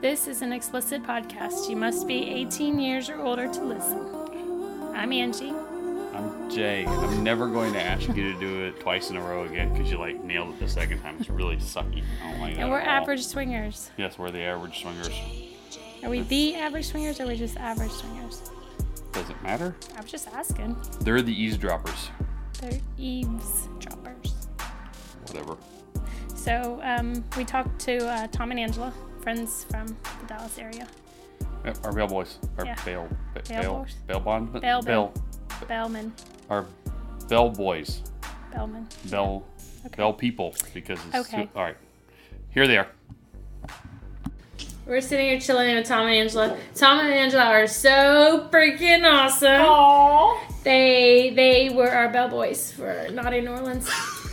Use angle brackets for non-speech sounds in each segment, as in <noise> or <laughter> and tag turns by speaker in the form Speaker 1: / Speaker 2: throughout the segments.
Speaker 1: This is an explicit podcast. You must be 18 years or older to listen. I'm Angie.
Speaker 2: I'm Jay. I'm never going to ask you to do it twice in a row again because you like nailed it the second time. It's really sucky. I don't like that.
Speaker 1: And we're
Speaker 2: at all.
Speaker 1: average swingers.
Speaker 2: Yes, we're the average swingers.
Speaker 1: Are we the average swingers or are we just average swingers?
Speaker 2: Does it matter?
Speaker 1: I was just asking.
Speaker 2: They're the eavesdroppers.
Speaker 1: They're eavesdroppers.
Speaker 2: Whatever.
Speaker 1: So um, we talked to uh, Tom and Angela, friends from the Dallas area.
Speaker 2: Uh, Our bail boys. Our
Speaker 1: Yeah.
Speaker 2: bail. ba-
Speaker 1: Bail
Speaker 2: bail.
Speaker 1: boys?
Speaker 2: Bail bond.
Speaker 1: Bail bill. Bellman.
Speaker 2: Our bell boys.
Speaker 1: Bellman.
Speaker 2: Bell.
Speaker 1: Okay.
Speaker 2: Bell people because it's
Speaker 1: Okay.
Speaker 2: all right. Here they are.
Speaker 1: We're sitting here chilling with Tom and Angela. Tom and Angela are so freaking awesome. They they were our bellboys for Naughty New Orleans.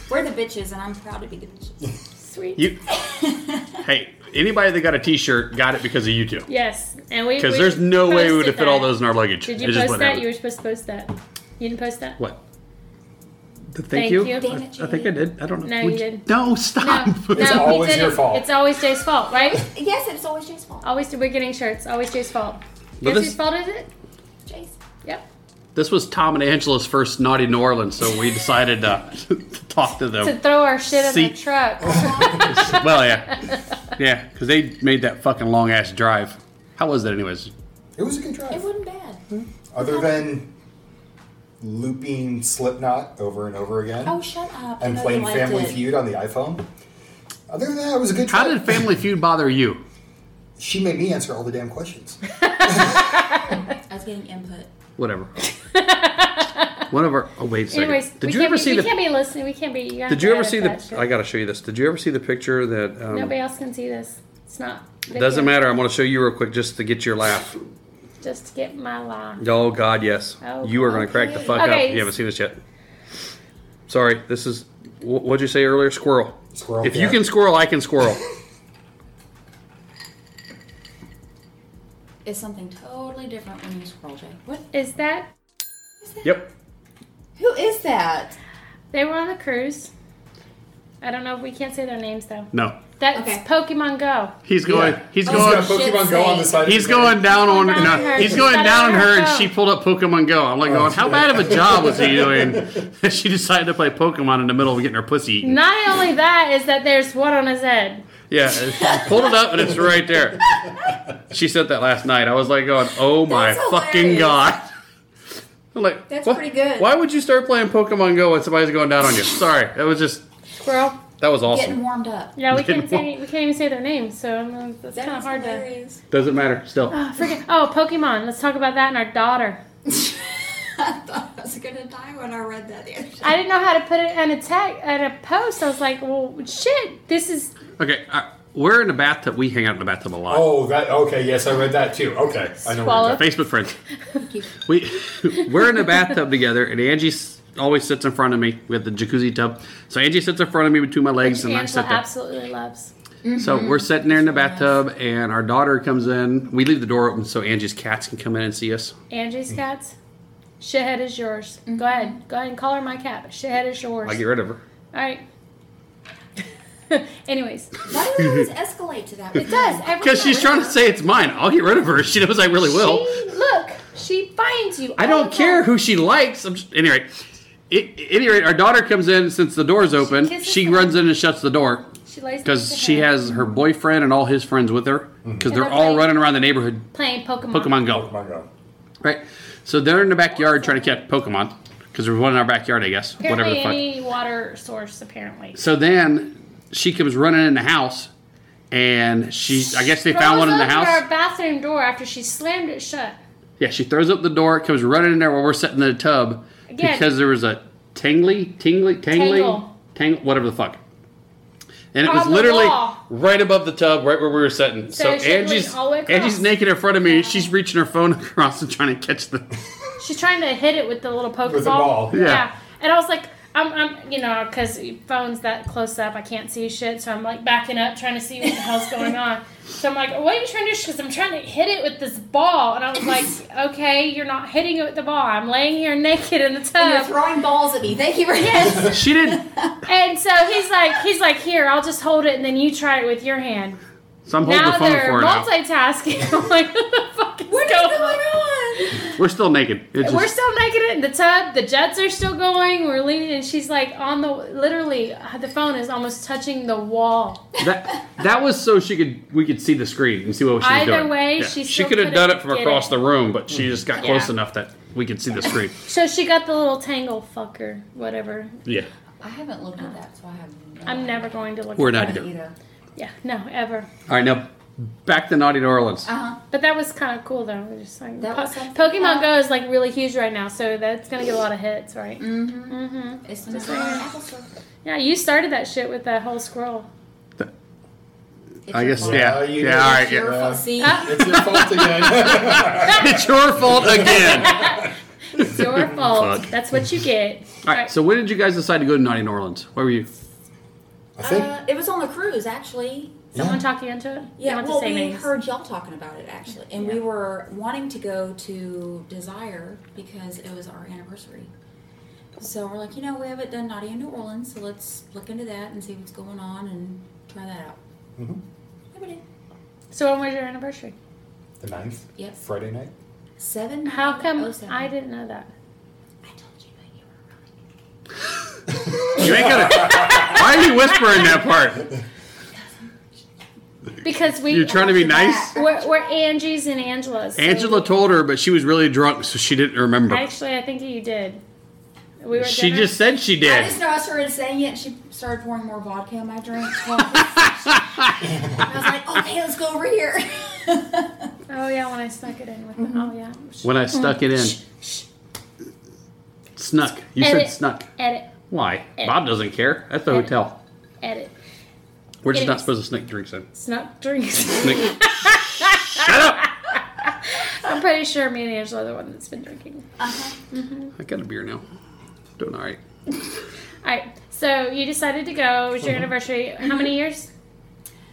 Speaker 3: We're the bitches, and I'm proud to be the bitches.
Speaker 1: Sweet.
Speaker 4: You, hey, anybody that got a T-shirt got it because of you two.
Speaker 1: yes, and we
Speaker 4: Because
Speaker 1: we
Speaker 4: there's no way we would
Speaker 1: posted
Speaker 4: have fit all
Speaker 1: that.
Speaker 4: those in our luggage.
Speaker 1: Did
Speaker 4: It
Speaker 1: you
Speaker 4: just
Speaker 1: post
Speaker 4: wouldn't
Speaker 1: that?
Speaker 4: happen.
Speaker 1: You were supposed to post that. You didn't post that.
Speaker 4: What? The thank,
Speaker 1: Thank
Speaker 4: you.
Speaker 1: you.
Speaker 3: Dang
Speaker 4: I,
Speaker 3: it,
Speaker 4: I think I did. I don't know.
Speaker 1: No,
Speaker 4: Would
Speaker 1: you didn't.
Speaker 4: No,
Speaker 1: No,
Speaker 4: stop.
Speaker 1: no,
Speaker 4: <laughs> It's
Speaker 1: we
Speaker 5: always your
Speaker 1: didn't.
Speaker 5: fault.
Speaker 1: It's always Jay's fault, right? <laughs>
Speaker 3: yes, it's always Jay's
Speaker 6: Oh.
Speaker 3: fault.
Speaker 1: Always, we're getting shirts. Always Jay's fault.
Speaker 4: But
Speaker 1: Guess
Speaker 4: this-
Speaker 1: whose fault is it?
Speaker 3: Jay's.
Speaker 1: Yep.
Speaker 4: This was Tom and Angela's first naughty New Orleans, so we decided uh, to talk to
Speaker 1: To
Speaker 4: them.
Speaker 1: throw our shit in
Speaker 4: See-
Speaker 1: the truck. <laughs>
Speaker 4: well, yeah, yeah, because they made that fucking long ass drive. How was that, anyways?
Speaker 5: It was a good drive.
Speaker 3: It wasn't bad.
Speaker 5: Other than looping Slipknot over and over again
Speaker 3: Oh, shut up. I
Speaker 5: and
Speaker 3: know
Speaker 5: playing
Speaker 3: you liked
Speaker 5: Family
Speaker 3: it.
Speaker 5: Feud on the iPhone. Other than that, it was a good
Speaker 4: How
Speaker 5: drive.
Speaker 4: did Family Feud bother you?
Speaker 5: she made me answer all the
Speaker 4: <laughs>
Speaker 5: damn questions.
Speaker 3: I was getting input.
Speaker 4: Whatever.
Speaker 1: <laughs>
Speaker 4: One of our. Oh wait a second.
Speaker 1: Anyways,
Speaker 4: did
Speaker 1: we
Speaker 4: you
Speaker 1: can't
Speaker 4: ever
Speaker 1: be,
Speaker 4: see
Speaker 1: we
Speaker 4: the?
Speaker 1: can't be listening. We can't be. You gotta
Speaker 4: Did you ever
Speaker 1: edit
Speaker 4: see
Speaker 1: that
Speaker 4: the?
Speaker 1: shit.
Speaker 4: I gotta show you this. Did you ever see the picture that? Um,
Speaker 1: Nobody else can see this. It's not. video.
Speaker 4: doesn't matter. I'm gonna show you real quick just to get your laugh.
Speaker 1: Just to get my laugh.
Speaker 4: Oh God, yes.
Speaker 1: Oh,
Speaker 4: you are gonna crack the fuck
Speaker 1: Okay.
Speaker 4: up. You haven't seen this yet. Sorry, this is. wh- What'd you say earlier? Squirrel.
Speaker 5: Squirrel.
Speaker 4: If
Speaker 5: yeah.
Speaker 4: you can squirrel, I can
Speaker 5: <laughs>
Speaker 4: squirrel.
Speaker 3: It's something totally different when you scroll, Jay. What
Speaker 1: Is that
Speaker 3: is that?
Speaker 4: yep.
Speaker 3: Who is that?
Speaker 1: they were on the cruise? I don't know. We can't say their names though.
Speaker 4: No.
Speaker 1: That's
Speaker 3: Okay.
Speaker 1: Pokemon Go.
Speaker 4: He's going. He's
Speaker 3: Oh,
Speaker 4: going.
Speaker 3: shit.
Speaker 5: Pokemon Go on the side. of
Speaker 4: He's
Speaker 5: the bed.
Speaker 4: going down on.
Speaker 1: Down on her.
Speaker 4: No, he's
Speaker 1: She's
Speaker 4: going
Speaker 1: got
Speaker 4: down on
Speaker 1: it on
Speaker 4: her,
Speaker 1: her
Speaker 4: and
Speaker 1: phone.
Speaker 4: she pulled up Pokemon Go. I'm like,
Speaker 5: Oh,
Speaker 4: going, how bad of a job was
Speaker 5: <laughs>
Speaker 4: he doing? <laughs> she decided to play Pokemon in the middle of getting her pussy eaten.
Speaker 1: Not only that is that there's one on his head.
Speaker 4: Yeah, I pulled it up and it's right there. She said that last night. I was like, going, "Oh my
Speaker 3: That's
Speaker 4: fucking
Speaker 3: hilarious.
Speaker 4: god!" I'm like,
Speaker 3: That's
Speaker 4: "What?
Speaker 3: pretty good.
Speaker 4: Why would you start playing Pokemon Go when somebody's going down on you? Sorry, that was just
Speaker 1: Squirrel.
Speaker 4: that was
Speaker 3: Getting
Speaker 4: awesome.
Speaker 3: warmed up.
Speaker 1: Yeah, we
Speaker 4: Didn't
Speaker 1: can't
Speaker 4: <laughs>
Speaker 1: say we can't even say their names, so um, it's
Speaker 3: That
Speaker 1: kind of
Speaker 3: is
Speaker 1: hard to.
Speaker 3: hilarious.
Speaker 4: Doesn't matter. Still,
Speaker 1: Oh, freaking, oh, Pokemon. Let's talk about that and our daughter.
Speaker 3: <laughs> I thought I was gonna die when I read that. the other day.
Speaker 1: I didn't know how to put it in a tag in a post. I was like, well, shit. This is
Speaker 4: okay. Uh, we're in the bathtub. We hang out in the bathtub a lot.
Speaker 5: Oh, that. Okay, yes, I read that too. Okay, I know.
Speaker 1: Swallow.
Speaker 5: Where you're
Speaker 4: Facebook friends. We <laughs> we're in the bathtub together, and Angie s- always sits in front of me. We have the jacuzzi tub, so Angie sits in front of me between my legs, and I
Speaker 1: Angela
Speaker 4: sit there.
Speaker 1: absolutely loves.
Speaker 4: So we're sitting there in the bathtub, and our daughter comes in. We leave the door open so Angie's cats can come in and see us.
Speaker 1: Angie's
Speaker 4: Mm.
Speaker 1: cats. Shithead is yours.
Speaker 3: Mm-hmm.
Speaker 1: Go ahead. Go ahead and call her my cat. but Shithead is yours.
Speaker 4: I get rid of her.
Speaker 1: All right. <laughs> Anyways,
Speaker 3: Why do we <laughs> always escalate to that? It
Speaker 1: does every
Speaker 4: <laughs> Because she's trying to say it's mine. I'll get rid of her. She knows I really will.
Speaker 1: She, look, she finds you.
Speaker 4: I
Speaker 1: all
Speaker 4: don't
Speaker 1: the
Speaker 4: care
Speaker 1: time.
Speaker 4: who she likes. I'm just, any rate, it, at any rate, our daughter comes in since the door's open.
Speaker 1: kisses
Speaker 4: She
Speaker 1: him.
Speaker 4: runs in and shuts the door
Speaker 1: She lays next
Speaker 4: because
Speaker 1: to
Speaker 4: she
Speaker 1: him,
Speaker 4: has her boyfriend and all his friends with her because they're
Speaker 1: they're
Speaker 4: all
Speaker 1: playing-
Speaker 4: running around the neighborhood
Speaker 1: playing Pokemon.
Speaker 4: Pokemon Go.
Speaker 5: Pokemon Go.
Speaker 4: Right. So they're in the backyard trying to catch Pokemon because there's one in our backyard, I guess.
Speaker 1: Apparently,
Speaker 4: Whatever the fuck.
Speaker 1: any water source. Apparently,
Speaker 4: So then she comes running in the house, and she I guess they found
Speaker 1: Throws
Speaker 4: one in the
Speaker 1: open
Speaker 4: house.
Speaker 1: Our bathroom door after she slammed it shut.
Speaker 4: Yeah, she throws up the door, comes running in there while we're sitting in the tub
Speaker 1: Again.
Speaker 4: because there was a tingly, tingly, tangly,
Speaker 1: Tangle.
Speaker 4: tangle, whatever the fuck. And it
Speaker 1: On
Speaker 4: was
Speaker 1: the
Speaker 4: literally
Speaker 1: wall.
Speaker 4: right above the tub, right where we were sitting.
Speaker 1: So
Speaker 4: So,
Speaker 1: she leaned
Speaker 4: Angie's
Speaker 1: all the way across.
Speaker 4: Angie's naked in front of me. She's reaching her phone <laughs> across and trying to catch the.
Speaker 1: She's trying to hit it with the little Pokeball.
Speaker 5: With the ball.
Speaker 1: Yeah.
Speaker 4: Yeah.
Speaker 1: And I was like, I'm, I'm you know, because phone's that close up, I can't see shit. So I'm like backing up, trying to see what the hell's going on. So I'm like, what are you trying to do? Because I'm trying to hit it with this ball. And I was
Speaker 4: <laughs>
Speaker 1: like, okay, you're not hitting it with the ball. I'm laying here naked in the
Speaker 3: And you're
Speaker 1: tub.
Speaker 3: throwing balls at me. Thank you very <laughs> much.
Speaker 1: <laughs>
Speaker 4: She didn't.
Speaker 1: And so he's like, he's like, here, I'll just hold it and then you try it with your hand.
Speaker 4: So I'm holding
Speaker 1: now
Speaker 4: the phone
Speaker 1: they're
Speaker 4: for it out.
Speaker 1: multitasking. <laughs> I'm like, what the fuck is
Speaker 7: What is
Speaker 1: going
Speaker 7: going on?
Speaker 4: We're still naked. It's
Speaker 1: We're
Speaker 4: just,
Speaker 1: still making it in the tub. The jets are still going. We're leaning, and she's like on the literally. uh, The phone is almost touching the wall.
Speaker 4: that that was so she could we could see the screen and see what she was
Speaker 1: Either
Speaker 4: doing.
Speaker 1: way, she
Speaker 4: she
Speaker 1: still
Speaker 4: could have
Speaker 1: couldn't
Speaker 4: done it from
Speaker 1: get
Speaker 4: across
Speaker 1: it.
Speaker 4: the room, but she just got
Speaker 1: Yeah.
Speaker 4: close enough that we could see the screen.
Speaker 1: So she got the little tangle fucker, whatever.
Speaker 4: Yeah,
Speaker 6: I haven't looked at that, so I have no
Speaker 1: I'm
Speaker 6: idea
Speaker 1: never going to look.
Speaker 4: we're
Speaker 1: at
Speaker 4: not
Speaker 1: that.
Speaker 4: here.
Speaker 6: either.
Speaker 1: Yeah, no, ever.
Speaker 4: All right, now back to naughty New Orleans.
Speaker 6: Uh
Speaker 3: Uh-huh.
Speaker 6: huh.
Speaker 1: But that was kind of cool though. We're just like,
Speaker 6: That
Speaker 1: Po-
Speaker 6: was something.
Speaker 1: Pokemon Go is like really huge right now, so that's gonna get a lot of hits, right?
Speaker 6: Mm-hmm.
Speaker 1: Mm-hmm.
Speaker 6: It's not
Speaker 7: Apple Store.
Speaker 1: Yeah, you started that shit with that whole scroll.
Speaker 6: it's
Speaker 4: I
Speaker 6: your
Speaker 4: guess
Speaker 6: fault.
Speaker 4: yeah,
Speaker 5: Well, Uh, you
Speaker 4: yeah.
Speaker 5: know,
Speaker 4: All right,
Speaker 5: it's your
Speaker 4: yeah.
Speaker 6: Your fault.
Speaker 5: Uh,
Speaker 6: See,
Speaker 1: Ah,
Speaker 5: It's your
Speaker 3: <laughs>
Speaker 5: fault again.
Speaker 4: <laughs> it's your fault
Speaker 1: <laughs>
Speaker 4: again.
Speaker 1: it's
Speaker 4: <laughs>
Speaker 1: your fault.
Speaker 4: Fuck.
Speaker 1: That's what you get.
Speaker 4: All right, so when did you guys decide to go to naughty New Orleans? Where were you?
Speaker 5: I think.
Speaker 7: Uh, it was on the cruise, actually.
Speaker 1: Someone talk you into it? You
Speaker 7: Yeah,
Speaker 1: don't have to
Speaker 7: well,
Speaker 1: say
Speaker 7: we
Speaker 1: names.
Speaker 7: heard y'all talking about it actually, and we
Speaker 1: Yeah.
Speaker 7: were wanting to go to Desire because it was our anniversary. So we're like, you know, we haven't done Naughty in New Orleans, so let's look into that and see what's going on and try that out.
Speaker 5: Mhm.
Speaker 7: Yeah, we did.
Speaker 1: So when was your anniversary?
Speaker 5: The ninth,
Speaker 7: Yep.
Speaker 5: Friday night.
Speaker 7: Seven.
Speaker 1: How come
Speaker 7: oh, seven.
Speaker 1: I didn't know that?
Speaker 7: I told you that you were wrong.
Speaker 4: You ain't gonna.
Speaker 1: <laughs>
Speaker 4: Why are you whispering that part?
Speaker 1: Because we
Speaker 4: You're trying to be nice.
Speaker 1: We're, we're Angie's and Angela's. so-
Speaker 4: Angela told her, but she was really drunk, so she didn't remember.
Speaker 1: Actually, I think you did. We were. at
Speaker 4: She
Speaker 1: dinner.
Speaker 4: just said she
Speaker 7: I
Speaker 4: did.
Speaker 7: just know I started saying it, and she started pouring more vodka in my drink. So <laughs> I was like, okay, let's go over here. <laughs>
Speaker 1: Oh yeah, when I snuck it in with.
Speaker 7: Mm-hmm.
Speaker 1: Oh yeah.
Speaker 4: When I stuck it
Speaker 1: <laughs>
Speaker 4: in, snuck. You said
Speaker 1: Edit.
Speaker 4: snuck.
Speaker 1: Edit.
Speaker 4: Why?
Speaker 1: Edit.
Speaker 4: Bob doesn't care. That's the
Speaker 1: Edit.
Speaker 4: hotel.
Speaker 1: Edit.
Speaker 4: We're just not
Speaker 1: Edit.
Speaker 4: supposed to sneak drinks in.
Speaker 1: Snuck drinks. <laughs>
Speaker 4: Sneak. Shut up!
Speaker 1: I'm pretty sure me and Angela are the one that's been drinking.
Speaker 7: uh-huh.
Speaker 4: I got a beer now. Doing all right.
Speaker 1: All right. So you decided to go. It was your
Speaker 4: Mm-hmm.
Speaker 1: anniversary.
Speaker 7: Mm-hmm.
Speaker 1: How many years?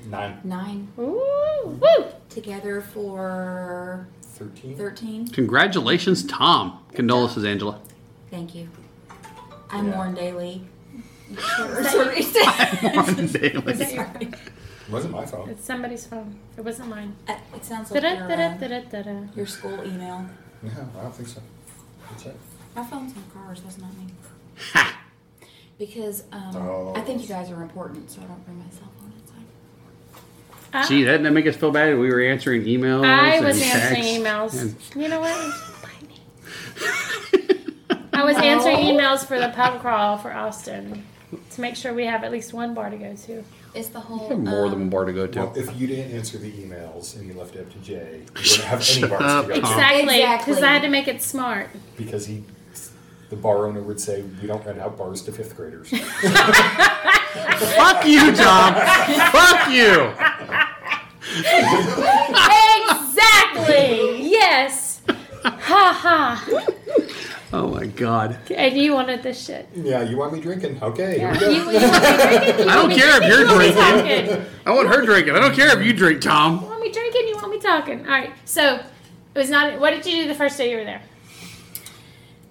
Speaker 5: Nine.
Speaker 7: Nine
Speaker 1: Ooh. Woo.
Speaker 7: together for
Speaker 5: Thirteen.
Speaker 7: 13.
Speaker 4: Congratulations, Tom.
Speaker 1: <laughs>
Speaker 4: Condolences, Angela.
Speaker 7: Thank you. I'm
Speaker 5: Yeah.
Speaker 7: worn daily.
Speaker 1: <laughs>
Speaker 4: Lauren Daly.
Speaker 1: Is that your phone?
Speaker 5: Wasn't my fault.
Speaker 1: It's somebody's phone. It wasn't mine.
Speaker 7: Uh, It sounds like your, uh,
Speaker 1: Da-da-da-da-da-da.
Speaker 7: your school email.
Speaker 5: No, I don't think so. That's it.
Speaker 7: My phone's in cars, that's not me.
Speaker 4: Ha!
Speaker 7: Because um,
Speaker 5: Oh.
Speaker 7: I think you guys are important, so I don't bring myself on it.
Speaker 1: I-
Speaker 4: Gee, that didn't make us feel bad. We were answering emails.
Speaker 1: I
Speaker 4: and
Speaker 1: was answering
Speaker 4: texts.
Speaker 1: emails.
Speaker 4: And-
Speaker 1: You know
Speaker 4: <laughs>
Speaker 1: what? Bite me. I was answering
Speaker 4: Oh.
Speaker 1: emails for the pub crawl for Austin to make sure we have at least one bar to go to.
Speaker 7: It's the whole.
Speaker 4: I have more than
Speaker 7: um,
Speaker 4: one bar to go to.
Speaker 5: Well, if you didn't answer the emails and you left it up to Jay, you <laughs> wouldn't have any bars
Speaker 4: up,
Speaker 5: to go to
Speaker 4: Tom.
Speaker 1: Exactly, because
Speaker 7: Exactly.
Speaker 1: I had to make it smart.
Speaker 5: because he, the bar owner would say, "We don't rent out bars to fifth graders."
Speaker 4: Fuck you, Tom. Fuck you.
Speaker 1: exactly. Yes. Ha ha.
Speaker 4: Oh my god.
Speaker 1: And you wanted this
Speaker 4: <laughs>
Speaker 1: shit.
Speaker 5: yeah, you want me drinking? Okay,
Speaker 1: Yeah.
Speaker 5: here we go.
Speaker 1: You, you want me drinking? You
Speaker 4: I
Speaker 1: want
Speaker 4: don't
Speaker 1: me
Speaker 4: care if you're
Speaker 1: drinking? You want me
Speaker 4: drinking.
Speaker 1: talking?
Speaker 4: I want her drinking. I don't care if you drink, Tom.
Speaker 1: You want me drinking? You want me talking? All right. So it was not. What did you do the first day you were there?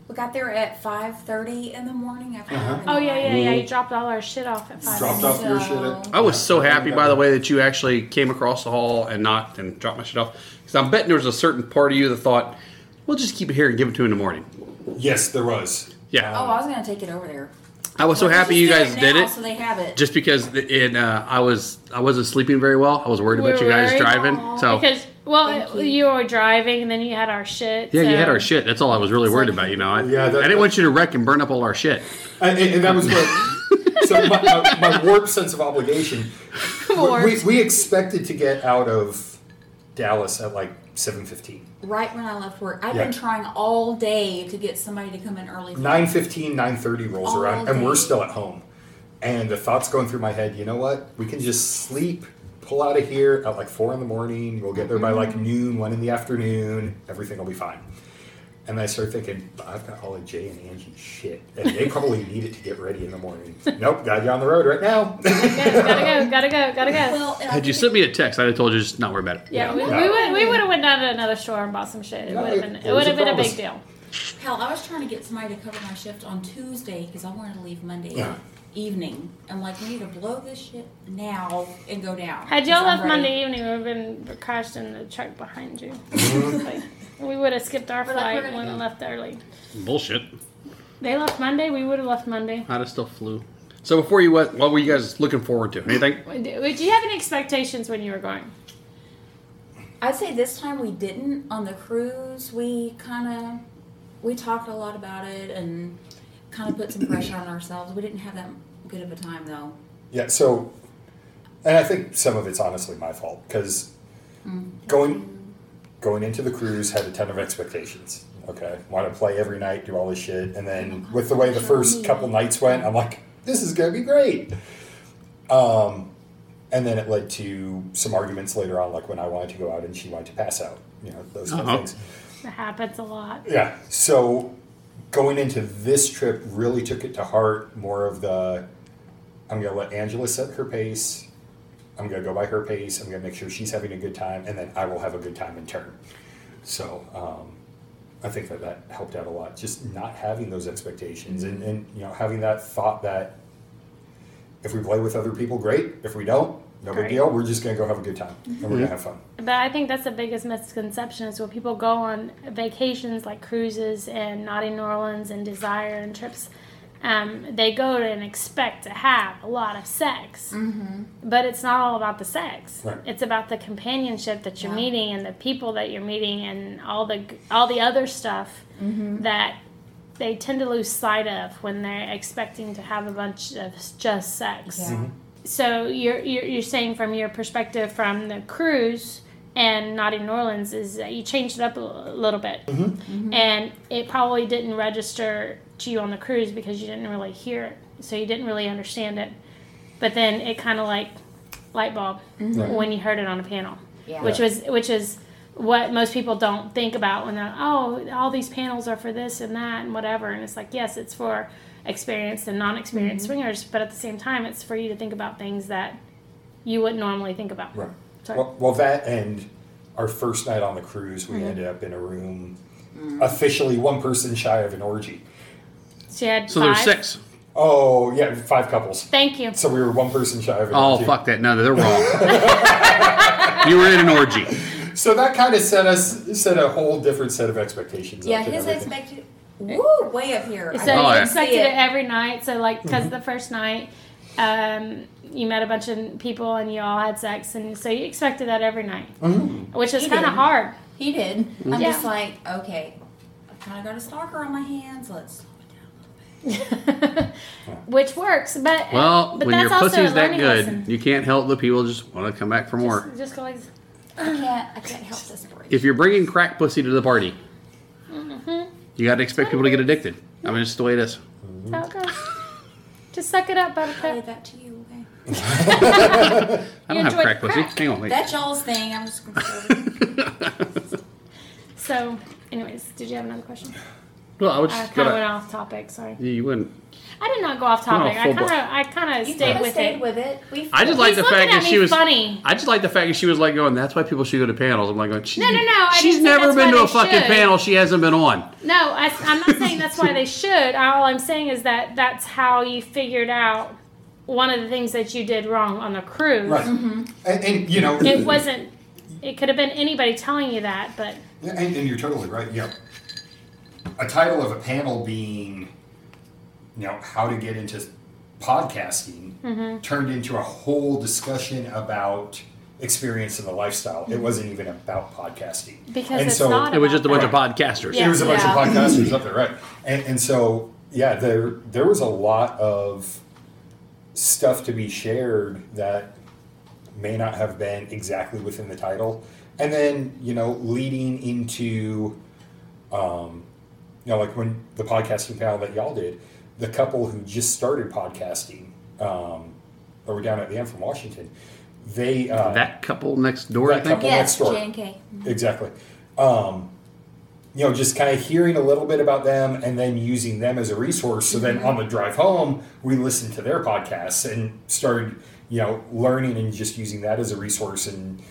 Speaker 7: We got there at 5.30 in the morning after
Speaker 4: Uh-huh.
Speaker 7: having
Speaker 1: Oh yeah, yeah,
Speaker 7: lunch.
Speaker 4: Mm.
Speaker 1: yeah. You dropped all our shit off at five.
Speaker 5: Dropped off your shit. At,
Speaker 4: I was so happy, by the way, that you actually came across the hall and knocked and dropped my shit off. Because I'm betting there was a certain part of you that thought, we'll just keep it here and give it to you in the morning.
Speaker 5: Yes, there was.
Speaker 4: Yeah.
Speaker 7: Oh, I was going to take it over there.
Speaker 4: I was so
Speaker 7: Let's
Speaker 4: happy
Speaker 7: just
Speaker 4: you
Speaker 7: do
Speaker 4: guys did
Speaker 7: now
Speaker 4: it.
Speaker 7: So they have it.
Speaker 4: Just because it, uh, I was I wasn't sleeping very well. I was worried about
Speaker 1: We
Speaker 4: you
Speaker 1: were
Speaker 4: guys
Speaker 1: worried.
Speaker 4: driving. So
Speaker 1: Because well,
Speaker 7: Thank
Speaker 1: you.
Speaker 7: you.
Speaker 1: were driving, and then you had our shit.
Speaker 4: yeah,
Speaker 1: so-
Speaker 4: you had
Speaker 1: <laughs>
Speaker 4: our shit. That's all I was really worried about. You know, I,
Speaker 5: Yeah, that-
Speaker 4: I didn't want you to wreck and burn up all our shit.
Speaker 5: And, and- and that was what. so my, my, my warped sense of obligation.
Speaker 1: Warped.
Speaker 5: We, we, we expected to get out of Dallas at like seven fifteen.
Speaker 7: right when I left work. I've
Speaker 5: Yeah.
Speaker 7: been trying all day to get somebody to come in early. for-
Speaker 5: 9.15 9.30 rolls
Speaker 7: All
Speaker 5: around and we're
Speaker 7: day.
Speaker 5: still at home and the thoughts going through my head you know what we can just sleep pull out of here at like 4 in the morning we'll get there by like noon 1 in the afternoon everything will be fine and i start thinking "But i've got all of jay and angie's shit and they probably need it to get ready in the morning nope gotta get on the road right now <laughs>
Speaker 1: Gotta go, gotta go, gotta go.
Speaker 7: Well, and I
Speaker 4: Had you
Speaker 7: think
Speaker 4: sent me a text, I'd have told you just not worry about it.
Speaker 1: yeah, we,
Speaker 5: Yeah.
Speaker 1: we would we would have went down to another store and bought some shit. It
Speaker 5: No,
Speaker 1: would have been it
Speaker 5: there
Speaker 1: would
Speaker 5: was
Speaker 1: have
Speaker 5: a
Speaker 1: been a
Speaker 5: promise.
Speaker 1: big deal.
Speaker 7: Hell, I was trying to get somebody to cover my shift on Tuesday because I wanted to leave Monday.
Speaker 5: Yeah.
Speaker 3: evening. I'm like, we need to blow this shit now and go down.
Speaker 1: Had y'all
Speaker 3: 'cause I'm
Speaker 1: left
Speaker 3: ready.
Speaker 1: Monday evening, we would have been crashed in the truck behind you. like, we would have skipped our
Speaker 3: We're like,
Speaker 1: flight
Speaker 3: we're
Speaker 1: and
Speaker 3: gonna
Speaker 1: wouldn't left early.
Speaker 4: Bullshit.
Speaker 1: They left Monday. We would have left Monday.
Speaker 4: I'd have still flew. So before you went, what were you guys looking forward to? Anything?
Speaker 1: Would would you have any expectations when you were going?
Speaker 3: I'd say this time we didn't. On the cruise, we kind of we talked a lot about it and kind of put some pressure on ourselves. We didn't have that good of a time though.
Speaker 5: Yeah, so, and I think some of it's honestly my fault because going going into the cruise had a ton of expectations. Okay, want to play every night, do all this shit, and then with the way the first couple nights went, I'm like, this is gonna be great. Um, and then it led to some arguments later on, like when I wanted to go out and she wanted to pass out. You know those kind
Speaker 4: Uh-huh.
Speaker 5: of things.
Speaker 1: That happens a lot.
Speaker 5: Yeah. So going into this trip really took it to heart more of the I'm going to let Angela set her pace. I'm going to go by her pace. I'm going to make sure she's having a good time and then I will have a good time in turn. So, um, I think that that helped out a lot. Just not having those expectations and, and, you know, having that thought that if we play with other people, great. If we don't, no
Speaker 1: Great.
Speaker 5: big deal. We're just going to go have a good time and we're going to have fun.
Speaker 1: But I think that's the biggest misconception is when people go on vacations like cruises and Naughty New Orleans and Desire and trips, um, they go to and expect to have a lot of sex. Mm-hmm. But it's not all about the sex.
Speaker 5: Right.
Speaker 1: It's about the companionship that you're
Speaker 3: Yeah.
Speaker 1: meeting and the people that you're meeting and all the all the other stuff
Speaker 3: Mm-hmm.
Speaker 1: that they tend to lose sight of when they're expecting to have a bunch of just sex
Speaker 3: Yeah.
Speaker 4: Mm-hmm.
Speaker 1: so you're, you're you're saying from your perspective from the cruise and not in New Orleans is that you changed it up a l- little bit,
Speaker 5: Mm-hmm.
Speaker 1: and it probably didn't register to you on the cruise because you didn't really hear it, so you didn't really understand it. But then it kind of like light bulb
Speaker 5: Mm-hmm. Right.
Speaker 1: when you heard it on a panel,
Speaker 3: Yeah.
Speaker 1: which was which is what most people don't think about when they're oh all these panels are for this and that and whatever, and it's like yes, it's for experienced and non-experienced
Speaker 5: Mm-hmm.
Speaker 1: swingers, but at the same time, it's for you to think about things that you wouldn't normally think about.
Speaker 5: Right.
Speaker 1: Sorry.
Speaker 5: Well, well, that and our first night on the cruise,
Speaker 3: Mm-hmm.
Speaker 5: we ended up in a room officially one person shy of an orgy.
Speaker 1: She had
Speaker 4: So
Speaker 1: five.
Speaker 4: there's six.
Speaker 5: Oh, yeah, five couples.
Speaker 1: Thank you.
Speaker 5: So we were one person shy of an
Speaker 4: Oh
Speaker 5: orgy.
Speaker 4: fuck that! No, they're wrong. <laughs> you were in an orgy.
Speaker 5: So that kind of set us set a whole different set of expectations.
Speaker 3: Yeah,
Speaker 5: up and
Speaker 3: his
Speaker 5: everything.
Speaker 3: expectation. Woo, way up here.
Speaker 1: So
Speaker 4: Oh,
Speaker 1: you
Speaker 4: yeah.
Speaker 1: expected
Speaker 3: See
Speaker 1: it.
Speaker 3: it.
Speaker 1: every night. So like, because the first night, um, you met a bunch of people and you all had sex, and so you expected that every night, which is
Speaker 3: You
Speaker 1: kind of
Speaker 3: did.
Speaker 1: hard.
Speaker 3: He did. I'm
Speaker 1: Mm-hmm. Yeah.
Speaker 3: just like, okay, I've kind of got a stalker on my hands. Let's slow it down.
Speaker 1: which works, but
Speaker 4: Well,
Speaker 1: but
Speaker 4: when your
Speaker 1: that's also
Speaker 4: pussy's
Speaker 1: a
Speaker 4: that
Speaker 1: learning
Speaker 4: good,
Speaker 1: lesson.
Speaker 4: you can't help the people just want to come back from work.
Speaker 1: Just, just go like, this.
Speaker 3: I can't. I can't help this story.
Speaker 4: If you're bringing crack pussy to the party,
Speaker 1: Mm-hmm.
Speaker 4: you got to expect people to get addicted. I mean, it's just the way it is.
Speaker 1: that's how it goes. just suck it up,
Speaker 3: I
Speaker 1: Buttercup.
Speaker 3: leave that to you. Okay.
Speaker 4: I
Speaker 1: You
Speaker 4: don't have
Speaker 1: enjoyed
Speaker 4: crack, pussy.
Speaker 1: crack.
Speaker 4: Hang on, wait.
Speaker 3: That's y'all's thing. I'm just gonna. Go with it.
Speaker 1: So, anyways, did you have another question?
Speaker 4: Well, I was
Speaker 1: I
Speaker 4: just
Speaker 1: kind of went
Speaker 4: gonna.
Speaker 1: off topic. Sorry,
Speaker 4: You wouldn't.
Speaker 1: I did not go off topic. I
Speaker 4: full
Speaker 1: kind of, I kind of
Speaker 3: <laughs> You
Speaker 1: stayed
Speaker 3: kinda
Speaker 1: with
Speaker 3: stayed
Speaker 1: it.
Speaker 3: with it. We.
Speaker 4: I just like
Speaker 1: He's
Speaker 4: the
Speaker 1: looking
Speaker 4: fact
Speaker 1: at
Speaker 4: that
Speaker 1: me
Speaker 4: she was
Speaker 1: funny.
Speaker 4: I just like the fact that she was like going. That's why people should go to panels. I'm like going. She,
Speaker 1: No, no, no, I just
Speaker 4: She's
Speaker 1: think
Speaker 4: never
Speaker 1: that's
Speaker 4: been
Speaker 1: why
Speaker 4: to a
Speaker 1: they
Speaker 4: fucking
Speaker 1: should.
Speaker 4: panel. She hasn't been on.
Speaker 1: No, I, am not saying that's why they should. All I'm saying is that that's how you figured out one of the things that you did wrong on the cruise.
Speaker 5: Right.
Speaker 3: Mm-hmm.
Speaker 5: And, and, you know,
Speaker 1: It wasn't. It could have been anybody telling you that, but
Speaker 5: Yeah, and, and you're totally right. Yeah. A title of a panel being, you know, how to get into podcasting
Speaker 1: Mm-hmm.
Speaker 5: turned into a whole discussion about experience in the lifestyle. It wasn't even about podcasting.
Speaker 1: Mm-hmm. Because
Speaker 5: and
Speaker 1: it's
Speaker 5: so
Speaker 1: not
Speaker 4: It was just a bunch of podcasters.
Speaker 1: Yeah.
Speaker 5: there was a bunch
Speaker 3: Yeah.
Speaker 5: of podcasters up there, right? And, and so, yeah, there there was a lot of stuff to be shared that may not have been exactly within the title, and then you know, leading into, um, you know, like when the podcasting panel that y'all did, the couple who just started podcasting, um, that were down at the end from Washington, they uh,
Speaker 4: That couple next door. I
Speaker 5: That
Speaker 4: think.
Speaker 5: couple.
Speaker 3: Yes,
Speaker 5: next door.
Speaker 3: J and K.
Speaker 5: Exactly. Um, you know, just kind of hearing a little bit about them and then using them as a resource. So then on the drive home, we listened to their podcasts and started, you know, learning and just using that as a resource. And,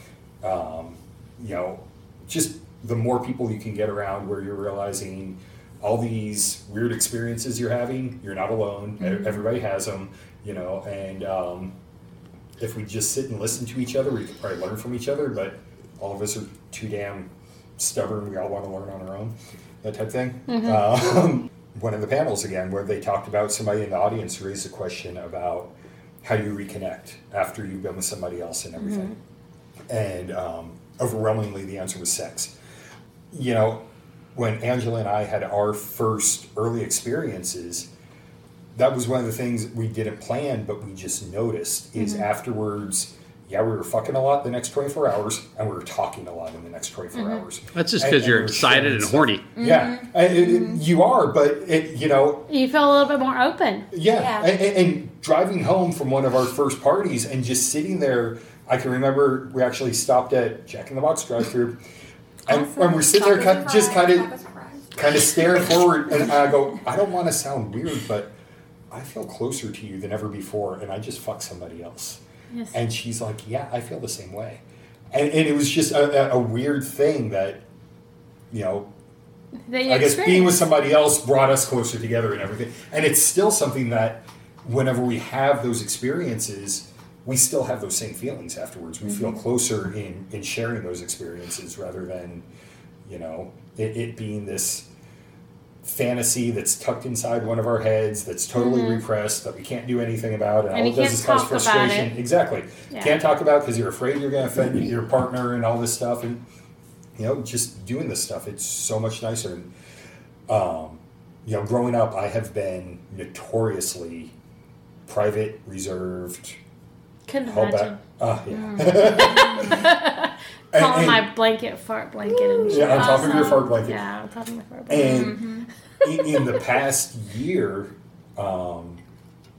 Speaker 5: um, you know, just the more people you can get around where you're realizing all these weird experiences you're having, you're not alone. E- Everybody has them. you know, and um, if we just sit and listen to each other, we could probably learn from each other, but all of us are too damn stubborn. We all want to learn on our own, that type thing. Um, one of the panels again, where they talked about somebody in the audience raised a question about how you reconnect after you've been with somebody else and everything and um, overwhelmingly the answer was sex. You know, when Angela and I had our first early experiences, that was one of the things we didn't plan, but we just noticed is afterwards. Yeah, we were fucking a lot the next 24 hours, and we were talking a lot in the next 24 hours.
Speaker 4: That's just
Speaker 5: And-
Speaker 4: because you're
Speaker 5: and we're sharing
Speaker 4: excited and
Speaker 5: stuff.
Speaker 4: horny.
Speaker 5: Yeah, And it- it- you are, but it, you know,
Speaker 1: You feel a little bit more open.
Speaker 5: yeah,
Speaker 3: Yeah.
Speaker 5: And, and- and driving home from one of our first parties and just sitting there, I can remember we actually stopped at Jack in the Box drive-through, and, and we're sitting there, kind, just kind of, kind of staring forward, and I go, I don't want to sound weird, but I feel closer to you than ever before, and I just fucked somebody else.
Speaker 1: Yes.
Speaker 5: And she's like, Yeah, I feel the same way, and, and it was just a, a- a weird thing that, you know,
Speaker 1: That you
Speaker 5: I guess being with
Speaker 1: experience.
Speaker 5: somebody else brought us closer together and everything. And it's still something that whenever we have those experiences, we still have those same feelings afterwards. We feel
Speaker 1: Mm-hmm.
Speaker 5: closer in, in sharing those experiences rather than, you know, it, it being this fantasy that's tucked inside one of our heads that's totally repressed that we can't do anything about
Speaker 1: Mm-hmm.
Speaker 5: and,
Speaker 1: And you
Speaker 5: all it
Speaker 1: can't
Speaker 5: does is cause
Speaker 1: talk about
Speaker 5: frustration
Speaker 1: it.
Speaker 5: exactly
Speaker 1: Yeah.
Speaker 5: can't talk about because you're afraid you're going to offend your partner and all this stuff and you know, just doing this stuff. It's so much nicer. And, um, you know, growing up, I have been notoriously private, reserved,
Speaker 1: Couldn't
Speaker 5: held
Speaker 1: imagine. Mm.
Speaker 5: back. Uh, yeah.
Speaker 1: <laughs>
Speaker 5: <laughs> And-
Speaker 1: Calling
Speaker 5: and-
Speaker 1: my blanket fart blanket. And
Speaker 5: yeah, on top of your
Speaker 3: Awesome.
Speaker 5: fart blanket.
Speaker 1: yeah, I'm talking my fart blanket.
Speaker 3: Mm-hmm.
Speaker 5: And in, in the past year, um,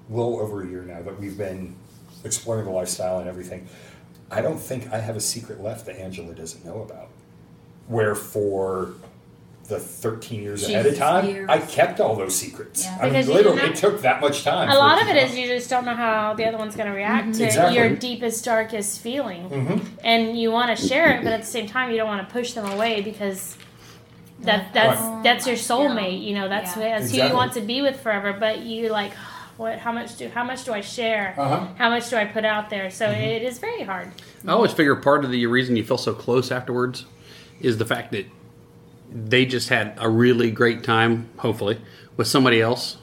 Speaker 5: well over a year now that we've been exploring the lifestyle and everything, I don't think I have a secret left that Angela doesn't know about. Where for the 13 years ahead of
Speaker 3: Jesus,
Speaker 5: time,
Speaker 3: years.
Speaker 5: I kept all those secrets.
Speaker 3: Yeah.
Speaker 5: I mean,
Speaker 1: Because you
Speaker 5: literally,
Speaker 1: didn't
Speaker 5: it took that much time.
Speaker 1: A
Speaker 5: for
Speaker 1: lot of
Speaker 5: to
Speaker 1: it
Speaker 5: come
Speaker 1: is you just don't know how the other one's going to react to
Speaker 5: Mm-hmm. Exactly.
Speaker 1: your deepest, darkest feeling.
Speaker 5: out. Mhm.
Speaker 1: And you want to share it, but at the same time, you don't want to push them away because that that's
Speaker 5: Right.
Speaker 1: that's your soulmate. You know, that's
Speaker 7: Yeah.
Speaker 1: who, that's who
Speaker 5: Exactly.
Speaker 1: you want to be with forever. But you like, what? How much do how much do I share?
Speaker 5: Uh-huh. Mm-hmm.
Speaker 1: How much do I put out there? So it is very hard.
Speaker 4: I always figure part of the reason you feel so close afterwards is the fact that they just had a really great time, hopefully, with somebody else.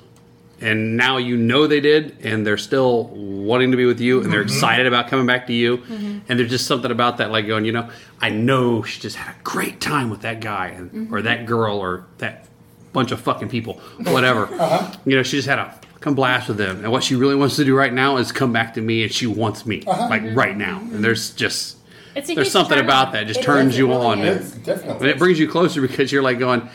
Speaker 4: And now you know they did, and they're still wanting to be with you, and they're excited about coming back to you. And there's just something about that, like going, you know, I know she just had a great time with that guy, and, or that girl, or that bunch of fucking people, whatever. You know, she just had a fucking blast with them. And what she really wants to do right now is come back to me, and she wants me, like right now. And there's just,
Speaker 1: It's a
Speaker 4: there's
Speaker 1: huge
Speaker 4: something
Speaker 1: turn
Speaker 4: about
Speaker 1: on.
Speaker 4: that just
Speaker 3: It
Speaker 4: turns
Speaker 3: is, it
Speaker 4: you
Speaker 3: really
Speaker 4: on.
Speaker 3: is.
Speaker 4: And
Speaker 5: It's definitely.
Speaker 4: and it brings you closer because you're like going.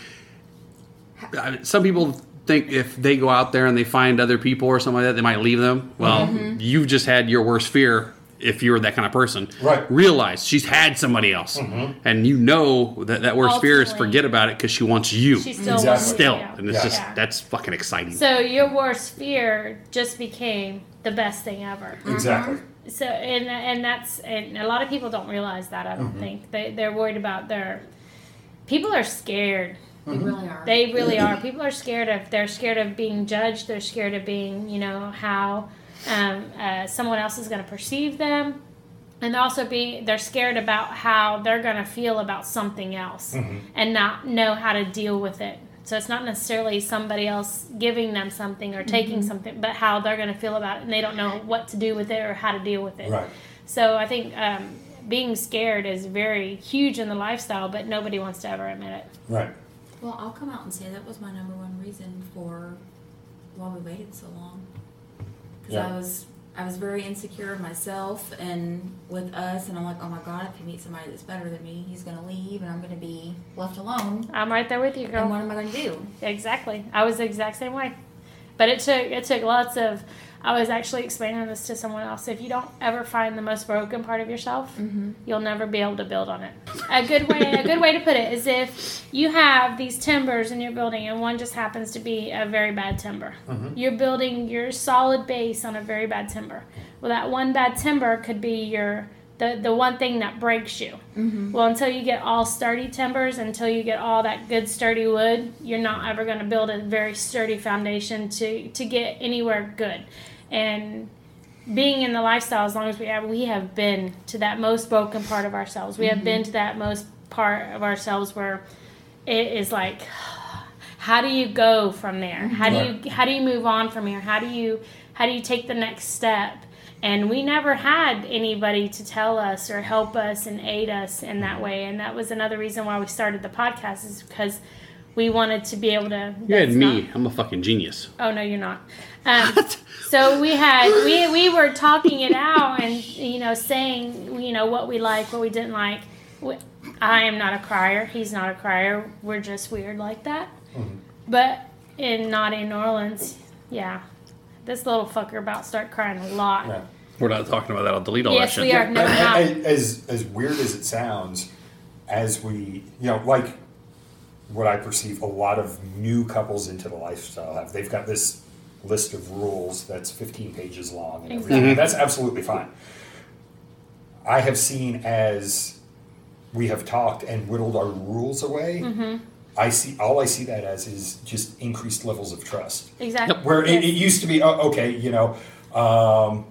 Speaker 4: I mean, Some people think if they go out there and they find other people or something like that, they might leave them. Well,
Speaker 1: Mm-hmm.
Speaker 4: you've just had your worst fear if you're that kind of person.
Speaker 5: Right. Mm-hmm.
Speaker 4: Realize she's had somebody else, and you know that that worst fear is
Speaker 1: Ultimately.
Speaker 4: forget about it because she wants you
Speaker 1: She still
Speaker 5: Exactly.
Speaker 1: wants to
Speaker 4: still,
Speaker 1: be out.
Speaker 4: and it's
Speaker 5: Yeah.
Speaker 4: just
Speaker 1: Yeah.
Speaker 4: that's fucking exciting.
Speaker 1: So your worst fear just became the best thing ever.
Speaker 3: Mm-hmm.
Speaker 5: Exactly.
Speaker 1: So and and that's and a lot of people don't realize that. I don't think they they're worried about their. People are scared.
Speaker 7: We really are.
Speaker 1: They really are. People are scared of. They're scared of being judged. They're scared of being. You know how um, uh, someone else is going to perceive them, and they're also being. They're scared about how they're going to feel about something else, and not know how to deal with it. So it's not necessarily somebody else giving them something or taking
Speaker 7: Mm-hmm.
Speaker 1: something, but how they're going to feel about it, and they don't know what to do with it or how to deal with it.
Speaker 5: Right.
Speaker 1: So I think um, being scared is very huge in the lifestyle, but nobody wants to ever admit it.
Speaker 5: Right.
Speaker 3: Well, I'll come out and say that was my number one reason for why we waited so long. Because
Speaker 5: Yeah.
Speaker 3: I was I was very insecure of myself and with us, and I'm like, oh my god, if you meet somebody that's better than me, he's gonna leave, and I'm gonna be left alone.
Speaker 1: I'm right there with you, girl.
Speaker 3: And what am I gonna do?
Speaker 1: Exactly. I was the exact same way. But it took it took lots of I was actually explaining this to someone else. If you don't ever find the most broken part of yourself, you'll never be able to build on it. A good way a good way to put it is if you have these timbers in your building and one just happens to be a very bad timber. You're building your solid base on a very bad timber. Well, that one bad timber could be your the, the one thing that breaks you. Well, until you get all sturdy timbers, until you get all that good sturdy wood, you're not ever going to build a very sturdy foundation to to get anywhere good. and being in the lifestyle as long as we have, we have been to that most broken part of ourselves. We have been to that most part of ourselves where it is like, how do you go from there? How do you how do you move on from here? How do you how do you take the next step? And we never had anybody to tell us or help us and aid us in that way. And that was another reason why we started the podcast is because we wanted to be able to.
Speaker 4: You had
Speaker 1: that's
Speaker 4: me.
Speaker 1: not-
Speaker 4: I'm a fucking genius. <laughs>
Speaker 1: Oh no, you're not. Um, so we had we we were talking it out and you know saying you know what we like, what we didn't like. We- I am not a crier. He's not a crier. We're just weird like that.
Speaker 5: Mm-hmm.
Speaker 1: But in not in New Orleans, yeah, this little fucker about start crying a lot.
Speaker 5: Yeah.
Speaker 4: We're not talking about that. I'll delete all
Speaker 1: Yes,
Speaker 4: that shit.
Speaker 1: we are. No, we're not.
Speaker 5: A- a- as as weird as it sounds, as we you know like what I perceive a lot of new couples into the lifestyle have. They've got this list of rules that's 15 pages long and everything. and That's absolutely fine. I have seen as we have talked and whittled our rules away. I see all I see that as is just increased levels of trust
Speaker 1: Exactly.
Speaker 5: where it, it
Speaker 1: Yes.
Speaker 5: used to be oh, okay you know um,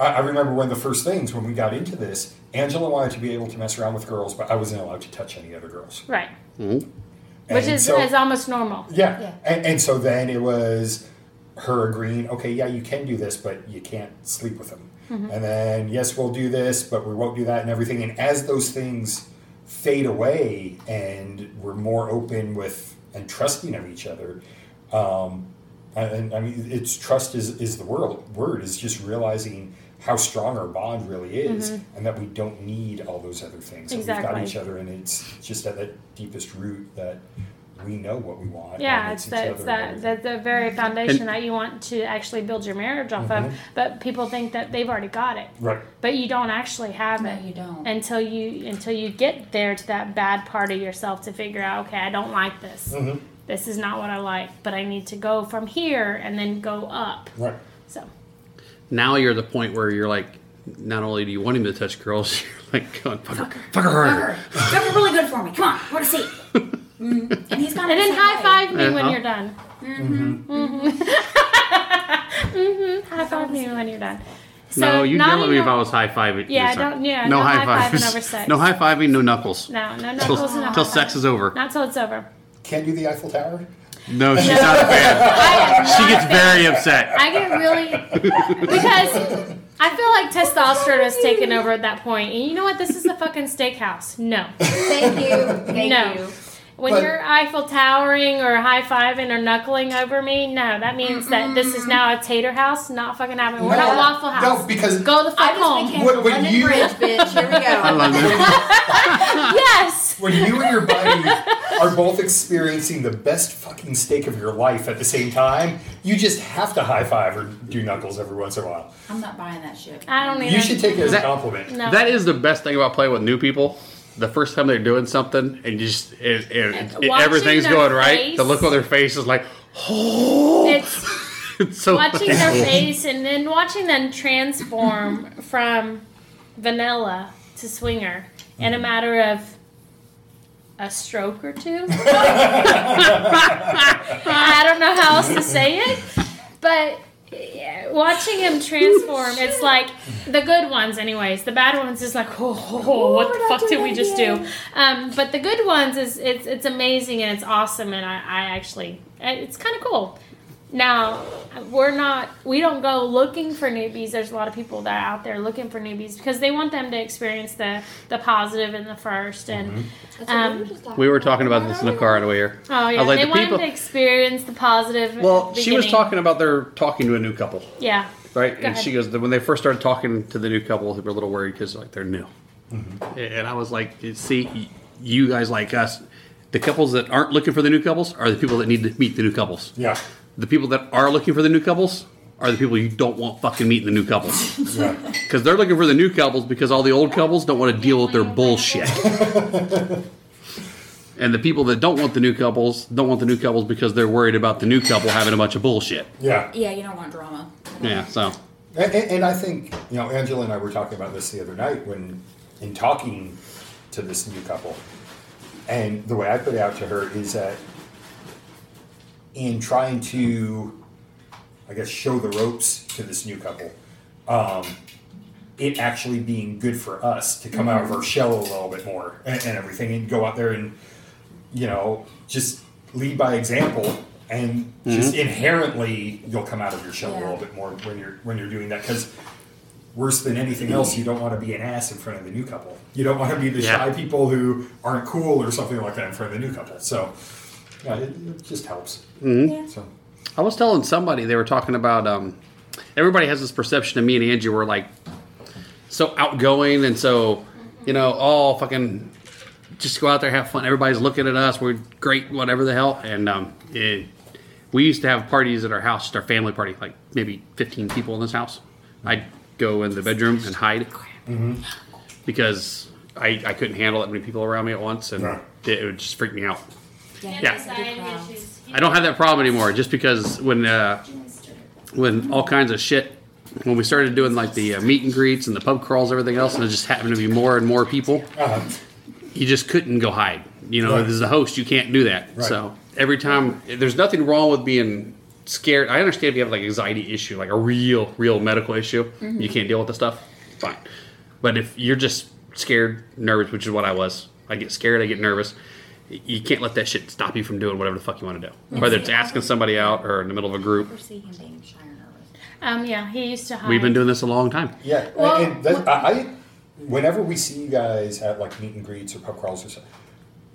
Speaker 5: I, I remember one of the first things when we got into this angela wanted to be able to mess around with girls but i wasn't allowed to touch any other girls
Speaker 1: right,
Speaker 5: And
Speaker 1: which is
Speaker 5: so-
Speaker 1: is almost normal.
Speaker 5: yeah,
Speaker 7: Yeah.
Speaker 5: And, and so then it was her agreeing okay yeah you can do this but you can't sleep with them and then yes we'll do this but we won't do that and everything and as those things fade away and we're more open with and trusting of each other And- and I mean, it's trust is, is the world word is just realizing how strong our bond really is, and that we don't need all those other things. And We've
Speaker 1: Exactly.
Speaker 5: got each other, and it's just at that deepest root that we know what we want.
Speaker 1: Yeah,
Speaker 5: and
Speaker 1: it's
Speaker 5: each
Speaker 1: that,
Speaker 5: other
Speaker 1: it's
Speaker 5: and
Speaker 1: that,
Speaker 5: everything.
Speaker 1: that the very foundation that you want to actually build your marriage off
Speaker 5: Mm-hmm.
Speaker 1: of. But people think that they've already got it,
Speaker 5: right.
Speaker 1: but you don't actually have
Speaker 7: No,
Speaker 1: it
Speaker 7: you don't.
Speaker 1: until you until you get there to that bad part of yourself to figure out, okay, I don't like this.
Speaker 4: Mm-hmm.
Speaker 1: This is not what I like, but I need to go from here and then go up.
Speaker 5: Right.
Speaker 1: So
Speaker 4: Now you're at the point where you're like, not only do you want him to touch girls, <laughs> you're like, going, fuck her, fuck her harder.
Speaker 3: That was really good for me. Come on, I want to see. it. Mhm. And he's kind of.
Speaker 1: and then high five me when
Speaker 4: Uh-huh. Mm-hmm.
Speaker 1: you're done. Mm-hmm. <laughs> hmm High five me when you're done. So
Speaker 4: no, you'd
Speaker 1: not
Speaker 4: yell at me if
Speaker 1: even-
Speaker 4: I was high fiving.
Speaker 1: Yeah, don't- yeah,
Speaker 4: no,
Speaker 1: no
Speaker 4: high
Speaker 1: high-fiving
Speaker 4: fives.
Speaker 1: over sex.
Speaker 4: No high fiving, no knuckles.
Speaker 1: No, no, no.
Speaker 4: Till,
Speaker 1: those are not
Speaker 4: till
Speaker 1: high
Speaker 4: sex
Speaker 1: fives.
Speaker 4: is over.
Speaker 1: Not till it's over.
Speaker 5: Can't do the Eiffel Tower.
Speaker 4: No, she's not a
Speaker 1: <laughs>
Speaker 4: fan. She gets very upset.
Speaker 1: I get really because I feel like testosterone is taking over at that point. And you know what? This is a fucking steakhouse. No,
Speaker 7: Thank you. Thank
Speaker 1: No.
Speaker 7: you.
Speaker 1: when
Speaker 5: But-
Speaker 1: you're Eiffel towering or high fiving or knuckling over me, no, that means that this is now a tater house, not fucking happening. We're not
Speaker 5: No,
Speaker 1: Waffle House.
Speaker 5: No, because
Speaker 1: Go the
Speaker 7: I
Speaker 1: fuck
Speaker 7: just
Speaker 1: home.
Speaker 7: became
Speaker 5: What-
Speaker 7: the
Speaker 5: what
Speaker 7: London
Speaker 5: you-
Speaker 7: Bridge, bitch. Here
Speaker 4: <laughs>
Speaker 7: we
Speaker 4: I
Speaker 7: go.
Speaker 4: love it.
Speaker 1: <laughs> yes.
Speaker 5: when you and your
Speaker 1: <laughs>
Speaker 5: buddy are both experiencing the best fucking steak of your life at the same time, you just have to high five or do knuckles every once in a while.
Speaker 7: I'm not buying that shit.
Speaker 1: I don't even.
Speaker 5: You should take it as a
Speaker 4: That-
Speaker 5: compliment.
Speaker 1: No.
Speaker 4: That is the best thing about playing with new people. The first time they're doing something and you just it, it, it-
Speaker 1: Watching
Speaker 4: everything's
Speaker 1: their
Speaker 4: going right,
Speaker 1: face.
Speaker 4: the look on their face is like, <laughs> oh,
Speaker 1: It's
Speaker 4: it's so
Speaker 1: watching
Speaker 4: fucking
Speaker 1: their
Speaker 4: cool.
Speaker 1: face and then watching them transform from vanilla to swinger in a matter of a stroke or two. I don't know how else to say it, but yeah, watching him transform, it's like the good ones, anyways. The bad ones is like, oh, oh, oh, what the fuck did we just do? Um, but the good ones is it's it's amazing and it's awesome, and I, I actually it's kind of cool. Now, we're not, we don't go looking for newbies. There's a lot of people that are out there looking for newbies because they want them to experience the, the positive and the first. And,
Speaker 4: Mm-hmm.
Speaker 1: um,
Speaker 4: We were talking about this in the car on the way here.
Speaker 1: oh,
Speaker 4: I
Speaker 1: yeah,
Speaker 4: was like,
Speaker 1: they
Speaker 4: the
Speaker 1: want
Speaker 4: people-
Speaker 1: them to experience the positive.
Speaker 4: Well, she was
Speaker 1: beginning.
Speaker 4: talking about their talking to a new couple,
Speaker 1: Yeah.
Speaker 4: right?
Speaker 1: Go
Speaker 4: and she
Speaker 1: ahead.
Speaker 4: goes, that when they first started talking to the new couple, they were a little worried because like they're new. And I was like, see, y- you guys like us, the couples that aren't looking for the new couples are the people that need to meet the new couples.
Speaker 5: Yeah.
Speaker 4: The people that are looking for the new couples are the people you don't want fucking meeting the
Speaker 1: <laughs>
Speaker 4: new couples
Speaker 5: yeah.
Speaker 4: because they're looking for the new couples because all the old couples don't want to deal with their bullshit. And the people that don't want the new couples don't want the new couples because they're worried about the new couple having a bunch of bullshit.
Speaker 5: Yeah.
Speaker 3: <laughs> Yeah, you don't want drama.
Speaker 4: Yeah, so
Speaker 5: And, and, and I think you know Angela and I were talking about this the other night when in talking to this new couple, and the way I put it out to her is that in trying to I guess, show the ropes to this new couple. Um, it actually being good for us to come out of our shell a little bit more and, and everything, and go out there and you know just lead by example. And just inherently, you'll come out of your shell a little
Speaker 3: Yeah.
Speaker 5: bit more when you're when you're doing that because worse than anything else, you don't want to be an ass in front of the new couple. You don't want to be the
Speaker 4: Yeah.
Speaker 5: shy people who aren't cool or something like that in front of the new couple. So yeah, it, it just helps.
Speaker 4: Mm-hmm.
Speaker 5: So
Speaker 4: I was telling somebody they were talking about. Um, everybody has this perception of me and Angie. We're like so outgoing and so you know all fucking just go out there have fun. Everybody's looking at us. We're great, whatever the hell. And um, it, we used to have parties at our house, just our family party, like maybe fifteen people in this house. I'd go in the bedroom and hide because I, I couldn't handle that many people around me at once, and
Speaker 5: Right.
Speaker 4: it would just freak me out.
Speaker 3: Yeah.
Speaker 4: Yeah.
Speaker 1: Anxiety
Speaker 3: Wow.
Speaker 1: issues.
Speaker 4: I don't have that problem anymore. Just because when uh, when all kinds of shit, when we started doing like the uh, meet and greets and the pub crawls, everything else, and it just happened to be more and more people, you just couldn't go hide. You know,
Speaker 5: Right.
Speaker 4: as a host, you can't do that.
Speaker 5: Right.
Speaker 4: So every time, there's nothing wrong with being scared. I understand if you have like anxiety issue, like a real, real medical issue, you can't deal with the stuff. Fine, but if you're just scared, nervous, which is what I was, I get scared, I get nervous. y- You can't let that shit stop you from doing whatever the fuck you want to do, whether it's asking somebody out or in the middle of a group.
Speaker 7: Foresee him being shy or
Speaker 1: <laughs>
Speaker 7: nervous.
Speaker 1: Um, yeah, he used to hide.
Speaker 4: We've been doing this a long time.
Speaker 5: yeah, and-
Speaker 1: Well,
Speaker 5: and, that, I, I whenever we see you guys at like meet and greets or pub crawls or something,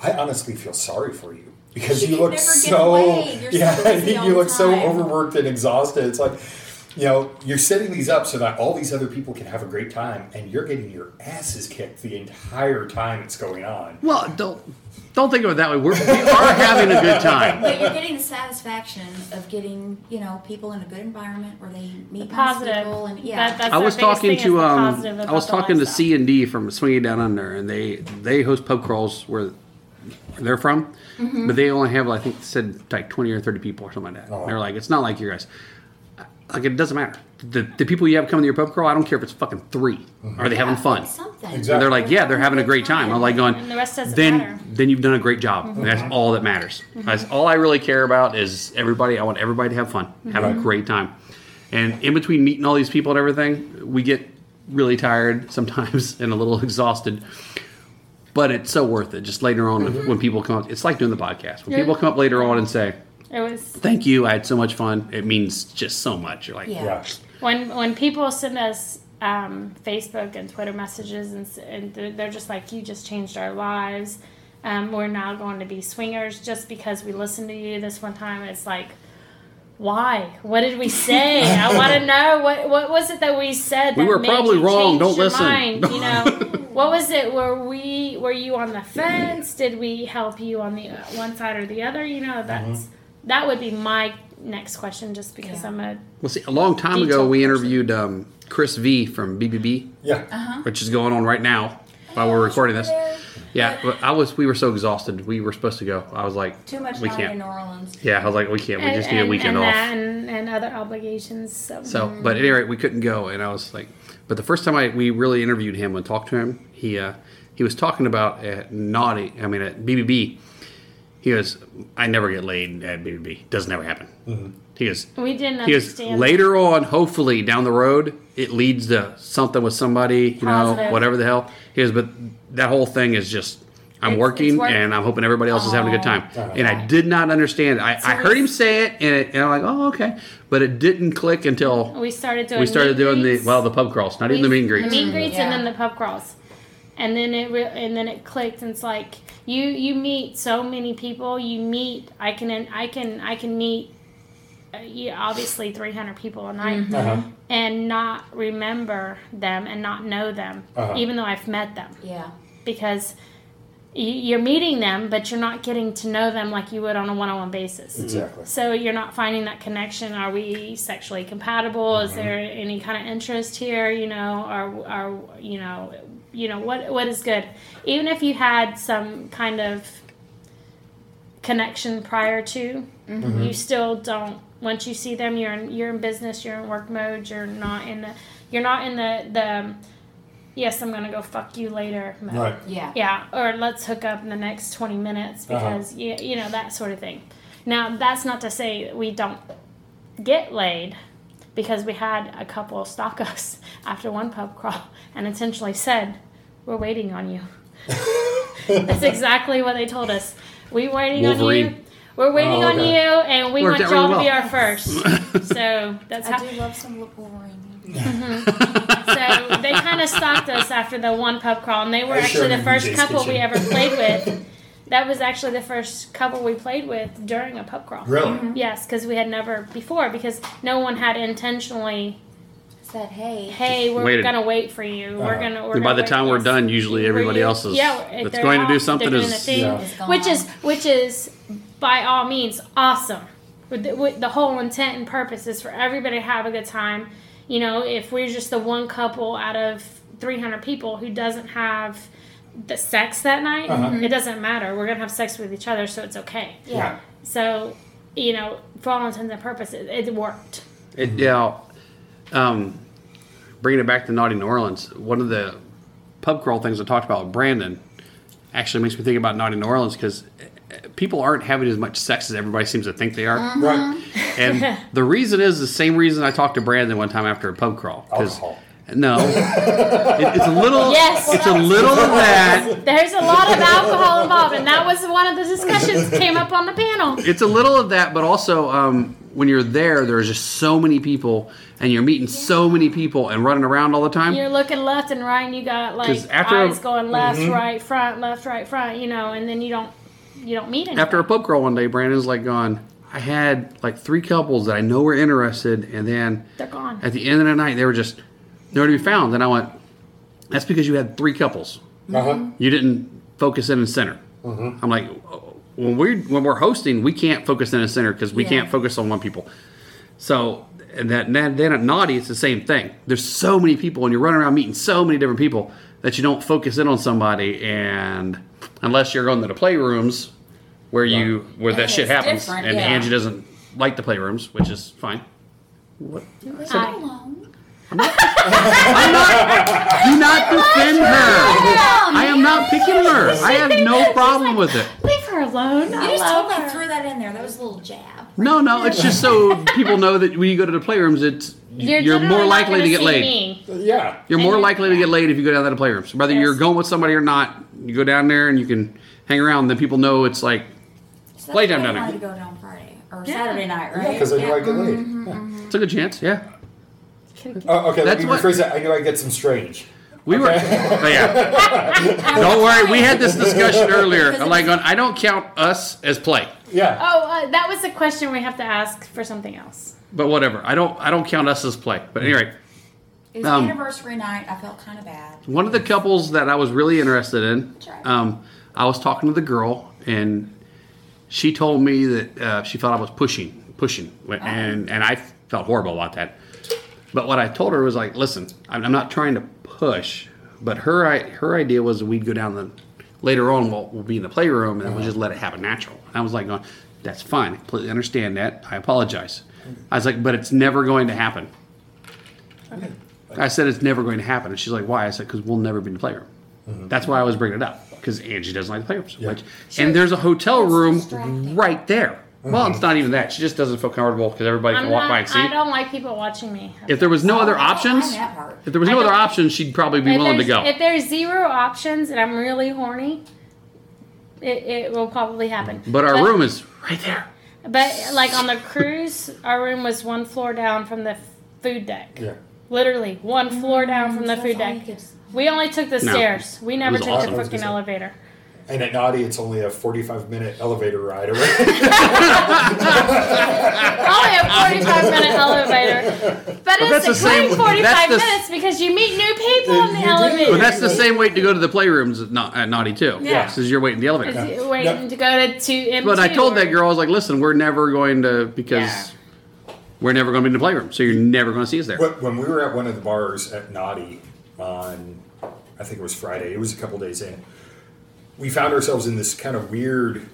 Speaker 5: I honestly feel sorry for you. Because
Speaker 7: You
Speaker 5: you,
Speaker 7: can
Speaker 5: look
Speaker 7: never get
Speaker 5: so
Speaker 7: away. You're so
Speaker 5: <laughs> yeah,
Speaker 7: busy all
Speaker 5: you
Speaker 7: the
Speaker 5: look so
Speaker 7: time.
Speaker 5: overworked and exhausted. It's like, you know, you're setting these up so that all these other people can have a great time, and you're getting your asses kicked the entire time it's going on.
Speaker 4: Well, don't don't think of it that way. We're, we are having a
Speaker 1: <laughs>
Speaker 4: good time.
Speaker 7: But
Speaker 3: But you're getting the satisfaction of getting, you know, people in a good environment where they meet nice
Speaker 1: positive.
Speaker 3: people and yeah.
Speaker 1: That- that's
Speaker 4: I
Speaker 1: the
Speaker 4: was
Speaker 1: biggest
Speaker 4: talking
Speaker 1: thing is
Speaker 4: to
Speaker 1: the
Speaker 4: um,
Speaker 1: positive
Speaker 4: I
Speaker 1: about
Speaker 4: was
Speaker 1: the
Speaker 4: talking to
Speaker 1: lifestyle.
Speaker 4: C and D from Swinging Down Under, and they they host pub crawls where they're from,
Speaker 1: Mm-hmm.
Speaker 4: but they only have I think they said like twenty or thirty people or something like that.
Speaker 5: Oh.
Speaker 4: They're like, it's not like you guys. Like it doesn't matter. The, the people you have coming to your pub crawl, I don't care if it's fucking 3
Speaker 5: Mm-hmm.
Speaker 4: Are they having fun?
Speaker 3: something.
Speaker 5: Exactly.
Speaker 4: And they're like, yeah, they're having a great time. I'm like going,
Speaker 1: And the rest doesn't
Speaker 4: then
Speaker 1: matter. Mm-hmm.
Speaker 4: then you've done a great job. And that's all that matters. That's all I really care about is everybody. I want everybody to have fun,
Speaker 1: Mm-hmm.
Speaker 4: have a
Speaker 5: Right.
Speaker 4: great time. And in between meeting all these people and everything, we get really tired sometimes <laughs> and a little exhausted. But it's so worth it. Just later on, when people come up, it's like doing the podcast.
Speaker 1: Mm-hmm.
Speaker 4: When
Speaker 1: Yeah.
Speaker 4: people come up later on and say,
Speaker 1: It was
Speaker 4: "Thank you, I had so much fun," it means just so much. You're like,
Speaker 3: Yeah.
Speaker 5: Yeah.
Speaker 1: when when people send us um, Facebook and Twitter messages, and, s- and they're they're just like, "You just changed our lives. Um, we're now going to be swingers just because we listened to you this one time." It's like, why? What did we say?
Speaker 4: <laughs>
Speaker 1: I want to know what what was it that we said?
Speaker 4: We
Speaker 1: that
Speaker 4: were
Speaker 1: made
Speaker 4: probably
Speaker 1: you
Speaker 4: wrong.
Speaker 1: change
Speaker 4: Don't
Speaker 1: your
Speaker 4: listen.
Speaker 1: Mind, you know.
Speaker 4: <laughs>
Speaker 1: What was it? Were we? Were you on the fence? Did we help you on the uh, one side or the other? You know, that's
Speaker 4: Mm-hmm.
Speaker 1: that would be my next question. Just because
Speaker 3: Yeah.
Speaker 1: I'm a
Speaker 4: Well, see, a long time ago,
Speaker 1: Detailed
Speaker 4: we
Speaker 1: person.
Speaker 4: interviewed um, Chris V from BBB,
Speaker 5: Yeah.
Speaker 1: Uh-huh.
Speaker 4: which is going on right now while we're recording this. Yeah, but I was. We were so exhausted. We were supposed to go. I was like,
Speaker 7: Too much
Speaker 4: We
Speaker 7: naughty in
Speaker 4: can't.
Speaker 7: New Orleans.
Speaker 4: Yeah, I was like, we can't. We just need a
Speaker 1: and
Speaker 4: weekend off.
Speaker 1: That and, and other obligations. So,
Speaker 4: So, but at any rate, we couldn't go, and I was like, but the first time I we really interviewed him and talked to him, he uh, he was talking about at naughty. I mean, at BBB, he goes, I never get laid at BBB. Doesn't ever happen. He goes,
Speaker 1: we didn't
Speaker 4: he goes,
Speaker 1: understand.
Speaker 4: later on, hopefully down the road, it leads to something with somebody, you know,
Speaker 1: Positive.
Speaker 4: whatever the hell. He goes, but that whole thing is just, I'm
Speaker 1: It's-
Speaker 4: working
Speaker 1: it's work.
Speaker 4: and I'm hoping everybody else is having a good time.
Speaker 5: Oh.
Speaker 4: And I did not understand. I, I heard him say it and, it and I'm like, oh, okay. But it didn't click until
Speaker 1: we started doing.
Speaker 4: we started
Speaker 1: meet and
Speaker 4: doing the,
Speaker 1: greets.
Speaker 4: well, the pub crawls, not even the meet and greets.
Speaker 1: The meet and greets, and
Speaker 7: Yeah.
Speaker 1: then the pub crawls, and then it re- and then it clicked, and it's like you you meet so many people. You meet I can I can I can meet. Uh, yeah, obviously 300 people a night
Speaker 5: Uh-huh.
Speaker 1: and not remember them and not know them
Speaker 5: Uh-huh.
Speaker 1: even though i've met them
Speaker 3: Yeah.
Speaker 1: because y- you're meeting them, but you're not getting to know them like you would on a one-on-one basis.
Speaker 5: Exactly.
Speaker 1: So you're not finding that connection. Are we sexually compatible? Is there any kind of interest here? You know, are are you know, you know what what is good? Even if you had some kind of connection prior to, you still don't. Once you see them, you're in you're in business. You're in work mode. You're not in the you're not in the the. um, Yes, I'm gonna go fuck you later. mode.
Speaker 5: Right.
Speaker 7: Yeah.
Speaker 1: Yeah, or let's hook up in the next 20 minutes
Speaker 5: Uh-huh.
Speaker 1: because, you, you know, that sort of thing. Now, that's not to say that we don't get laid because we had a couple stalk <laughs> us after one pub crawl and intentionally said, "We're waiting on you." <laughs> <laughs> That's exactly what they told us. We waiting on you.
Speaker 4: Wolverine.
Speaker 1: We're waiting
Speaker 5: Oh,
Speaker 1: on
Speaker 5: okay.
Speaker 1: you, and we
Speaker 4: Worked
Speaker 1: want
Speaker 4: out
Speaker 1: y'all
Speaker 4: really
Speaker 1: to be
Speaker 4: well.
Speaker 1: our first.
Speaker 4: <laughs>
Speaker 1: so that's
Speaker 3: I
Speaker 1: how.
Speaker 3: do love some Wolverine.
Speaker 4: <laughs>
Speaker 1: So they kind of stalked us after the one pub crawl, and they were
Speaker 5: I
Speaker 1: actually
Speaker 5: showed
Speaker 1: the
Speaker 5: him
Speaker 1: first
Speaker 5: DJ's
Speaker 1: couple we
Speaker 5: kitchen.
Speaker 1: ever played
Speaker 5: <laughs>
Speaker 1: with. That was actually the first couple we played with during a pub crawl.
Speaker 5: Really?
Speaker 1: Yes, because we had never before, because no one had intentionally.
Speaker 7: Said, hey.
Speaker 1: Hey, we're
Speaker 4: Waited.
Speaker 1: gonna wait for you. We're
Speaker 5: Uh-huh.
Speaker 1: gonna. We're
Speaker 4: And by
Speaker 1: gonna
Speaker 4: the
Speaker 1: wait
Speaker 4: time
Speaker 1: for
Speaker 4: we're
Speaker 1: us."
Speaker 4: done, usually
Speaker 1: Were
Speaker 4: everybody
Speaker 1: you-
Speaker 4: else is
Speaker 1: yeah, if
Speaker 4: that's
Speaker 1: they're
Speaker 4: going
Speaker 1: off,
Speaker 4: to do
Speaker 1: they're
Speaker 4: something
Speaker 1: doing a
Speaker 4: is
Speaker 1: thing,
Speaker 5: Yeah.
Speaker 7: Is gone.
Speaker 1: which is which is by all means awesome. With the, with the whole intent and purpose is for everybody to have a good time. You know, if we're just the one couple out of 300 people who doesn't have the sex that night,
Speaker 5: Uh-huh.
Speaker 1: it doesn't matter. We're gonna have sex with each other, so it's okay.
Speaker 5: Yeah.
Speaker 1: So, you know, for all intents and purposes, it worked.
Speaker 4: It, yeah. Um, bringing it back to Naughty New Orleans, one of the pub crawl things I talked about with Brandon actually makes me think about Naughty New Orleans because people aren't having as much sex as everybody seems to think they are.
Speaker 1: Mm-hmm.
Speaker 5: Right.
Speaker 1: <laughs>
Speaker 4: And the reason is the same reason I talked to Brandon one time after a pub crawl. 'cause-
Speaker 5: Alcohol.
Speaker 1: <laughs>
Speaker 4: No. It- it's a little.
Speaker 1: Yes.
Speaker 4: It's a
Speaker 1: <laughs>
Speaker 4: little of that.
Speaker 1: There's a lot
Speaker 5: <laughs>
Speaker 1: of alcohol involved, and that was one of the discussions that came up on the panel.
Speaker 4: It's a little of that, but also um, when you're there, there's just so many people, and you're meeting so many people and running around all the time.
Speaker 1: You're looking left and right, and you got like
Speaker 4: 'Cause after a- Mm-hmm.
Speaker 1: eyes going left, right, front, left, right, front. You know, and then you don't you don't meet anything.
Speaker 4: after a pub crawl one day, Brandon's like gone. I had like three couples that I know were interested, and then
Speaker 1: they're gone.
Speaker 4: at the end of the night, they were just nowhere to be found. And I went, "That's because you had three couples.
Speaker 1: Mm-hmm.
Speaker 5: Uh-huh.
Speaker 4: You didn't focus in and center." I'm like, "When we're when we're hosting, we can't focus in and center because we
Speaker 3: Yeah.
Speaker 4: can't focus on one people." So and that and then at naughty, it's the same thing. There's so many people, and you're running around meeting so many different people that you don't focus in on somebody. And unless you're going to the playrooms where you where that
Speaker 3: And
Speaker 4: shit
Speaker 3: it's
Speaker 4: happens,
Speaker 3: different,
Speaker 4: and
Speaker 3: yeah.
Speaker 4: Angie doesn't like the playrooms, which is fine.
Speaker 1: Hi.
Speaker 7: Alone.
Speaker 4: Do not defend her. I am not picking her. I have
Speaker 3: <laughs>
Speaker 4: no problem with it.
Speaker 1: Leave her alone.
Speaker 7: You
Speaker 1: I
Speaker 7: just
Speaker 1: love
Speaker 7: totally
Speaker 1: her.
Speaker 7: threw that in there. That was a little jab.
Speaker 4: No, no, it's just so people know that when you go to the playrooms, it's you're,
Speaker 1: literally
Speaker 4: more
Speaker 1: not
Speaker 4: likely
Speaker 1: gonna
Speaker 4: to get
Speaker 1: see
Speaker 4: laid.
Speaker 7: <laughs>
Speaker 1: me.
Speaker 5: Yeah.
Speaker 4: You're more
Speaker 1: And-
Speaker 4: likely to get laid if you go down to the playrooms. Whether you're
Speaker 1: Yes.
Speaker 4: going with somebody or not, you go down there and you can hang around. Then people know it's like
Speaker 7: So that's
Speaker 4: Playtime
Speaker 7: why I
Speaker 4: dinner.
Speaker 7: wanted to go down Friday or
Speaker 1: Yeah.
Speaker 7: Saturday night,
Speaker 5: Yeah,
Speaker 7: right?
Speaker 5: because I knew I'd get laid.
Speaker 1: Mm-hmm.
Speaker 5: Yeah.
Speaker 4: it's a good chance. Yeah,
Speaker 1: Can-
Speaker 5: Oh, okay,
Speaker 4: That's
Speaker 5: let me
Speaker 4: what-
Speaker 5: rephrase that. I knew I'd get some strange.
Speaker 4: we were. <laughs> Oh, yeah. don't worry, we had this discussion earlier. I'm like, going, I don't count us as play,
Speaker 5: Yeah.
Speaker 1: Oh, uh, that was a question we have to ask for something else.
Speaker 4: but whatever. I don't. I don't count us as play. But anyway,
Speaker 7: It was
Speaker 4: Um,
Speaker 7: anniversary night. I felt kind of bad.
Speaker 4: One of the couples that I was really interested in,
Speaker 7: That's right.
Speaker 4: um, I was talking to the girl, and she told me that uh, she felt I was pushing, pushing,
Speaker 7: Uh-huh.
Speaker 4: and and I felt horrible about that. But what I told her was like, listen, I'm, I'm not trying to push, but her I, her idea was we'd go down the later on we'll, we'll be in the playroom and we'll just let it happen natural. And I was like, going, that's fine, I completely understand that. I apologize. I was like, but it's never going to happen. I said it's never going to happen, and she's like, "Why?" I said, "Because we'll never be in the playroom." That's why I was bringing it up because Angie doesn't like the playroom so
Speaker 5: Yeah.
Speaker 4: much, and there's a hotel room
Speaker 7: distracting.
Speaker 4: right there. Well, it's not even that. She just doesn't feel comfortable because everybody
Speaker 1: I'm
Speaker 4: can walk
Speaker 1: not,
Speaker 4: by and see.
Speaker 1: I don't like people watching me.
Speaker 4: If there was no other
Speaker 7: I don't
Speaker 4: options,
Speaker 7: mind that part.
Speaker 4: if there was
Speaker 1: I
Speaker 4: no other
Speaker 1: don't-
Speaker 4: options, she'd probably be willing to
Speaker 1: there's-
Speaker 4: go.
Speaker 1: If there's zero options and I'm really horny, it, it will probably happen.
Speaker 4: but our room is right there.
Speaker 1: But like on the cruise, our room was one floor down from the f- food deck.
Speaker 5: Yeah.
Speaker 1: Literally one
Speaker 5: Mm,
Speaker 1: floor down from the
Speaker 7: That's
Speaker 1: food
Speaker 7: all you
Speaker 1: deck.
Speaker 7: could-
Speaker 1: We only took the
Speaker 4: No.
Speaker 1: stairs. We never
Speaker 4: was
Speaker 1: took
Speaker 5: awesome. I
Speaker 1: the
Speaker 5: was
Speaker 1: freaking
Speaker 5: gonna say.
Speaker 1: elevator.
Speaker 5: And at Naughty, it's only a 45 minute elevator ride
Speaker 1: <laughs>
Speaker 5: away.
Speaker 4: <laughs>
Speaker 1: Only a Oh, forty-five minute elevator, but, it's
Speaker 4: that's the
Speaker 1: a
Speaker 4: same-
Speaker 1: great forty-five
Speaker 4: that's the-
Speaker 1: minutes because you meet new people in the
Speaker 5: You do.
Speaker 1: elevator.
Speaker 4: But that's the same way to go to the playrooms at, Na- at Naughty too.
Speaker 5: Yeah.
Speaker 4: Since you're waiting in the elevator.
Speaker 1: Is it waiting to go to two M2
Speaker 4: But I told that
Speaker 1: or-
Speaker 4: girl, I was like, "Listen, we're never going to because we're never going to be in the playroom, so you're never going to see us there."
Speaker 5: But when we were at one of the bars at Naughty on, I think it was Friday, it was a couple days in, we found ourselves in this kind of weird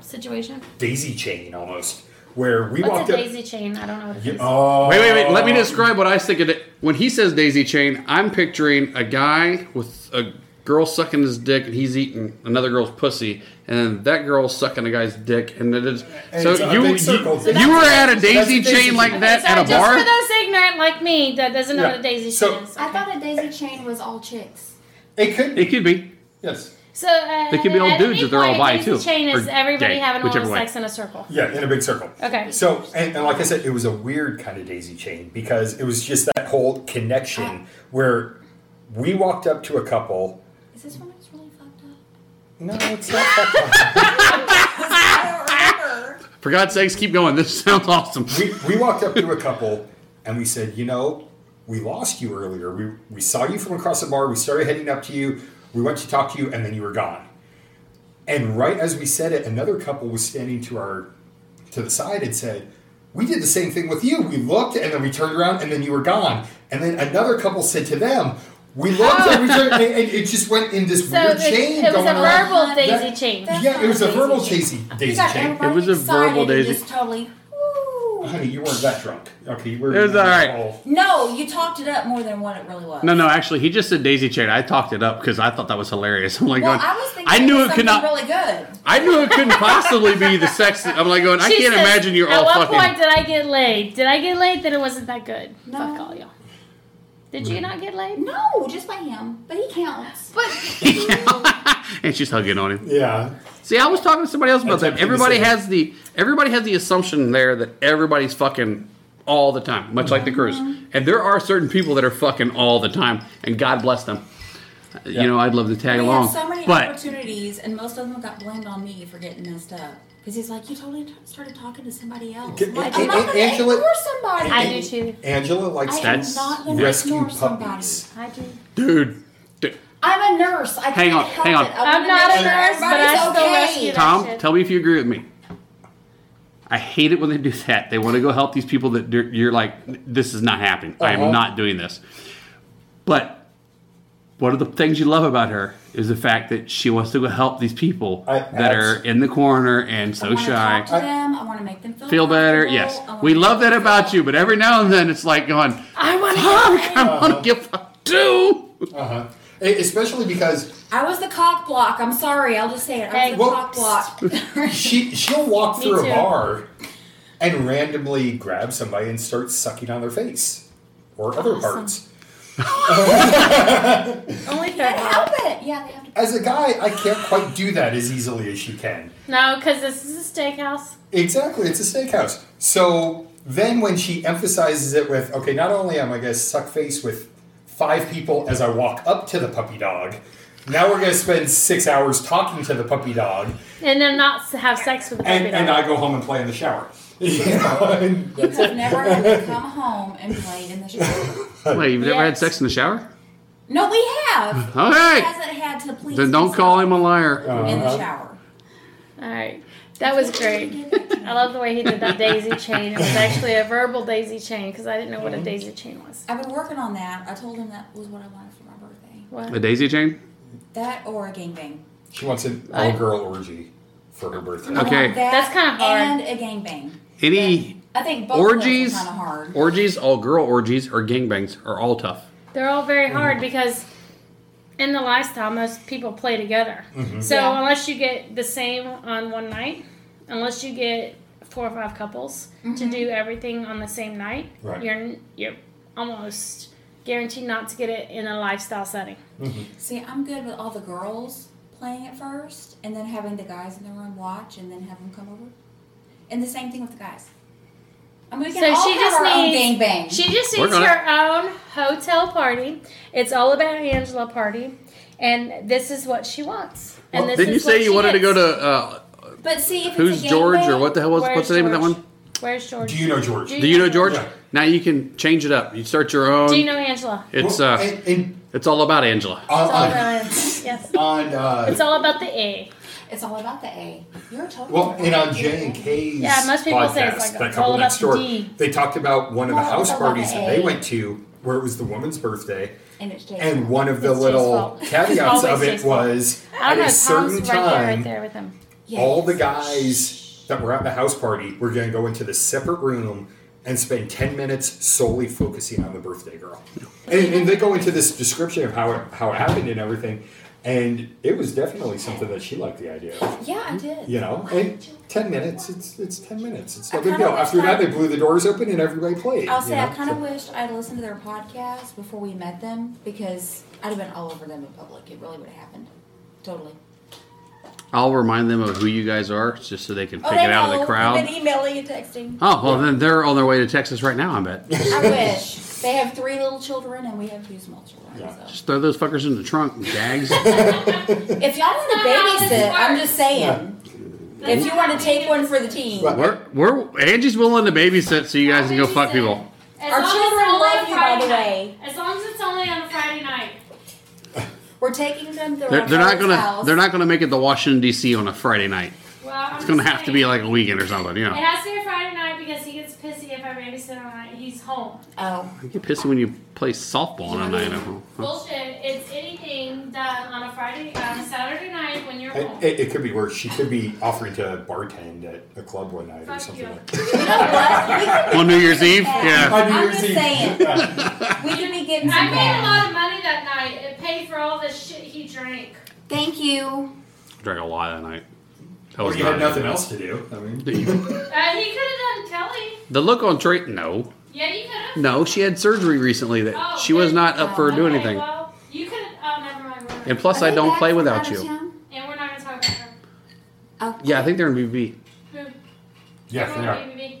Speaker 1: situation.
Speaker 5: daisy chain almost, where we
Speaker 1: What's
Speaker 5: walked
Speaker 1: a
Speaker 5: up.
Speaker 1: daisy chain? I don't know what it
Speaker 5: You-
Speaker 1: is.
Speaker 5: oh.
Speaker 4: Wait, wait, wait. Let me describe what I was thinking. When he says daisy chain, I'm picturing a guy with a girl's sucking his dick and he's eating another girl's pussy, and then that girl's sucking a guy's dick, and it is.
Speaker 5: And
Speaker 4: so
Speaker 5: it's a
Speaker 4: you
Speaker 5: big
Speaker 4: you,
Speaker 5: circle.
Speaker 4: you were at a
Speaker 5: So that's
Speaker 4: daisy
Speaker 5: a daisy
Speaker 4: chain like
Speaker 5: chain.
Speaker 4: that
Speaker 1: Sorry,
Speaker 4: at a
Speaker 1: just
Speaker 4: bar.
Speaker 1: for those ignorant like me that doesn't know
Speaker 5: Yeah.
Speaker 1: what a daisy
Speaker 5: So-
Speaker 1: chain is.
Speaker 7: I thought a daisy chain was all chicks.
Speaker 5: It could
Speaker 4: It could be.
Speaker 5: Yes.
Speaker 1: So uh,
Speaker 4: They could be old
Speaker 1: at any
Speaker 4: dudes if they're all
Speaker 1: point,
Speaker 4: bi,
Speaker 1: daisy
Speaker 4: too,
Speaker 1: Chain is
Speaker 4: or
Speaker 1: everybody
Speaker 4: gay,
Speaker 1: having oral
Speaker 4: whichever way.
Speaker 1: sex in a circle.
Speaker 5: Yeah, in a big circle.
Speaker 1: Okay.
Speaker 5: So, and, and like I said, it was a weird kind of daisy chain because it was just that whole connection where we walked up to a couple.
Speaker 7: Is this one that's really fucked up?
Speaker 5: No, it's not that one.
Speaker 7: I <laughs> don't remember.
Speaker 4: For God's sakes, keep going. This <laughs> sounds awesome.
Speaker 5: we, we walked up to a couple and we said, you know, we lost you earlier. We, we saw you from across the bar. We started heading up to you. We went to talk to you and then you were gone. And right as we said it, another couple was standing to our to the side and said, "We did the same thing with you. We looked and then we turned around and then you were gone." And then another couple said to them, "We looked and we turned," and, and it just went in this
Speaker 1: So
Speaker 5: weird
Speaker 1: it,
Speaker 5: chain
Speaker 1: it was
Speaker 5: going
Speaker 1: a
Speaker 5: on.
Speaker 1: verbal
Speaker 7: That-
Speaker 1: daisy chain.
Speaker 7: that-
Speaker 5: Yeah, it was a
Speaker 7: Daisy
Speaker 5: verbal
Speaker 7: chain.
Speaker 5: daisy
Speaker 7: You
Speaker 5: daisy
Speaker 7: got
Speaker 5: chain.
Speaker 7: everybody
Speaker 4: It was a
Speaker 7: excited
Speaker 4: verbal
Speaker 7: and
Speaker 4: daisy-
Speaker 7: Just totally. Woo.
Speaker 5: Oh, Honey, you weren't that drunk. Okay, you were.
Speaker 4: It was all right.
Speaker 5: Oh.
Speaker 7: No, you talked it up more than what it really was.
Speaker 4: No, no, actually, he just said daisy chain. I talked it up because I thought that was hilarious. <laughs> I'm like,
Speaker 7: Well,
Speaker 4: going,
Speaker 7: I was thinking.
Speaker 4: I knew it
Speaker 7: was
Speaker 4: could
Speaker 7: something
Speaker 4: not.
Speaker 7: Really good.
Speaker 4: I knew it couldn't possibly be the sex. I'm like going, I
Speaker 1: She
Speaker 4: can't
Speaker 1: says,
Speaker 4: imagine you're
Speaker 1: At
Speaker 4: all
Speaker 1: what
Speaker 4: fucking.
Speaker 1: point did I get laid? Did I get laid? Then it wasn't that good.
Speaker 7: No.
Speaker 1: Fuck all y'all. Did you not get laid?
Speaker 7: No, just by him, but he counts.
Speaker 1: But
Speaker 4: <laughs> and she's hugging on him.
Speaker 5: Yeah,
Speaker 4: See, I was talking to somebody else about
Speaker 5: That's
Speaker 4: that.
Speaker 5: what people
Speaker 4: Everybody
Speaker 5: say.
Speaker 4: has the everybody has the assumption there that everybody's fucking all the time, much
Speaker 7: Uh-huh.
Speaker 4: like the cruise. And there are certain people that are fucking all the time, and God bless them.
Speaker 5: Yeah.
Speaker 4: You know, I'd love to tag
Speaker 7: We
Speaker 4: along,
Speaker 7: had so many
Speaker 4: but
Speaker 7: opportunities, and most of them got blamed on me for getting messed up. Because he's like, you totally t- started talking to somebody else.
Speaker 5: Get-
Speaker 7: I'm like,
Speaker 5: A-
Speaker 7: I'm
Speaker 5: A-
Speaker 7: not gonna
Speaker 5: Angela-
Speaker 7: ignore somebody.
Speaker 1: I do too.
Speaker 5: Angela likes
Speaker 7: I
Speaker 5: to
Speaker 7: am
Speaker 4: That's-
Speaker 7: not gonna
Speaker 5: rescue
Speaker 7: ignore somebody.
Speaker 5: puppies.
Speaker 1: I do.
Speaker 4: dude, dude,
Speaker 7: I'm a nurse. I
Speaker 4: Hang
Speaker 7: can't
Speaker 4: on,
Speaker 7: help
Speaker 4: hang on.
Speaker 7: It. I
Speaker 1: I'm
Speaker 7: wanna
Speaker 1: not
Speaker 7: make
Speaker 1: a
Speaker 7: sure
Speaker 1: nurse, but I
Speaker 7: everybody's
Speaker 1: still
Speaker 7: okay.
Speaker 1: rescue them.
Speaker 4: Tom,
Speaker 1: shit.
Speaker 4: tell me if you agree with me. I hate it when they do that. They want to go help these people that you're you're like, this is not happening. I am
Speaker 5: Uh-huh.
Speaker 4: not doing this. But one of the things you love about her is the fact that she wants to go help these people
Speaker 5: I-
Speaker 4: that are
Speaker 5: abs-
Speaker 4: in the corner and
Speaker 7: I
Speaker 4: so
Speaker 7: wanna
Speaker 4: shy.
Speaker 7: Talk to them. I want to make them feel
Speaker 4: Feel better.
Speaker 7: comfortable.
Speaker 4: Yes.
Speaker 7: I wanna
Speaker 4: We
Speaker 7: make
Speaker 4: love
Speaker 7: them
Speaker 4: that about
Speaker 7: feel-
Speaker 4: you, but every now and then it's like going, fuck,
Speaker 1: I want to.
Speaker 4: I want to give fuck too.
Speaker 5: Uh-huh. E- Especially because
Speaker 7: I was the cock block. I'm sorry. I'll just say it. I was
Speaker 1: Hey.
Speaker 7: the
Speaker 5: Well,
Speaker 7: cock block. <laughs>
Speaker 5: she she'll walk
Speaker 1: Me
Speaker 5: through a
Speaker 1: too.
Speaker 5: bar and randomly grab somebody and start sucking on their face or other
Speaker 7: Awesome.
Speaker 5: parts.
Speaker 1: Only
Speaker 7: Can't
Speaker 1: third.
Speaker 7: help it. Yeah, they have to.
Speaker 5: As a guy, I can't quite do that as easily as she can.
Speaker 1: No, because this is a steakhouse.
Speaker 5: Exactly, it's a steakhouse. So then when she emphasizes it with, okay, not only am I going to suck face with five people as I walk up to the puppy dog, now we're going to spend six hours talking to the puppy dog,
Speaker 1: And then not s- have sex with the
Speaker 5: and,
Speaker 1: puppy
Speaker 5: and
Speaker 1: dog.
Speaker 5: I go home and play in the shower. <laughs> You know, and
Speaker 7: You have never had to come home and play in the shower.
Speaker 4: Wait, you've never had
Speaker 1: Yes.
Speaker 4: sex in the shower?
Speaker 7: No, we have.
Speaker 4: All right.
Speaker 7: Hasn't had to please.
Speaker 4: Then don't call him Uh-huh. a liar.
Speaker 5: Uh.
Speaker 7: himself in the
Speaker 5: Uh-huh.
Speaker 7: shower.
Speaker 1: All right. That was great. I love the way he did that daisy chain. It was actually a verbal daisy chain because I didn't know what
Speaker 4: Mm-hmm.
Speaker 1: a daisy chain was.
Speaker 7: I've been working on that. I told him that was what I wanted for my birthday.
Speaker 4: A
Speaker 1: What?
Speaker 4: Uh, daisy chain?
Speaker 7: That or a gangbang.
Speaker 5: she wants an all girl orgy for her birthday.
Speaker 7: I want
Speaker 4: Okay.
Speaker 7: that
Speaker 1: That's kinda hard.
Speaker 7: And a gangbang.
Speaker 4: Any
Speaker 7: I think both
Speaker 4: orgies,
Speaker 7: kind of hard.
Speaker 4: orgies, all girl orgies, or gangbangs are all tough.
Speaker 1: They're all
Speaker 4: Mm.
Speaker 1: very hard because in the lifestyle, most people play together.
Speaker 5: Mm-hmm.
Speaker 1: So
Speaker 7: Yeah.
Speaker 1: unless you get the same on one night, unless you get four or five couples
Speaker 4: Mm-hmm.
Speaker 1: to do everything on the same night,
Speaker 5: Right.
Speaker 1: you're you're almost guaranteed not to get it in a lifestyle setting.
Speaker 4: Mm-hmm.
Speaker 7: See, I'm good with all the girls playing it first, and then having the guys in the room watch, and then have them come over. And the same thing with the guys. I'm gonna
Speaker 1: So
Speaker 7: get all
Speaker 1: she
Speaker 7: have
Speaker 1: just
Speaker 7: our
Speaker 1: needs-
Speaker 7: own gangbang.
Speaker 1: She just
Speaker 4: We're
Speaker 1: needs
Speaker 4: gonna-
Speaker 1: her own hotel party. It's all about Angela party, and this is what she wants. And this
Speaker 4: Didn't you
Speaker 1: is what
Speaker 4: say you
Speaker 1: she
Speaker 4: wanted to go
Speaker 1: gets.
Speaker 4: to uh,
Speaker 7: but see, if
Speaker 4: who's
Speaker 7: it's a
Speaker 4: George
Speaker 7: gangbang-
Speaker 4: or what the hell was
Speaker 1: Where's
Speaker 4: what's the name of that
Speaker 1: George?
Speaker 4: one?
Speaker 1: Where's George?
Speaker 5: Do you know George?
Speaker 1: Do
Speaker 4: Do you know George?
Speaker 5: Yeah.
Speaker 4: Now you can change it up. You start your own.
Speaker 1: Do you know Angela?
Speaker 4: it's
Speaker 5: Well,
Speaker 4: uh,
Speaker 5: and, and
Speaker 4: it's all about Angela.
Speaker 1: It's all
Speaker 5: on,
Speaker 1: about yes.
Speaker 5: on, on
Speaker 1: It's
Speaker 5: uh,
Speaker 1: all about the A.
Speaker 7: It's all about the A. You're totally
Speaker 5: well,
Speaker 7: right.
Speaker 5: and on Jay and Kay's
Speaker 1: Yeah, most people
Speaker 5: podcast,
Speaker 1: say it's like
Speaker 5: that
Speaker 1: all
Speaker 5: couple
Speaker 1: about
Speaker 5: next
Speaker 1: the
Speaker 5: door,
Speaker 1: D.
Speaker 5: they talked about one of the
Speaker 7: Well,
Speaker 5: house
Speaker 7: it's about
Speaker 5: parties that they
Speaker 7: A.
Speaker 5: went to, where it was the woman's birthday,
Speaker 7: And it's Jay's
Speaker 5: and
Speaker 7: fault.
Speaker 5: one of the
Speaker 1: It's Jay's
Speaker 5: little
Speaker 1: fault. <laughs>
Speaker 5: caveats
Speaker 1: Always
Speaker 5: of it
Speaker 1: Jay's fault.
Speaker 5: was
Speaker 1: I
Speaker 5: at
Speaker 1: don't know.
Speaker 5: a certain
Speaker 1: Tom's right there, right
Speaker 5: time,
Speaker 1: there with him.
Speaker 7: Yes.
Speaker 5: all the guys that were at the house party were going to go into this separate room and spend 10 minutes solely focusing on the birthday girl. And, and they go into this description of how it, how it happened and everything. And it was definitely something that she liked the idea of.
Speaker 7: Yeah, I did.
Speaker 5: You know, and 10 minutes, it's it's 10 minutes. It's no
Speaker 7: I
Speaker 5: big
Speaker 7: kinda
Speaker 5: deal.
Speaker 7: wish
Speaker 5: After that,
Speaker 7: I-
Speaker 5: they blew the doors open and everybody played.
Speaker 7: I'll
Speaker 5: you
Speaker 7: say
Speaker 5: know?
Speaker 7: I kind of
Speaker 5: So-
Speaker 7: wished I'd listened to their podcast before we met them because I'd have been all over them in public. It really would have happened. Totally.
Speaker 4: I'll remind them of who you guys are just so they can pick
Speaker 7: Oh, they
Speaker 4: it out of
Speaker 7: know.
Speaker 4: the
Speaker 7: I've
Speaker 4: crowd.
Speaker 7: been emailing and texting.
Speaker 4: Oh, well, then they're on their way to Texas right now, I bet.
Speaker 5: <laughs>
Speaker 7: I wish. They have three little children and we have two small children.
Speaker 5: Yeah.
Speaker 7: So.
Speaker 4: Just throw those fuckers in the trunk, gags.
Speaker 7: If y'all want to
Speaker 1: That's not how this
Speaker 7: babysit, I'm
Speaker 1: works.
Speaker 7: just saying. If you want to take one for the team,
Speaker 5: Right.
Speaker 4: we're, we're, Angie's willing to babysit so you guys can go fuck people.
Speaker 1: As
Speaker 7: Our
Speaker 1: long as
Speaker 7: children
Speaker 1: it's only
Speaker 7: love
Speaker 1: on
Speaker 7: you, by the
Speaker 1: Friday night.
Speaker 7: way.
Speaker 1: As long as it's only on a Friday night.
Speaker 7: we're taking them to
Speaker 4: They're, they're not gonna.
Speaker 7: House.
Speaker 4: They're not gonna make it to Washington D.C. on a Friday night.
Speaker 1: Well, I'm
Speaker 4: It's gonna have to be like a weekend or something. You
Speaker 1: It
Speaker 4: know,
Speaker 1: has to be a Friday night because he gets pissy if I babysit all night. He's home.
Speaker 7: Oh,
Speaker 4: you get pissy when you play softball on a night at home.
Speaker 1: Bullshit. It's anything done uh, on a Friday, on a Saturday night when you're home.
Speaker 5: It, it, it could be worse. She could be offering to bartend at a club one night or
Speaker 1: Fuck
Speaker 5: something
Speaker 1: you.
Speaker 5: like that. <laughs>
Speaker 7: you know what? We could be
Speaker 4: On New Year's Eve, yeah.
Speaker 5: On New
Speaker 7: I'm
Speaker 5: Year's
Speaker 7: just
Speaker 5: Eve.
Speaker 7: saying. we could be getting some
Speaker 1: I made a
Speaker 7: cash.
Speaker 1: lot of money that night. It paid for all the shit he drank.
Speaker 7: Thank you.
Speaker 4: Drank a lot that night. That
Speaker 5: Well,
Speaker 4: was
Speaker 5: you had
Speaker 4: not-
Speaker 5: nothing else to do. I mean,
Speaker 1: Uh, he could have done Kelly.
Speaker 4: The look on Trey. No,
Speaker 1: Yeah, you could have.
Speaker 4: no, she had surgery recently
Speaker 1: Oh,
Speaker 4: that she was
Speaker 1: good.
Speaker 4: not up for
Speaker 1: okay,
Speaker 4: doing anything.
Speaker 1: Well, you could have. Oh, never mind. We're
Speaker 4: And
Speaker 1: not,
Speaker 4: plus,
Speaker 7: Are
Speaker 4: I
Speaker 7: they
Speaker 4: don't
Speaker 7: back
Speaker 4: play
Speaker 7: from
Speaker 4: without
Speaker 7: out of
Speaker 4: you.
Speaker 7: town?
Speaker 1: and we're not going to talk about her.
Speaker 7: Oh,
Speaker 4: Yeah, I think they're in BB.
Speaker 1: Who?
Speaker 5: yeah,
Speaker 1: Everyone
Speaker 5: they are.
Speaker 1: BBB.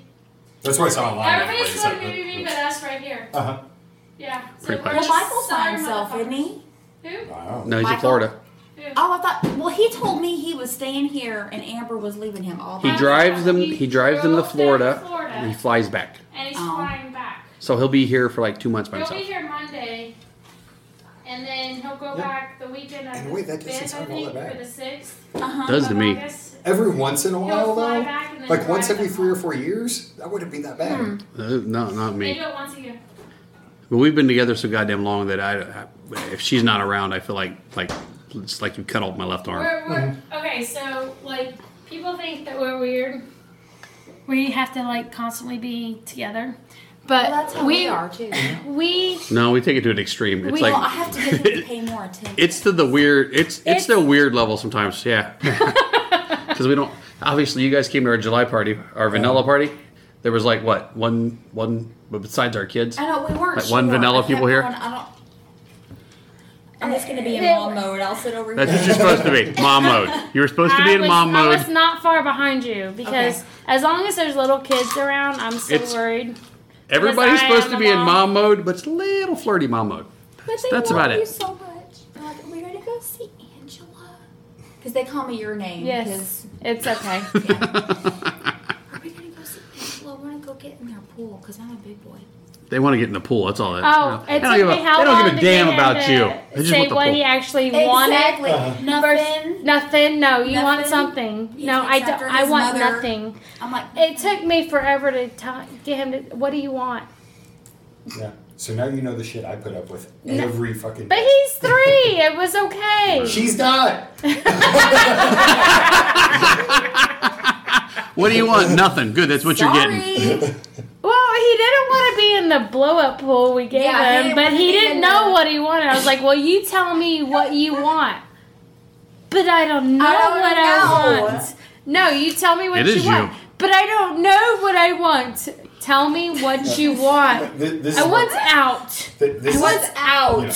Speaker 5: That's what I saw online.
Speaker 1: Everybody's
Speaker 5: anyway, so-
Speaker 1: going BBB but us right here.
Speaker 5: <laughs> Uh-huh.
Speaker 1: Yeah. So
Speaker 4: Pretty
Speaker 1: we're
Speaker 4: much.
Speaker 7: Well,
Speaker 1: just
Speaker 7: Michael's by
Speaker 1: sorry
Speaker 7: himself, isn't he?
Speaker 1: motherfuckers. Who?
Speaker 5: Wow.
Speaker 4: No, he's in
Speaker 7: Michael?
Speaker 4: Florida.
Speaker 1: Who?
Speaker 7: Oh, I thought. Well, he told me he was staying here, and Amber was leaving him all
Speaker 4: He
Speaker 7: by.
Speaker 4: drives them. He drives them to
Speaker 1: drove down
Speaker 4: Florida.
Speaker 1: Florida,
Speaker 4: And he flies back,
Speaker 1: and he's
Speaker 7: Oh.
Speaker 1: flying back.
Speaker 4: so he'll be here for like two months by
Speaker 1: He'll be
Speaker 4: himself.
Speaker 1: here Monday, and then he'll go
Speaker 5: Yeah.
Speaker 1: back the weekend of
Speaker 5: And
Speaker 1: the
Speaker 5: wait, that doesn't
Speaker 1: fifth, I
Speaker 5: sound all
Speaker 1: think,
Speaker 5: that
Speaker 1: or
Speaker 5: bad.
Speaker 1: the sixth.
Speaker 7: Uh-huh.
Speaker 4: Does to
Speaker 1: of
Speaker 4: me.
Speaker 1: August.
Speaker 5: Every once in a while,
Speaker 1: He'll fly
Speaker 5: though,
Speaker 1: back and then Hmm.
Speaker 5: like once
Speaker 1: drive
Speaker 5: every
Speaker 1: them
Speaker 5: three or
Speaker 1: home.
Speaker 5: four years, that wouldn't be that bad.
Speaker 4: Uh, no, not me.
Speaker 1: They do it once a year.
Speaker 4: But we've been together so goddamn long that I, I if she's not around, I feel like like it's like you cut off my left arm.
Speaker 1: We're, we're,
Speaker 5: Mm-hmm.
Speaker 1: okay, so like people think that we're weird. We have to like constantly be together, but
Speaker 7: Well, that's how we are too.
Speaker 1: We
Speaker 4: No, we take it to an extreme. It's
Speaker 7: We
Speaker 4: like
Speaker 7: well, I have to get him to pay
Speaker 4: <laughs>
Speaker 7: more attention.
Speaker 4: it's to the weird. It's it's,
Speaker 1: It's-
Speaker 4: the weird level sometimes.
Speaker 1: <laughs>
Speaker 4: Yeah, because we don't. Obviously, you guys came to our July party, our vanilla party. There was like what one one, but besides our kids,
Speaker 7: I know we weren't.
Speaker 4: Like one
Speaker 7: sure.
Speaker 4: vanilla
Speaker 7: I kept
Speaker 4: people here?
Speaker 7: going, I don't. I'm just gonna be in mom mode. I'll sit over
Speaker 4: that's
Speaker 7: here.
Speaker 4: what you're supposed to be. Mom mode. You were supposed to be
Speaker 1: I
Speaker 4: in
Speaker 1: was,
Speaker 4: mom
Speaker 1: I
Speaker 4: mode.
Speaker 1: was not far behind you because
Speaker 7: Okay.
Speaker 1: as long as there's little kids around, I'm still
Speaker 4: It's-
Speaker 1: worried.
Speaker 4: Everybody's
Speaker 1: I
Speaker 4: supposed
Speaker 1: am
Speaker 4: to
Speaker 1: a
Speaker 4: be in
Speaker 1: mom.
Speaker 4: mom mode, but it's a little flirty mom mode.
Speaker 7: But they
Speaker 4: That's
Speaker 7: love
Speaker 4: about
Speaker 7: you
Speaker 4: it.
Speaker 7: so much. They're Like, we're gonna go see Angela. Because they call me your name.
Speaker 1: Yes,
Speaker 7: 'cause-
Speaker 1: it's
Speaker 4: <laughs>
Speaker 1: okay.
Speaker 7: Are we gonna go see Angela? I wanna go get in their pool because I'm a big boy.
Speaker 4: They want to get in the pool. That's all. That,
Speaker 1: Oh,
Speaker 4: you know,
Speaker 1: it
Speaker 4: they don't
Speaker 1: took
Speaker 4: give a,
Speaker 1: me how
Speaker 4: they don't
Speaker 1: long
Speaker 4: give a
Speaker 1: to
Speaker 4: damn
Speaker 1: get
Speaker 4: about
Speaker 1: him
Speaker 4: you.
Speaker 1: to
Speaker 4: They just
Speaker 1: say
Speaker 4: want the
Speaker 1: what
Speaker 4: pool.
Speaker 1: he actually wanted.
Speaker 7: Exactly.
Speaker 5: Uh-huh.
Speaker 1: Versus
Speaker 7: Nothing.
Speaker 1: nothing. No, you want
Speaker 7: Nothing.
Speaker 1: something.
Speaker 7: He
Speaker 1: no, I
Speaker 7: takes
Speaker 1: don't.
Speaker 7: after
Speaker 1: I
Speaker 7: his
Speaker 1: want
Speaker 7: mother.
Speaker 1: nothing.
Speaker 7: I'm like,
Speaker 1: It took me forever to ta get him to. What do you want?
Speaker 5: Yeah. So now you know the shit I put up with
Speaker 1: No.
Speaker 5: every fucking.
Speaker 1: But
Speaker 5: day.
Speaker 1: he's three. it was okay.
Speaker 5: She's not.
Speaker 4: What do you want? Nothing. Good. That's what you're getting.
Speaker 7: sorry.
Speaker 1: Well, he didn't want to be in the blow up pool we gave
Speaker 7: Yeah, he
Speaker 1: him,
Speaker 7: didn't
Speaker 1: but
Speaker 7: wanna
Speaker 1: he
Speaker 7: be
Speaker 1: didn't
Speaker 7: in
Speaker 1: know
Speaker 7: the-
Speaker 1: what he wanted. I was like, "Well, you tell me what you want." But I don't know
Speaker 7: don't
Speaker 1: what I
Speaker 7: know.
Speaker 1: want. No, you tell me what
Speaker 4: It
Speaker 1: you
Speaker 4: is
Speaker 1: want.
Speaker 4: you.
Speaker 1: But I don't know what I want. Tell me what you want.
Speaker 5: Th- This
Speaker 1: I
Speaker 5: is
Speaker 1: want out. <laughs>
Speaker 5: th- this
Speaker 7: I
Speaker 5: is-
Speaker 7: was out.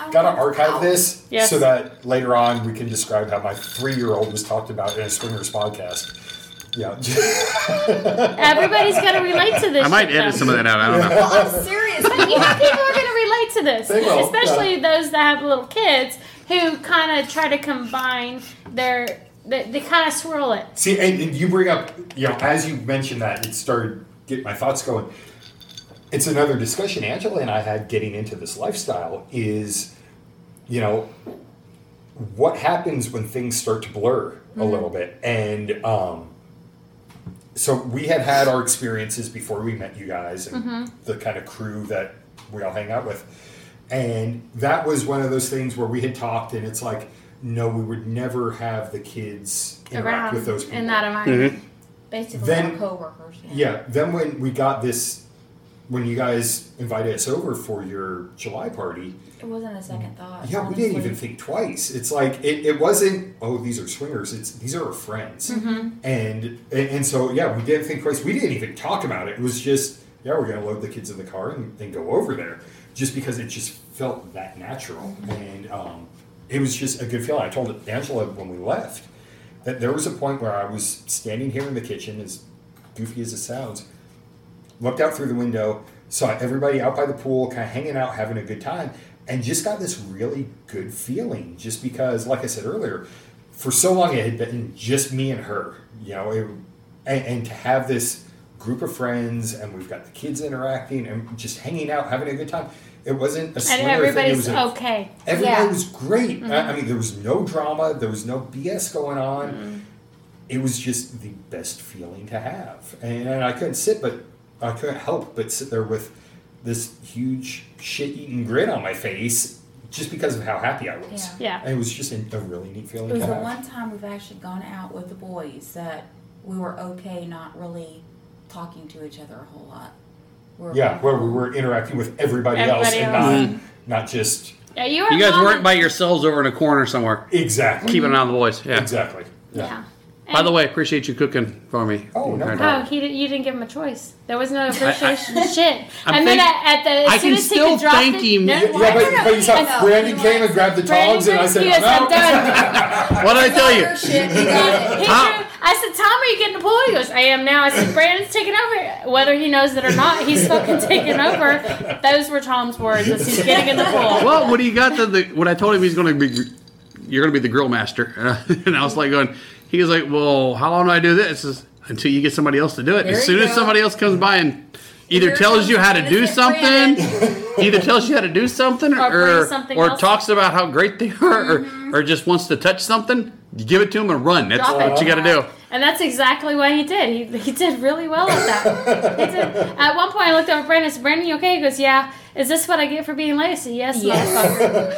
Speaker 7: I
Speaker 5: Gotta
Speaker 7: was
Speaker 5: archive
Speaker 7: out.
Speaker 5: this
Speaker 1: Yes.
Speaker 5: so that later on we can describe how my three-year-old was talked about in a swingers podcast. Yeah. <laughs>
Speaker 1: Everybody's gonna relate to this.
Speaker 4: I might
Speaker 1: shit,
Speaker 4: edit
Speaker 1: though.
Speaker 4: some of that out. I don't know.
Speaker 7: <laughs> I'm serious.
Speaker 1: <laughs> You know, people are going to relate to this,
Speaker 5: They will,
Speaker 1: especially those that have little kids who kind of try to combine their. They, they kind of swirl it.
Speaker 5: See, and, and you bring up, you know, as you mentioned that, it started getting my thoughts going. It's another discussion Angela and I had getting into this lifestyle is, you know, what happens when things start to blur a little bit. And um, so we had had our experiences before we met you guys and the kind of crew that we all hang out with. And that was one of those things where we had talked, and it's like, no, we would never have the kids interact
Speaker 1: around
Speaker 5: with those people.
Speaker 1: in that environment.
Speaker 7: Basically,
Speaker 5: Then-
Speaker 7: we're coworkers.
Speaker 5: Yeah. Then when we got this when you guys invited us over for your July party,
Speaker 3: It wasn't a second thought.
Speaker 5: yeah, we didn't even think twice. It's like it, it wasn't. Oh, these are swingers. It's these are our friends, and, and and so yeah, we didn't think twice. We didn't even talk about it. It was just yeah, we're gonna load the kids in the car and, and go over there, just because it just felt that natural, and um, it was just a good feeling. I told Angela when we left that there was a point where I was standing here in the kitchen, as goofy as it sounds, looked out through the window, saw everybody out by the pool, kind of hanging out, having a good time, and just got this really good feeling just because, like I said earlier, for so long it had been just me and her, you know, it, and, and to have this group of friends and we've got the kids interacting and just hanging out, having a good time. It wasn't a
Speaker 1: And
Speaker 5: swinger thing. It
Speaker 1: everybody's
Speaker 5: was a,
Speaker 1: okay.
Speaker 5: Everybody
Speaker 7: Yeah.
Speaker 5: was great. I,
Speaker 1: Mm-hmm.
Speaker 5: I mean, there was no drama. There was no BS going on.
Speaker 1: Mm-hmm.
Speaker 5: It was just the best feeling to have, and, and I couldn't sit, but I couldn't help but sit there with this huge shit-eating grin on my face just because of how happy I was.
Speaker 7: Yeah.
Speaker 1: Yeah.
Speaker 5: And it was just a, a really neat feeling.
Speaker 3: It was
Speaker 5: to
Speaker 3: the
Speaker 5: have.
Speaker 3: one time we've actually gone out with the boys that we were okay not really talking to each other a whole lot. We're
Speaker 5: yeah, where we were interacting with everybody, else
Speaker 1: Everybody
Speaker 5: and
Speaker 1: else.
Speaker 5: not Mm-hmm. not just
Speaker 1: Yeah, you, were
Speaker 4: You guys
Speaker 1: mom
Speaker 4: weren't
Speaker 1: and-
Speaker 4: by yourselves over in a corner somewhere,
Speaker 5: exactly,
Speaker 1: Mm-hmm.
Speaker 4: keeping an eye on the boys. Yeah.
Speaker 5: exactly.
Speaker 1: Yeah.
Speaker 4: By the way, appreciate you cooking for me.
Speaker 5: Oh, no
Speaker 4: Right.
Speaker 1: Oh,
Speaker 5: problem.
Speaker 1: he did, you didn't give him a choice. There was no
Speaker 4: <laughs>
Speaker 1: appreciation of shit.
Speaker 4: I'm
Speaker 1: and then
Speaker 4: thank-
Speaker 1: at, at the Oh, as
Speaker 4: I
Speaker 1: soon
Speaker 4: can
Speaker 1: as he
Speaker 4: still
Speaker 1: could drop
Speaker 4: thank
Speaker 1: it,
Speaker 4: him.
Speaker 1: No,
Speaker 5: Yeah,
Speaker 1: why?
Speaker 5: but, but you saw
Speaker 7: No,
Speaker 5: Brandon
Speaker 7: you
Speaker 5: came
Speaker 7: want-
Speaker 5: and grabbed the
Speaker 1: Brandon
Speaker 5: dogs, and I
Speaker 1: said,
Speaker 5: said,
Speaker 1: "Yes, I'm
Speaker 5: "No."
Speaker 1: done."
Speaker 4: What did I tell you?
Speaker 7: Your shit, you
Speaker 5: <laughs>
Speaker 7: got
Speaker 1: He
Speaker 7: it.
Speaker 4: Tom-
Speaker 1: drew- I said, Tom, are you getting the pool? He goes, I am now. I said, Brandon's taking over. Whether he knows it or not, he's fucking taking over. Those were Tom's words as he's getting in the pool.
Speaker 4: Well, when he got to the when I told him he's going to be, you're going to be the grill master, <laughs> and I was like going, he was like, well, how long do I do this? I says, Until you get somebody else to do it.
Speaker 3: There
Speaker 4: as soon
Speaker 3: you
Speaker 4: as
Speaker 3: go.
Speaker 4: somebody else comes by and either
Speaker 3: Here
Speaker 4: tells
Speaker 3: comes
Speaker 4: you how to do
Speaker 3: innocent
Speaker 4: something, <laughs> either tells you how to do something,
Speaker 1: Or
Speaker 4: or
Speaker 1: brings
Speaker 4: or,
Speaker 1: something else. Mm-hmm.
Speaker 4: talks about how great they <laughs> are, or, or just wants to touch something, you give it to him and run. That's
Speaker 1: Drop
Speaker 4: what
Speaker 1: it.
Speaker 4: you got to do.
Speaker 1: And that's exactly what he did. He, he did really well at that. He did. At one point, I looked over at Brandon. I said, Brandon, you okay? He goes, Yeah. Is this what I get for being late? I said, Yes,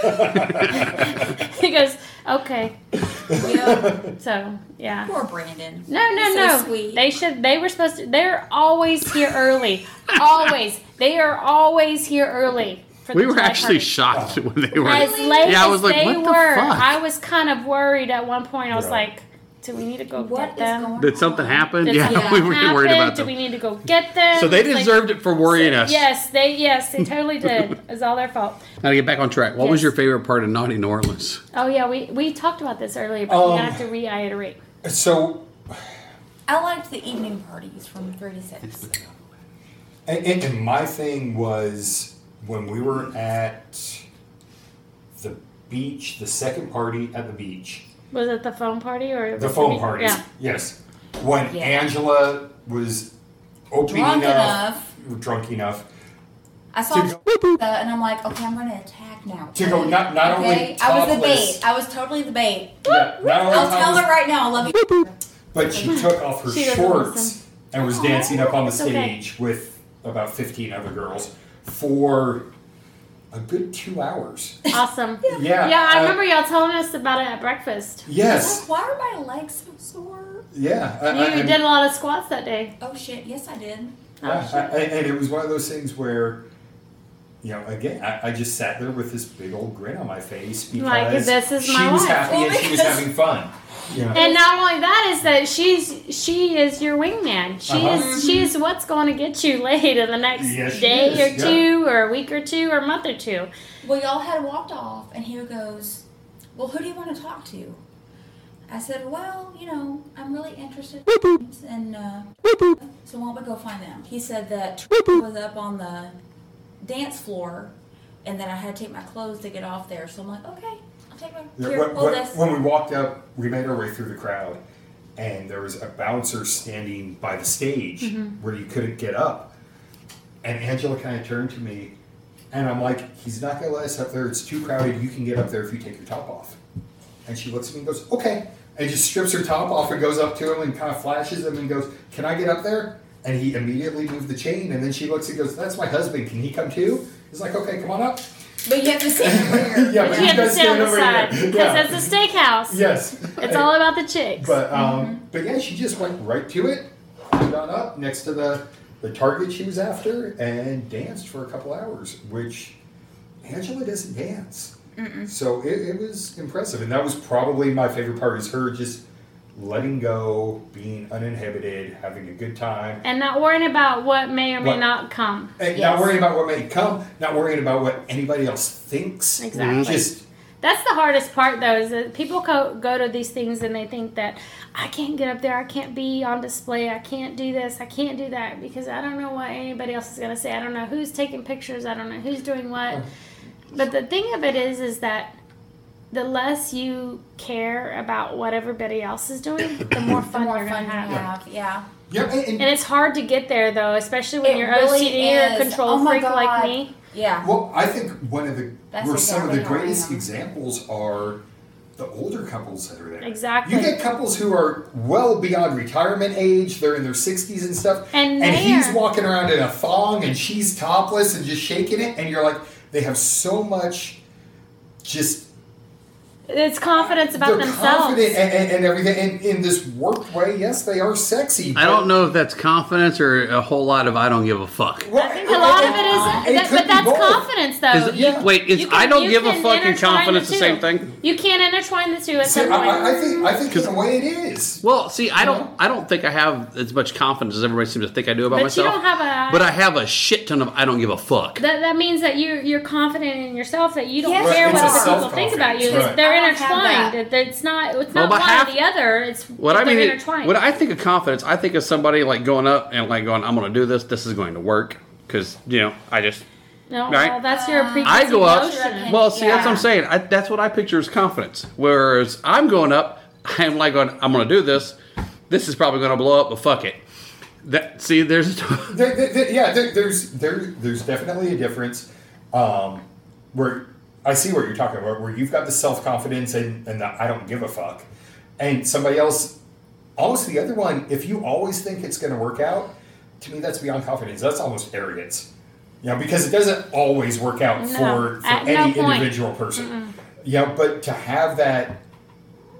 Speaker 1: motherfucker. <laughs> he goes, Okay.
Speaker 7: Yeah.
Speaker 1: So, yeah.
Speaker 7: Poor Brandon.
Speaker 1: No, no,
Speaker 7: He's so
Speaker 1: no.
Speaker 7: sweet.
Speaker 1: They should. They were supposed to. They're always here early. always. They are always here early. For
Speaker 4: We
Speaker 1: the
Speaker 4: were
Speaker 1: July
Speaker 4: actually
Speaker 1: party.
Speaker 4: shocked when they were.
Speaker 1: as late
Speaker 4: Yeah, I was
Speaker 1: as
Speaker 4: like,
Speaker 1: they
Speaker 4: what the
Speaker 1: were.
Speaker 4: fuck?
Speaker 1: I was kind of worried at one point. I was
Speaker 5: Yeah.
Speaker 1: like, do we need to go
Speaker 7: What
Speaker 1: get
Speaker 7: is
Speaker 1: them?
Speaker 7: going
Speaker 4: Did something
Speaker 7: on?
Speaker 4: happen?
Speaker 1: Did
Speaker 4: Yeah, <laughs>
Speaker 1: something
Speaker 4: we were worried
Speaker 1: happen?
Speaker 4: about
Speaker 1: Do we
Speaker 4: them.
Speaker 1: need to go get them?
Speaker 4: So they
Speaker 1: It's like-
Speaker 4: deserved it for worrying us.
Speaker 1: Yes, they. Yes, they
Speaker 4: <laughs>
Speaker 1: totally did. It's all their fault.
Speaker 4: Now to get back on track, what was
Speaker 1: Yes.
Speaker 4: your favorite part of Naughty New Orleans?
Speaker 1: Oh yeah, we we talked about this earlier, but we
Speaker 5: Um,
Speaker 1: have to reiterate.
Speaker 5: <laughs> So
Speaker 7: I liked the evening parties from three to six.
Speaker 5: And, and, and my thing was when we were at the beach, the second party at the beach,
Speaker 1: Was it the phone party or
Speaker 5: the phone party.
Speaker 1: Yeah.
Speaker 5: Yes. When
Speaker 3: Yeah.
Speaker 5: Angela was opening
Speaker 7: Drunk
Speaker 5: enough,
Speaker 7: enough.
Speaker 5: drunk enough
Speaker 7: I saw
Speaker 5: To
Speaker 7: the, and I'm like, okay, I'm gonna attack now.
Speaker 5: to go not not
Speaker 7: Okay,
Speaker 5: only
Speaker 7: I was the
Speaker 5: topless-
Speaker 7: bait. I was totally the bait.
Speaker 5: yeah, not only
Speaker 7: I'll tell
Speaker 5: topless,
Speaker 7: her right now. I love you.
Speaker 5: but she took off her
Speaker 1: She doesn't
Speaker 5: shorts
Speaker 1: listen. Oh,
Speaker 5: and was dancing up on the
Speaker 1: It's okay.
Speaker 5: stage with about fifteen other girls for a good two hours.
Speaker 1: Awesome.
Speaker 5: <laughs>
Speaker 1: <laughs>
Speaker 5: Yeah.
Speaker 1: Yeah, I
Speaker 5: uh,
Speaker 1: remember y'all telling us about it at breakfast.
Speaker 7: Like,
Speaker 5: Yes.
Speaker 7: why are my legs so sore?
Speaker 5: Yeah, uh, I,
Speaker 1: You
Speaker 5: I, I'm-
Speaker 1: did a lot of squats that day.
Speaker 7: Oh shit! Yes, I did.
Speaker 1: Oh,
Speaker 5: yeah,
Speaker 1: shit.
Speaker 5: I- I- <laughs> and it was one of those things where, you know, again, I, I just sat there with this big old grin on my face because
Speaker 1: Like, this is my
Speaker 5: she was
Speaker 1: life.
Speaker 5: happy
Speaker 7: Well,
Speaker 5: and she was
Speaker 7: because-
Speaker 5: having fun. You know,
Speaker 1: And not only that is that she's she is your wingman. She
Speaker 5: Uh-huh.
Speaker 1: is she is what's going to get you <laughs> laid in the next
Speaker 5: Yes, she
Speaker 1: day
Speaker 5: is,
Speaker 1: or
Speaker 5: yeah.
Speaker 1: two or a week or two or a month or two.
Speaker 7: Well, y'all had walked off, and he goes, "Well, who do you want to talk to?" I said, "Well, you know, I'm really interested in and uh, so why don't we go find them?" He said that was up on the dance floor, and that I had to take my clothes to get off there. So I'm like, "Okay, I'll take my
Speaker 5: Yeah,
Speaker 7: here,
Speaker 5: when,
Speaker 7: hold
Speaker 5: when-
Speaker 7: this."
Speaker 5: when we walked up, we made our way through the crowd, and there was a bouncer standing by the stage
Speaker 1: Mm-hmm.
Speaker 5: where you couldn't get up. And Angela kind of turned to me, and I'm like, "He's not gonna let us up there. It's too crowded. You can get up there if you take your top off." And she looks at me and goes, "Okay," and just strips her top off and goes up to him and kind of flashes him and goes, "Can I get up there?" And he immediately moved the chain, and then she looks and goes, "That's my husband. Can he come too?" He's like, "Okay, come on up." <laughs>
Speaker 7: But you have to see where.
Speaker 5: Yeah,
Speaker 1: But
Speaker 5: but
Speaker 1: you
Speaker 5: you
Speaker 1: have to
Speaker 5: guys
Speaker 1: stay on
Speaker 5: stand
Speaker 1: the
Speaker 5: over
Speaker 1: side
Speaker 5: here.
Speaker 1: because
Speaker 5: Yeah.
Speaker 1: it's a steakhouse.
Speaker 5: Yes,
Speaker 1: It's Mm-hmm. all about the chicks.
Speaker 5: But um, but yeah, she just went right to it, climbed on up next to the the target she was after and danced for a couple hours, which Angela doesn't dance. So it, it was impressive. And that was probably my favorite part is her just letting go, being uninhibited, having a good time.
Speaker 1: And not worrying about what may or may
Speaker 5: What?
Speaker 1: not come.
Speaker 5: And
Speaker 7: Yes.
Speaker 5: not worrying about what may come, not worrying about what anybody else thinks.
Speaker 1: Exactly.
Speaker 5: Just
Speaker 1: That's the hardest part, though, is that people co- go to these things and they think that I can't get up there, I can't be on display, I can't do this, I can't do that because I don't know what anybody else is going to say. I don't know who's taking pictures, I don't know who's doing what. But the thing of it is, is that the less you care about what everybody else is doing, the more
Speaker 7: The
Speaker 1: fun
Speaker 7: more
Speaker 1: you're going
Speaker 7: fun you
Speaker 1: to have.
Speaker 7: have, yeah.
Speaker 5: yeah, and- and
Speaker 1: And it's hard to get there, though, especially when
Speaker 7: It
Speaker 1: you're
Speaker 7: really
Speaker 1: OCD
Speaker 7: is.
Speaker 1: or a control
Speaker 7: Oh my
Speaker 1: freak like
Speaker 7: God.
Speaker 1: me.
Speaker 7: Yeah.
Speaker 5: Well, I think one of the
Speaker 7: That's
Speaker 5: where some of the
Speaker 7: exactly how I
Speaker 5: greatest
Speaker 7: am.
Speaker 5: examples are the older couples that are there.
Speaker 1: Exactly.
Speaker 5: You get couples who are well beyond retirement age, they're in their 60s and stuff,
Speaker 1: And
Speaker 5: he's
Speaker 1: they're-
Speaker 5: walking around in a thong and she's topless and just shaking it and you're like they have so much just
Speaker 1: It's confidence about
Speaker 5: they're
Speaker 1: themselves.
Speaker 5: confident and, and, and everything and in this work way, yes, they are sexy.
Speaker 4: I
Speaker 5: but-
Speaker 4: don't know if that's confidence or a whole lot of I don't give a fuck.
Speaker 5: Well,
Speaker 1: I think a lot of it is,
Speaker 5: it
Speaker 1: that,
Speaker 5: could
Speaker 1: but
Speaker 5: be
Speaker 1: that's
Speaker 5: both.
Speaker 1: confidence, though.
Speaker 4: Is-
Speaker 5: Yeah.
Speaker 4: Wait, is
Speaker 1: you can-
Speaker 4: I don't
Speaker 1: you
Speaker 4: give a
Speaker 1: can
Speaker 4: fucking
Speaker 1: intertwine
Speaker 4: confidence
Speaker 1: the
Speaker 4: the same
Speaker 1: two.
Speaker 4: thing?
Speaker 1: You can intertwine the two at
Speaker 5: See,
Speaker 1: some
Speaker 5: I,
Speaker 1: point.
Speaker 5: I- I think I think in a way it is.
Speaker 4: Well, see, I don't, I don't think I have as much confidence as everybody seems to think I do about
Speaker 1: But you
Speaker 4: myself.
Speaker 1: don't have a-
Speaker 4: but I have a shit ton of I don't give a fuck.
Speaker 1: that, that means that you're you're confident in yourself that you don't
Speaker 7: Yes.
Speaker 1: care
Speaker 7: Right,
Speaker 1: what
Speaker 7: it's a
Speaker 1: other people think
Speaker 5: self-confidence,
Speaker 1: about you. It's-
Speaker 5: right.
Speaker 1: They're
Speaker 7: I don't have
Speaker 1: intertwined.
Speaker 7: that.
Speaker 1: It- It's not it's
Speaker 4: Well,
Speaker 1: not one
Speaker 4: but half-
Speaker 1: or the other. It's
Speaker 4: What I
Speaker 1: they're
Speaker 4: mean, is-
Speaker 1: intertwined.
Speaker 4: when I think of confidence, I think of somebody like going up and like going, "I'm going to do this. This is going to work." Because you know, I just
Speaker 1: no,
Speaker 4: right?
Speaker 1: well, that's
Speaker 7: Uh,
Speaker 1: your preconceived
Speaker 4: I go up.
Speaker 1: notion.
Speaker 4: Well, see, that's what I'm
Speaker 7: Yeah.
Speaker 4: saying. I, that's what I picture as confidence. Whereas I'm going up, <laughs> I'm like, going, I'm going to do this. This is probably going to blow up, but fuck it. That see, there's <laughs>
Speaker 5: there, there- there- yeah, there, there's there, there's definitely a difference. Um, where I see what you're talking about, where you've got the self confidence and, and the I don't give a fuck, and somebody else, almost the other one. If you always think it's going to work out, to me that's beyond confidence. That's almost arrogance. You know, because it doesn't always work out
Speaker 1: No,
Speaker 5: for, for
Speaker 1: at no
Speaker 5: any
Speaker 1: point.
Speaker 5: individual person. Yeah, but to have that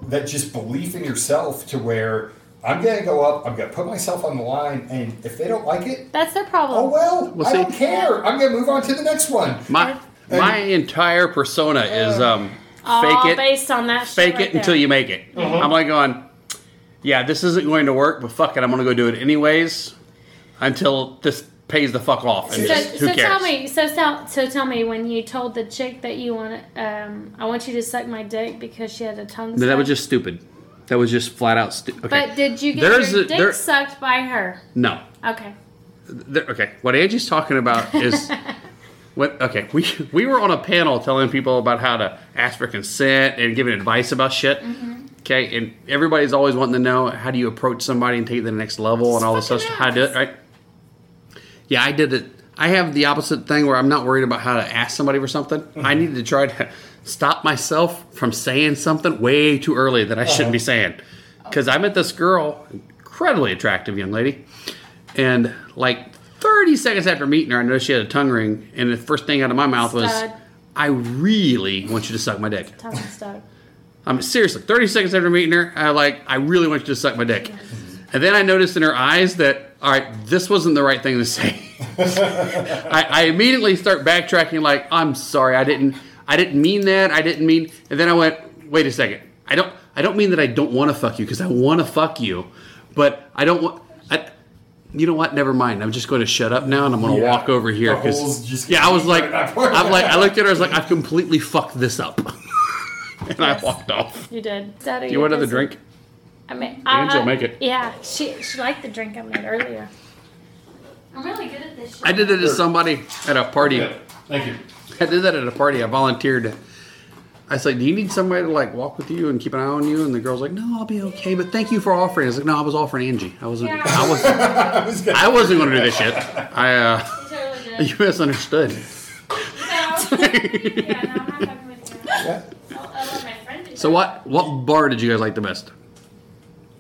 Speaker 5: that just belief in yourself to where I'm going to go up, I'm going to put myself on the line, and if they don't like it,
Speaker 1: That's their problem.
Speaker 5: Oh well,
Speaker 4: Well,
Speaker 5: I
Speaker 4: see-
Speaker 5: don't care. I'm gonna move on to the next one.
Speaker 4: my my entire persona is um
Speaker 1: All
Speaker 4: fake it,
Speaker 1: based on that. shit
Speaker 4: fake
Speaker 1: right
Speaker 4: it until
Speaker 1: there.
Speaker 4: you make it. I'm like going, yeah, this isn't going to work, but fuck it, I'm going to go do it anyways until this pays the fuck off. And
Speaker 1: So,
Speaker 4: just, who
Speaker 1: so
Speaker 4: cares?
Speaker 1: tell me, so tell, so tell me when you told the chick that you want, um, I want you to suck my dick because she had a tongue.
Speaker 4: But that
Speaker 1: suck.
Speaker 4: was just stupid. That was just flat out stu- okay.
Speaker 1: But did you get
Speaker 4: There's
Speaker 1: your
Speaker 4: a-
Speaker 1: dick
Speaker 4: there-
Speaker 1: sucked by her?
Speaker 4: no.
Speaker 1: Okay.
Speaker 4: There- okay, what Angie's talking about is what. Okay, we we were on a panel telling people about how to ask for consent and giving advice about shit. Okay, and everybody's always wanting to know how do you approach somebody and take it to the next level and all this stuff.
Speaker 1: fucking
Speaker 4: How to do it,
Speaker 1: ask.
Speaker 4: right? Yeah, I did it. I have the opposite thing where I'm not worried about how to ask somebody for something. I need to try to stop myself from saying something way too early that I shouldn't be saying. Because I met this girl, incredibly attractive young lady, and like 30 seconds after meeting her, I noticed she had a tongue ring, and the first thing out of my mouth
Speaker 1: Stud.
Speaker 4: was, I really want you to suck my dick.
Speaker 1: Tongue stuck.
Speaker 4: I'm seriously 30 seconds after meeting her, I like I really want you to suck my dick. And then I noticed in her eyes that all right, this wasn't the right thing to say. <laughs> I, I immediately start backtracking, like I'm sorry, I didn't, I didn't mean that, I didn't mean. And then I went, wait a second, I don't, I don't mean that I don't want to fuck you because I want to fuck you, but I don't want. I, you know what? Never mind. I'm just going to shut up now, and I'm going to
Speaker 5: Yeah.
Speaker 4: walk over here
Speaker 5: The hole's just
Speaker 4: because yeah, I was like,
Speaker 5: right up.
Speaker 4: I'm like, I looked at her, I was like, I've completely fucked this up, <laughs> and I walked off.
Speaker 1: You did. Stud, are
Speaker 4: You want another
Speaker 1: busy?
Speaker 4: drink?
Speaker 1: I mean,
Speaker 4: Angel,
Speaker 1: I,
Speaker 4: make it.
Speaker 1: Yeah, she she liked the drink I made earlier. I'm really good at this. Shit.
Speaker 4: I did it to somebody at a party.
Speaker 5: Thank <laughs> you.
Speaker 4: I did that at a party. I volunteered. I said, "Do you need somebody to like walk with you and keep an eye on you?" And the girl's like, "No, I'll be okay, but thank you for offering." I was like, "No, I was offering Angie. I wasn't. I was.
Speaker 5: I was gonna-
Speaker 4: I wasn't going to do this shit. I. uh <laughs>
Speaker 3: <laughs>
Speaker 4: You misunderstood.
Speaker 5: <laughs> yeah.
Speaker 4: So what? What bar did you guys like the best?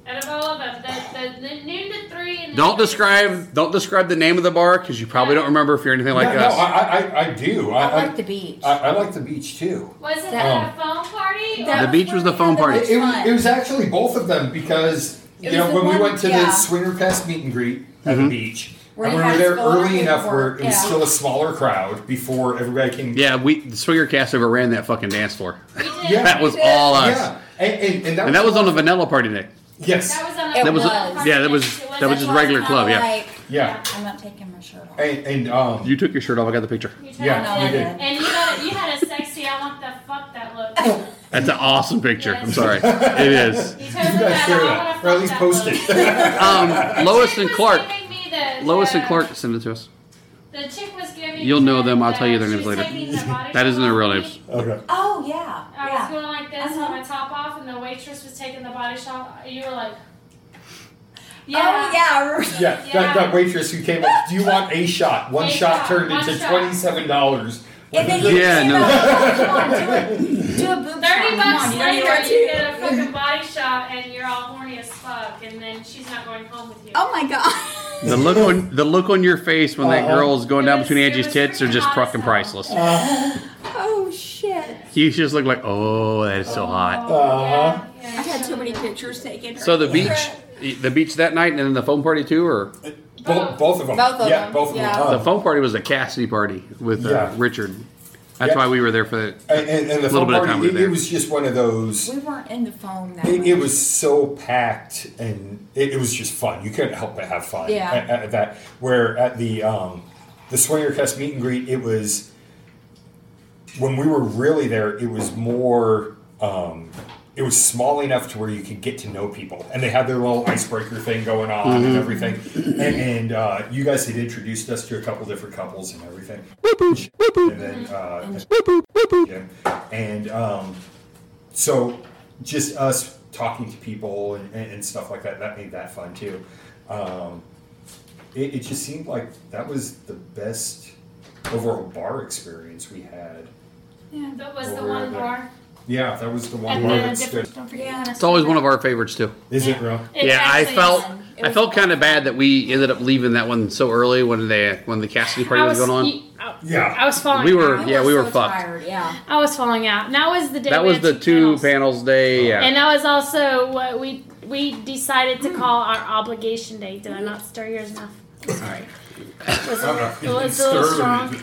Speaker 1: Out of all of them, the, the, the noon to three. And
Speaker 4: Don't describe. Don't describe the name of the bar because you probably don't remember if you're anything like
Speaker 5: no, no,
Speaker 4: us.
Speaker 5: I, I- I, I do. I,
Speaker 3: I like
Speaker 5: I-
Speaker 3: the beach.
Speaker 5: I, I like the beach too.
Speaker 1: Was it
Speaker 5: That-
Speaker 1: a phone party?
Speaker 4: The beach was the phone party.
Speaker 5: It, it was, it was actually both of them because
Speaker 7: It
Speaker 5: you know
Speaker 7: was
Speaker 5: when
Speaker 7: the
Speaker 5: we
Speaker 7: one-
Speaker 5: went to the
Speaker 7: yeah.
Speaker 4: Mm-hmm.
Speaker 5: Swinger Fest meet and greet at the beach,
Speaker 8: We're
Speaker 5: and
Speaker 8: gonna
Speaker 5: when we were
Speaker 8: have
Speaker 5: there
Speaker 8: to go
Speaker 5: early
Speaker 8: out
Speaker 5: enough,
Speaker 8: and
Speaker 5: where
Speaker 8: work.
Speaker 5: it was
Speaker 8: Yeah.
Speaker 5: still a smaller crowd before everybody came.
Speaker 4: Yeah, we the Swinger cast overran that fucking dance floor.
Speaker 5: Yeah.
Speaker 4: that was all us,
Speaker 5: yeah. And, and, and that
Speaker 4: and that was on the Vanilla Party Night.
Speaker 5: yes,
Speaker 3: That was on a
Speaker 8: It
Speaker 4: That was,
Speaker 8: was.
Speaker 4: yeah, that was that was
Speaker 3: That's
Speaker 4: just
Speaker 3: why
Speaker 4: regular
Speaker 3: I
Speaker 4: club. Yeah,
Speaker 7: Like,
Speaker 5: yeah,
Speaker 7: I'm not taking my shirt off.
Speaker 5: and, and um,
Speaker 4: you took your shirt off. I got the picture.
Speaker 3: You took
Speaker 5: yeah,
Speaker 3: it
Speaker 7: No,
Speaker 3: off.
Speaker 5: you
Speaker 7: I
Speaker 5: did.
Speaker 3: And you had, a, you had a sexy, I want the fuck that look.
Speaker 4: That's an awesome picture. I'm
Speaker 3: Yes.
Speaker 4: sorry, it is.
Speaker 5: Oh,
Speaker 3: You
Speaker 5: You
Speaker 3: totally
Speaker 5: gotta
Speaker 3: had
Speaker 5: share
Speaker 3: a, <laughs> I
Speaker 5: that,
Speaker 3: want to
Speaker 5: or at least post it. <laughs>
Speaker 4: Um, Lois and Clark.
Speaker 3: The,
Speaker 4: Lois and
Speaker 3: the-
Speaker 4: Clark sent it to us.
Speaker 3: The chick was giving.
Speaker 4: You'll know them, I'll tell you their
Speaker 3: she
Speaker 4: names
Speaker 3: was
Speaker 4: later.
Speaker 3: taking the body
Speaker 4: That isn't
Speaker 3: shell
Speaker 4: their real
Speaker 3: off me.
Speaker 4: names.
Speaker 5: okay.
Speaker 7: Oh yeah,
Speaker 3: I was
Speaker 7: yeah.
Speaker 3: going like this with
Speaker 7: Uh-huh.
Speaker 3: my top off, and the waitress was taking the body shot. You were like,
Speaker 7: Oh yeah. I remember.
Speaker 5: Yeah, That, that waitress who came up. Do you want a shot? One
Speaker 3: A
Speaker 5: shot,
Speaker 3: shot,
Speaker 5: turned
Speaker 3: one
Speaker 5: into
Speaker 3: shot.
Speaker 5: twenty-seven dollars.
Speaker 7: And then you
Speaker 4: Yeah,
Speaker 7: came
Speaker 4: no.
Speaker 7: out, Come on, do it. Do a boob
Speaker 3: thirty
Speaker 7: shot. Come on,
Speaker 3: bucks
Speaker 7: you don't need
Speaker 3: later,
Speaker 7: to-
Speaker 3: you get a fucking body shot, and you're all horny as fuck, and then she's not going home with you.
Speaker 7: Oh my god.
Speaker 4: The look on the look on your face when that
Speaker 5: Uh-huh.
Speaker 4: girl's going down between
Speaker 3: It was- it
Speaker 4: Angie's
Speaker 3: was
Speaker 4: tits are just
Speaker 3: freaking
Speaker 4: fucking
Speaker 3: awesome.
Speaker 4: priceless.
Speaker 7: <laughs> Oh shit.
Speaker 4: You just look like, oh, that is so hot.
Speaker 5: Uh-huh.
Speaker 3: Yeah, yeah,
Speaker 7: I've had too many
Speaker 3: sure.
Speaker 7: pictures taken.
Speaker 4: So the beach, the beach that night, and then the foam party too, or
Speaker 5: Both, both of them.
Speaker 7: Both of
Speaker 5: yeah,
Speaker 7: them,
Speaker 5: both of
Speaker 7: yeah.
Speaker 5: them.
Speaker 4: the
Speaker 5: Um,
Speaker 4: foam party was a Cassidy party with uh,
Speaker 5: Yeah.
Speaker 4: Richard. That's
Speaker 5: Yeah.
Speaker 4: why we were there for that.
Speaker 5: and, and, and the
Speaker 4: Little
Speaker 5: fun
Speaker 4: bit of
Speaker 5: part,
Speaker 4: time we
Speaker 5: it,
Speaker 4: were there.
Speaker 5: it was just one of those.
Speaker 7: We weren't in the phone that
Speaker 5: It,
Speaker 7: much.
Speaker 5: it was so packed, and it, it was just fun. You couldn't help but have fun
Speaker 7: Yeah.
Speaker 5: at, at that. Where at the um, the Swinger Fest meet and greet, it was when we were really there. It was more. Um, it was small enough to where you could get to know people, and they had their little icebreaker thing going on and everything. And, and uh, you guys had introduced us to a couple different couples and everything. And then, uh, yeah. and um, so just us talking to people and, and, and stuff like that that made that fun too um, it, it just seemed like that was the best overall bar experience we had
Speaker 3: That was the
Speaker 5: Over
Speaker 3: one
Speaker 5: there.
Speaker 3: bar.
Speaker 5: yeah that was the one
Speaker 3: And
Speaker 5: bar
Speaker 3: then a
Speaker 5: that stood
Speaker 3: different. Don't forget.
Speaker 7: Yeah.
Speaker 4: It's always one of our favorites too.
Speaker 5: is it real
Speaker 3: It
Speaker 4: yeah, I
Speaker 3: actually
Speaker 4: felt
Speaker 3: is.
Speaker 7: It
Speaker 4: I
Speaker 7: was
Speaker 4: felt kind of bad that we ended up leaving that one so early when they when the Cassidy party
Speaker 3: I
Speaker 4: was, going on.
Speaker 3: you- I-
Speaker 5: Yeah.
Speaker 3: I was falling.
Speaker 4: We were-
Speaker 3: out.
Speaker 4: yeah,
Speaker 7: were
Speaker 4: we were
Speaker 7: so
Speaker 4: fucked.
Speaker 7: Tired. Yeah.
Speaker 3: I was falling out. And that was the day.
Speaker 4: that
Speaker 3: we
Speaker 4: was
Speaker 3: had
Speaker 4: the two panels, day. Yeah,
Speaker 3: And that was also what we we decided to call our obligation day. Did I not stir yours enough? I'm sorry.
Speaker 5: Uh-uh.
Speaker 3: Was it, was it a little
Speaker 5: Stirred.
Speaker 3: strong?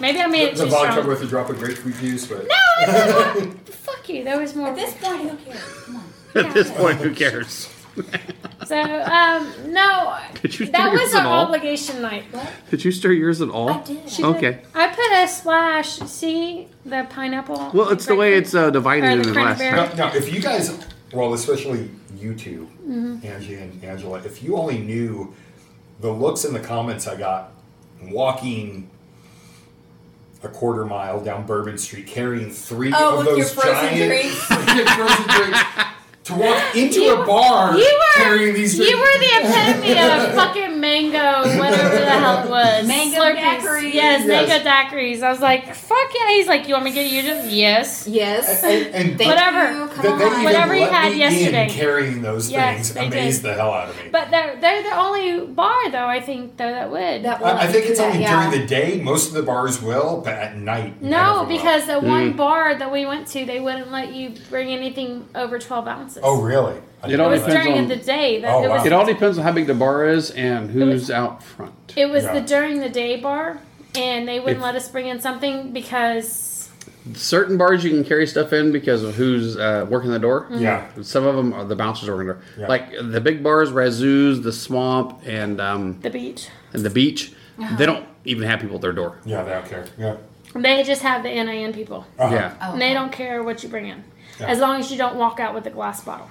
Speaker 3: Maybe I made it
Speaker 5: the
Speaker 3: too
Speaker 5: vodka
Speaker 3: strong.
Speaker 5: with a drop of grapefruit juice but
Speaker 3: no, it was not. Fuck you. There was more.
Speaker 7: At this point, who cares? Come on.
Speaker 4: <laughs> at this point, who cares?
Speaker 3: So um, no,
Speaker 4: Did you stir
Speaker 3: that was
Speaker 4: yours at
Speaker 3: our
Speaker 4: all?
Speaker 3: obligation night.
Speaker 4: Did you stir yours at all?
Speaker 7: I did.
Speaker 3: She
Speaker 4: Okay.
Speaker 3: Put, I put a splash. See the pineapple.
Speaker 4: Well, it's the way it's uh, divided
Speaker 3: Or
Speaker 4: in
Speaker 3: the
Speaker 4: the glass.
Speaker 3: cranberry.
Speaker 5: Now, now, if you guys, well, especially you 2
Speaker 3: Mm-hmm.
Speaker 5: Angie and Angela, if you only knew the looks in the comments I got walking a quarter mile down Bourbon Street carrying three
Speaker 7: Oh,
Speaker 5: of
Speaker 7: with your
Speaker 5: those
Speaker 7: frozen
Speaker 5: giant <laughs>
Speaker 7: drinks.
Speaker 5: freaking frozen drinks to
Speaker 3: <laughs>
Speaker 5: walk into
Speaker 3: You-
Speaker 5: a bar
Speaker 3: You were
Speaker 5: carrying these drinks.
Speaker 3: you were the
Speaker 4: <laughs>
Speaker 3: epitome of fucking mango, whatever the hell it was.
Speaker 7: Mango
Speaker 3: Slurpees.
Speaker 7: daiquiris.
Speaker 3: Yes,
Speaker 5: Yes.
Speaker 3: mango daiquiris. I was like, fuck yeah. He's like, you want me to get you? Just yes.
Speaker 7: Yes.
Speaker 5: and, and
Speaker 7: Thank
Speaker 3: Whatever.
Speaker 7: You. Come
Speaker 5: they- they
Speaker 7: on.
Speaker 5: even
Speaker 3: Whatever you
Speaker 5: let
Speaker 3: had
Speaker 5: me in
Speaker 3: yesterday.
Speaker 5: carrying those
Speaker 3: Yes, they
Speaker 5: things amazed
Speaker 3: did.
Speaker 5: the hell out of me.
Speaker 3: But they're they're the only bar though. I think though that would.
Speaker 7: That
Speaker 5: I, I think it's only
Speaker 7: yeah.
Speaker 5: during the day. Most of the bars will, but at night. none
Speaker 3: no,
Speaker 5: of them will.
Speaker 3: because the
Speaker 4: Mm.
Speaker 3: one bar that we went to, they wouldn't let you bring anything over twelve ounces.
Speaker 5: Oh,
Speaker 4: It
Speaker 5: really? I didn't
Speaker 3: It
Speaker 5: know
Speaker 4: always
Speaker 3: was
Speaker 5: that.
Speaker 4: depends
Speaker 3: during
Speaker 4: on-
Speaker 3: the day. That
Speaker 5: Oh,
Speaker 3: it was
Speaker 5: wow.
Speaker 4: It all depends on how big the bar is and who's out front.
Speaker 3: It was
Speaker 5: Yeah.
Speaker 3: the during the day bar, and they wouldn't
Speaker 4: If-
Speaker 3: let us bring in something because
Speaker 4: Certain bars you can carry stuff in because of who's uh, working the door.
Speaker 3: Mm-hmm.
Speaker 5: Yeah.
Speaker 4: Some of them are the bouncers working the door.
Speaker 5: Yeah.
Speaker 4: Like the big bars, Razoo's, the Swamp, and um,
Speaker 3: the beach.
Speaker 4: and the Beach.
Speaker 3: Uh-huh.
Speaker 4: They don't even have people at their door.
Speaker 5: Yeah, they don't care. Yeah.
Speaker 3: They just have the NIN people,
Speaker 5: Uh-huh.
Speaker 4: Yeah.
Speaker 7: Oh,
Speaker 3: and they don't care what you bring in,
Speaker 5: Yeah.
Speaker 3: as long as you don't walk out with a glass bottle.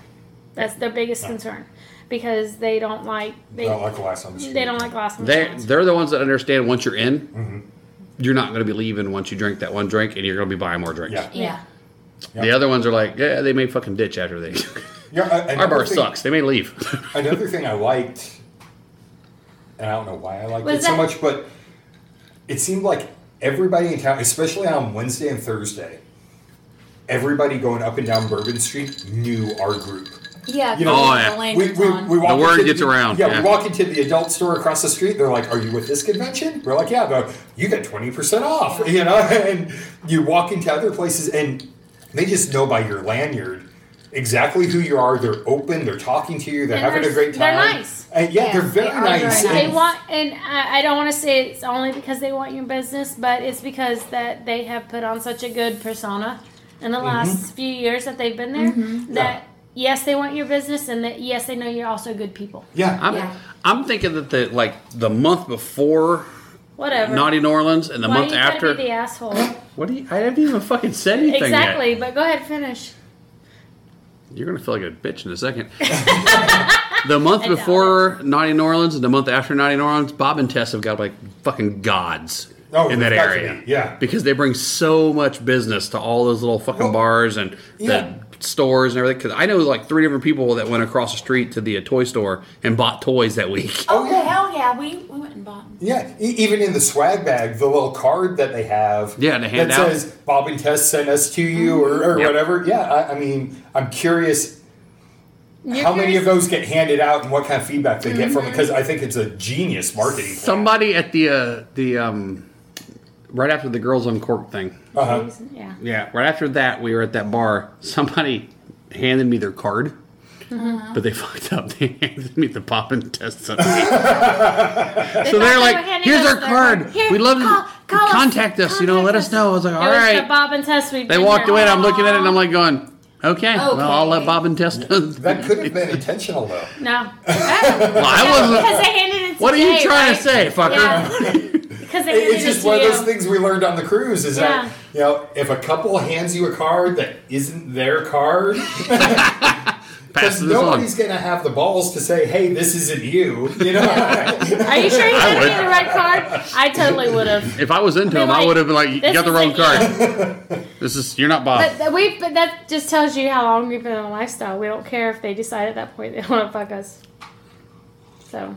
Speaker 3: That's their biggest concern because they don't like
Speaker 5: They
Speaker 3: they,
Speaker 5: don't like glass on the street.
Speaker 3: they don't like glass.
Speaker 4: They
Speaker 3: bottles.
Speaker 4: they're the ones that understand once you're in. You're not going to be leaving once you drink that one drink, and you're going to be buying more drinks.
Speaker 5: Yeah.
Speaker 7: Yeah.
Speaker 4: The other ones are like, yeah, they may fucking ditch after they. <laughs>
Speaker 5: Yeah, a-
Speaker 4: Our
Speaker 5: another
Speaker 4: bar
Speaker 5: thing-
Speaker 4: sucks. They may leave. <laughs>
Speaker 5: Another thing I liked, and I don't know why I liked
Speaker 3: Was
Speaker 5: it so
Speaker 3: that-
Speaker 5: much, but it seemed like everybody in town, especially on Wednesday and Thursday, everybody going up and down Bourbon Street knew our group.
Speaker 7: Yeah.
Speaker 5: You know,
Speaker 4: Oh,
Speaker 7: the
Speaker 4: yeah.
Speaker 5: We,
Speaker 7: lanterns
Speaker 5: we,
Speaker 7: on.
Speaker 5: we walk
Speaker 4: The word
Speaker 5: into
Speaker 4: gets around,
Speaker 5: Yeah,
Speaker 4: yeah.
Speaker 5: we walk into the adult store across the street. They're like, "Are you with this convention?" We're like, "Yeah." They're like, "You get twenty percent off," you know. <laughs> And you walk into other places, and they just know by your lanyard exactly who you are. They're open. They're talking to you. They're
Speaker 3: And
Speaker 5: having a great time.
Speaker 3: They're nice.
Speaker 5: And yeah,
Speaker 9: Yeah,
Speaker 5: they're very
Speaker 9: they are very
Speaker 5: nice.
Speaker 9: nice.
Speaker 3: They
Speaker 5: And
Speaker 3: want, and I, I don't want to say it's only because they want your business, but it's because that they have put on such a good persona in the
Speaker 4: Mm-hmm.
Speaker 3: last few years that they've been there. That yes, they want your business, and that yes, they know you're also good people.
Speaker 5: Yeah,
Speaker 4: I'm,
Speaker 9: Yeah.
Speaker 4: I'm thinking that the like the month before
Speaker 3: Whatever.
Speaker 4: Naughty New Orleans and the
Speaker 3: Why
Speaker 4: month
Speaker 3: you gotta
Speaker 4: after.
Speaker 3: be the asshole?
Speaker 4: what do you? I haven't even fucking said anything
Speaker 3: exactly. But go ahead, finish.
Speaker 4: yet. You're gonna feel like a bitch in a
Speaker 5: <laughs>
Speaker 4: second. the month
Speaker 3: doubt
Speaker 4: before Naughty New Orleans and the month after Naughty New Orleans, Bob and Tess have got like fucking gods
Speaker 5: Oh,
Speaker 4: in that
Speaker 5: they've got to
Speaker 4: area.
Speaker 5: be, yeah.
Speaker 4: because they bring so much business to all those little fucking
Speaker 5: Well,
Speaker 4: bars and
Speaker 5: yeah.
Speaker 4: the stores and everything. Because I know like three different people that went across the street to the uh, toy store and bought toys that week.
Speaker 5: <laughs>
Speaker 9: Oh,
Speaker 5: yeah.
Speaker 9: hell yeah, we, we went and bought them.
Speaker 5: yeah. E- even in the swag bag, the little card that they have.
Speaker 4: Yeah, to hand
Speaker 5: that
Speaker 4: out.
Speaker 5: says Bob and Tess sent us to you or, or
Speaker 4: Mm-hmm. Yep.
Speaker 5: whatever. Yeah, I, I mean, I'm curious
Speaker 3: You're
Speaker 5: how many
Speaker 3: curious- Mm-hmm.
Speaker 5: of those get handed out and what kind of feedback they get from it because I think it's a genius marketing. plan.
Speaker 4: Somebody at the uh, the um, right after the girls on court thing.
Speaker 5: Uh-huh.
Speaker 3: Yeah.
Speaker 4: Yeah, right after that, we were at that bar. Somebody handed me their card, but they <laughs> fucked up. They handed me the pop and
Speaker 3: <laughs>
Speaker 4: test. <laughs> so
Speaker 3: Mm-hmm. they
Speaker 4: they're
Speaker 3: were
Speaker 4: like,
Speaker 3: handing
Speaker 4: "Here's
Speaker 3: us
Speaker 4: our
Speaker 3: their
Speaker 4: card.
Speaker 3: card. Here,
Speaker 4: We'd love
Speaker 3: call-
Speaker 4: to
Speaker 3: call us.
Speaker 4: contact us. You know, let us
Speaker 3: Contact us."
Speaker 4: know." I was like, "All
Speaker 3: it was the
Speaker 4: right."
Speaker 3: Bob and Tess. We've
Speaker 4: They
Speaker 3: been
Speaker 4: walked
Speaker 3: there.
Speaker 4: away, and I'm looking at it, and I'm like, "Going, okay, well,
Speaker 9: Okay.
Speaker 4: I'll let Bob and
Speaker 3: <laughs>
Speaker 4: Tess." know."
Speaker 5: That could have been intentional though.
Speaker 3: No.
Speaker 4: Well, I
Speaker 3: Because
Speaker 4: wasn't.
Speaker 3: they handed it to
Speaker 4: What are you
Speaker 3: Jay,
Speaker 4: trying
Speaker 3: right?
Speaker 4: to say, fucker?
Speaker 3: Yeah. <laughs> Because they
Speaker 5: It-
Speaker 3: handed
Speaker 5: it's
Speaker 3: <laughs> it
Speaker 5: just
Speaker 3: to
Speaker 5: one
Speaker 3: you.
Speaker 5: of those things we learned on the cruise is
Speaker 3: Yeah.
Speaker 5: that you know if a couple hands you a card that isn't their
Speaker 4: <laughs>
Speaker 5: card
Speaker 4: Pass
Speaker 5: because
Speaker 4: this on.
Speaker 5: nobody's going to have the balls to say hey this isn't you you
Speaker 3: <laughs>
Speaker 5: know <laughs>
Speaker 3: Are you sure you
Speaker 4: I
Speaker 3: gave me
Speaker 4: would.
Speaker 3: the red card? I totally would have.
Speaker 4: If I was into
Speaker 3: I'd be
Speaker 4: him, I
Speaker 3: like,
Speaker 4: would have been like, "You
Speaker 3: "This
Speaker 4: got the wrong
Speaker 3: isn't
Speaker 4: card. this is you're not Bob."
Speaker 3: But that- we, but that just tells you how long we've been on lifestyle. We don't care if they decide at that point they want to fuck us.
Speaker 5: <laughs>
Speaker 3: So,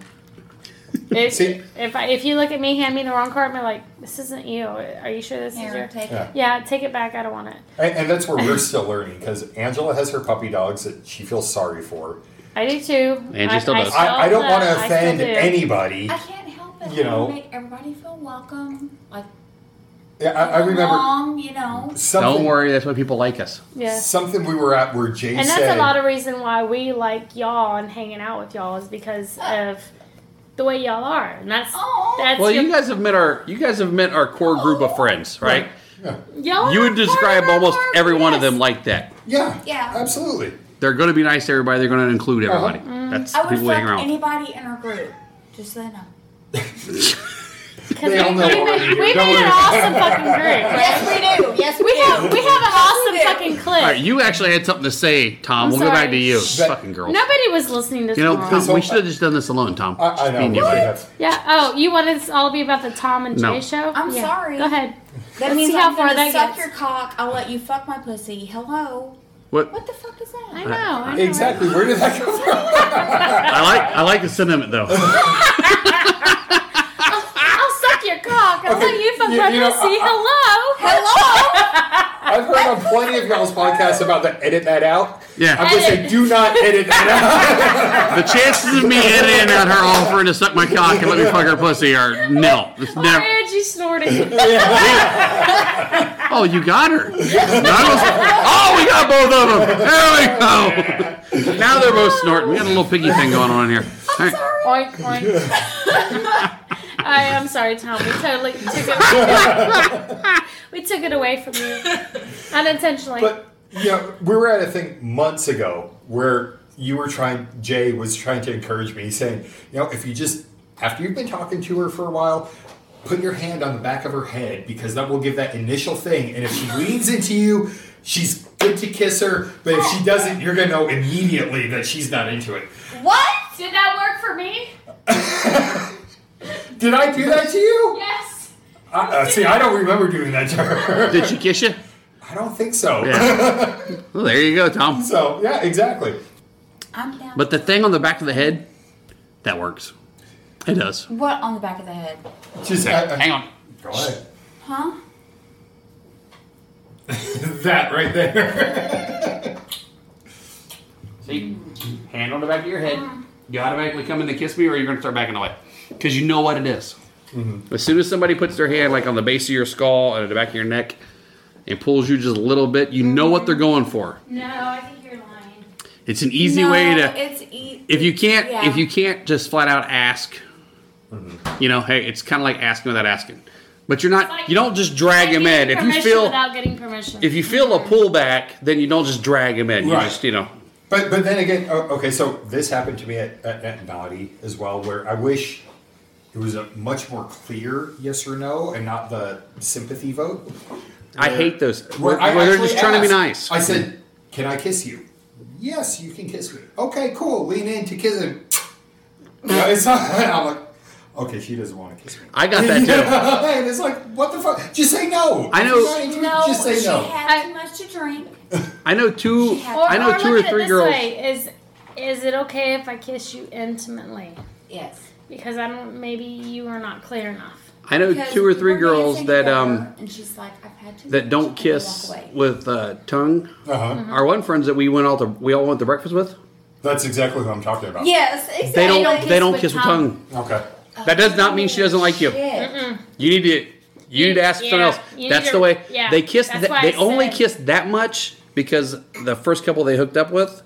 Speaker 3: if,
Speaker 5: See-
Speaker 3: if I, if you look at me, hand me the wrong card, I'm like, this isn't you. Are you sure this is
Speaker 7: Here,
Speaker 3: your?
Speaker 7: take
Speaker 5: Yeah.
Speaker 7: it.
Speaker 3: yeah, take it back. I don't want it.
Speaker 5: and, and that's where we're still learning because Angela has her puppy dogs that she feels sorry for
Speaker 3: I do too.
Speaker 4: Angie still does.
Speaker 5: I, I don't want to
Speaker 3: I still
Speaker 5: offend
Speaker 3: do.
Speaker 5: anybody
Speaker 7: I can't help it.
Speaker 5: You
Speaker 7: I
Speaker 5: know.
Speaker 7: make everybody feel welcome. Like
Speaker 5: yeah, I, I remember
Speaker 7: belong, you know.
Speaker 5: something
Speaker 4: Don't worry, that's why people like us.
Speaker 3: Yeah.
Speaker 5: something we were at where Jay
Speaker 3: And
Speaker 5: said
Speaker 3: that's a lot of reason why we like y'all and hanging out with y'all is because of the way y'all are, and that's
Speaker 7: Aw.
Speaker 3: that's
Speaker 4: Well,
Speaker 3: your,
Speaker 4: you guys have met our you guys have met our core group of friends, right?
Speaker 3: y'all
Speaker 4: You
Speaker 3: are
Speaker 4: would
Speaker 3: part of
Speaker 4: describe
Speaker 3: our
Speaker 4: almost
Speaker 3: group,
Speaker 4: every one of
Speaker 3: yes.
Speaker 4: them like that.
Speaker 5: yeah
Speaker 7: Yeah.
Speaker 5: absolutely
Speaker 4: They're going to be nice to everybody. They're going to include
Speaker 5: Uh-huh.
Speaker 4: everybody. That's
Speaker 7: I would
Speaker 4: people we hang
Speaker 7: fuck
Speaker 4: around. with.
Speaker 7: anybody in our group. Just so you know.
Speaker 3: Because
Speaker 5: They
Speaker 3: we,
Speaker 5: all know
Speaker 3: we
Speaker 5: what
Speaker 3: made,
Speaker 5: I do.
Speaker 3: we
Speaker 5: Don't
Speaker 3: made an
Speaker 5: worry.
Speaker 3: awesome fucking group.
Speaker 7: Yes, we do. Yes,
Speaker 3: We have we have an awesome
Speaker 7: Yeah.
Speaker 3: fucking clip.
Speaker 4: All right, you actually had something to say, Tom.
Speaker 3: I'm
Speaker 4: we'll go back
Speaker 3: sorry.
Speaker 4: to you,
Speaker 5: But-
Speaker 4: fucking girl.
Speaker 3: Nobody was listening to
Speaker 4: You know,
Speaker 3: Tom.
Speaker 4: Tom,
Speaker 5: whole-
Speaker 4: we should have just done this alone, Tom.
Speaker 5: I, I
Speaker 4: Just me
Speaker 5: know
Speaker 4: and
Speaker 5: we
Speaker 4: you, buddy.
Speaker 5: have
Speaker 3: Yeah. Oh, you wanted us all to be about the Tom and
Speaker 4: No.
Speaker 3: Jay show?
Speaker 7: I'm
Speaker 3: Yeah.
Speaker 7: sorry.
Speaker 3: Go ahead.
Speaker 7: That
Speaker 3: Let's
Speaker 7: means
Speaker 3: see
Speaker 7: I'm
Speaker 3: how far
Speaker 7: gonna
Speaker 3: that
Speaker 7: suck
Speaker 3: gets.
Speaker 7: your cock. I'll let you fuck my pussy. Hello.
Speaker 4: What?
Speaker 7: What the fuck is
Speaker 3: I
Speaker 7: that?
Speaker 3: know. I know
Speaker 5: exactly where did that come from
Speaker 4: I like I like the sentiment though.
Speaker 3: I'll suck your cock. I'll
Speaker 5: Okay,
Speaker 3: let you fuck
Speaker 5: you-
Speaker 3: my
Speaker 5: you know,
Speaker 3: pussy.
Speaker 5: I- I-
Speaker 3: Hello.
Speaker 7: Hello.
Speaker 5: I've heard on plenty of y'all's podcasts about the edit that out
Speaker 4: Yeah.
Speaker 5: I'm just saying do not edit that out
Speaker 4: the chances of me editing out her offering to suck my cock and let me fuck her pussy are nil. It's
Speaker 3: Or
Speaker 4: never.
Speaker 5: <laughs>
Speaker 3: Angie snorting.
Speaker 4: Oh, you got her. None of us- oh, we got both of them. There we go. Now they're both snorting. We got a little piggy thing going on here. All right.
Speaker 3: oink oink.
Speaker 5: <laughs>
Speaker 3: I am sorry, Tom. We totally took
Speaker 5: <laughs>
Speaker 3: it. we took it away from you unintentionally.
Speaker 5: But you know, we were at a thing months ago where you were trying. Jay was trying to encourage me, saying, you know, if you just after you've been talking to her for a while, put your hand on the back of her head because that will give that initial thing. And if she leans into you, she's good to kiss her. But if she doesn't, you're gonna know immediately that she's not into it.
Speaker 3: what? Did that work for me?
Speaker 5: Did I do that to you?
Speaker 3: Yes.
Speaker 5: Uh, uh, see, I don't remember doing that to her.
Speaker 4: Did she kiss you?
Speaker 5: <laughs> I don't think so.
Speaker 4: Well, there you go, Tom.
Speaker 5: <laughs> So yeah, exactly.
Speaker 7: I'm down.
Speaker 4: But the thing on the back of the head, that works. It does.
Speaker 7: what on the back of the head?
Speaker 5: Just uh, uh,
Speaker 4: Hang on.
Speaker 5: Go ahead.
Speaker 7: Huh?
Speaker 5: <laughs> that right there.
Speaker 4: See, hand on the back of your head. You automatically come in to kiss me, or you're going to start backing away because you know what it is.
Speaker 5: Mm-hmm.
Speaker 4: As soon as somebody puts their hand like on the base of your skull and at the back of your neck and pulls you just a little bit, you know what they're going for.
Speaker 3: No, I think you're lying.
Speaker 4: It's an easy
Speaker 7: No,
Speaker 4: way to.
Speaker 7: It's e-
Speaker 4: if you can't
Speaker 7: Yeah.
Speaker 4: if you can't just flat out ask
Speaker 5: Mm-hmm.
Speaker 4: you know hey it's kind of like asking without asking but you're not
Speaker 1: It's like-
Speaker 4: you don't just drag him
Speaker 1: Getting
Speaker 4: in if you
Speaker 1: permission
Speaker 4: feel
Speaker 1: without getting permission.
Speaker 4: if you feel a pullback then you don't just drag him in you
Speaker 5: Right.
Speaker 4: just you know
Speaker 5: <laughs> But but then again, oh, okay. So this happened to me at, at, at Naughty as well, where I wish it was a much more clear yes or no, and not the sympathy vote.
Speaker 4: i
Speaker 5: Where-
Speaker 4: hate those
Speaker 5: where
Speaker 4: where,
Speaker 5: I
Speaker 4: where they're
Speaker 5: actually
Speaker 4: just trying to be nice
Speaker 5: asked. I said, "Can I kiss you?" Yes, you can kiss me. Okay, cool. Lean in to kiss him. <laughs> No, it's <laughs> not. I'm like, okay, she doesn't want to kiss me.
Speaker 4: I got that too
Speaker 5: <laughs> and it's like, what the fuck? Just say no.
Speaker 4: I know-
Speaker 5: You're not even-
Speaker 7: No,
Speaker 5: Just say
Speaker 7: she
Speaker 5: no.
Speaker 7: had
Speaker 1: I-
Speaker 7: too much to drink.
Speaker 5: <laughs>
Speaker 4: i know two
Speaker 7: She had-
Speaker 1: or,
Speaker 4: i know
Speaker 1: or
Speaker 4: two
Speaker 1: look
Speaker 4: or
Speaker 1: at it
Speaker 4: three
Speaker 1: this
Speaker 4: girls
Speaker 1: way, is is it okay if I kiss you intimately?
Speaker 7: Yes.
Speaker 1: Because I don't. Maybe you are not clear enough.
Speaker 4: i know
Speaker 7: Because
Speaker 4: two or
Speaker 7: we
Speaker 4: three
Speaker 7: were
Speaker 4: girls
Speaker 7: dancing
Speaker 4: that
Speaker 7: together,
Speaker 4: um
Speaker 7: and she's like, I've had too
Speaker 4: that
Speaker 7: much,"
Speaker 4: don't
Speaker 7: and they
Speaker 4: kiss
Speaker 7: walk away.
Speaker 4: with uh, tongue
Speaker 5: Uh-huh.
Speaker 7: Mm-hmm.
Speaker 4: our one friends that we went all to we all went to breakfast with
Speaker 5: That's exactly what I'm talking about.
Speaker 7: Yes, exactly.
Speaker 4: they don't they don't
Speaker 1: with
Speaker 4: kiss with
Speaker 1: tongue.
Speaker 4: tongue
Speaker 5: Okay.
Speaker 4: that does not mean she doesn't like you
Speaker 7: Shit.
Speaker 4: You need to you need to ask
Speaker 1: Yeah,
Speaker 4: someone else.
Speaker 1: you need
Speaker 4: That's
Speaker 1: to-
Speaker 4: the way
Speaker 1: yeah,
Speaker 4: they kiss.
Speaker 1: that's
Speaker 4: Th-
Speaker 1: why
Speaker 4: they
Speaker 1: I
Speaker 4: only
Speaker 1: said-
Speaker 4: kissed that much because the first couple they hooked up with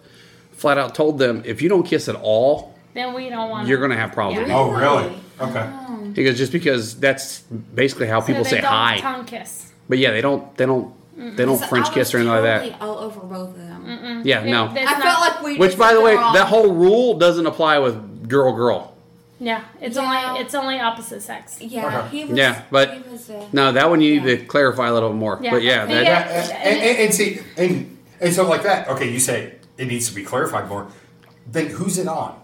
Speaker 4: flat out told them if you don't kiss at all,
Speaker 1: Then we don't want.
Speaker 4: you're gonna have problems.
Speaker 5: Oh, really?
Speaker 7: Really?
Speaker 5: Okay.
Speaker 4: Because just because that's basically how people say
Speaker 1: don't
Speaker 4: hi.
Speaker 1: Tongue kiss.
Speaker 4: But yeah, they don't they don't they don't
Speaker 7: So
Speaker 4: French
Speaker 7: I
Speaker 4: kiss or
Speaker 7: was
Speaker 4: anything like
Speaker 7: totally All over both of them.
Speaker 4: that. Yeah, no.
Speaker 1: It- it's
Speaker 7: I
Speaker 1: not-
Speaker 7: felt like we.
Speaker 4: Which
Speaker 7: did
Speaker 4: by the way,
Speaker 7: something
Speaker 4: that
Speaker 7: wrong.
Speaker 4: whole rule doesn't apply with girl girl.
Speaker 1: Yeah, it's
Speaker 7: Yeah.
Speaker 1: only it's only opposite sex.
Speaker 7: Yeah,
Speaker 5: Okay.
Speaker 7: he was,
Speaker 4: Yeah, but-
Speaker 7: he was, uh,
Speaker 4: No, that one you need to clarify a little more.
Speaker 1: Yeah.
Speaker 4: But yeah,
Speaker 1: Okay.
Speaker 4: that,
Speaker 1: Yeah.
Speaker 5: Yeah, and, and, and see, and, and so like that. Okay, you say it needs to be clarified more. Then who's it on?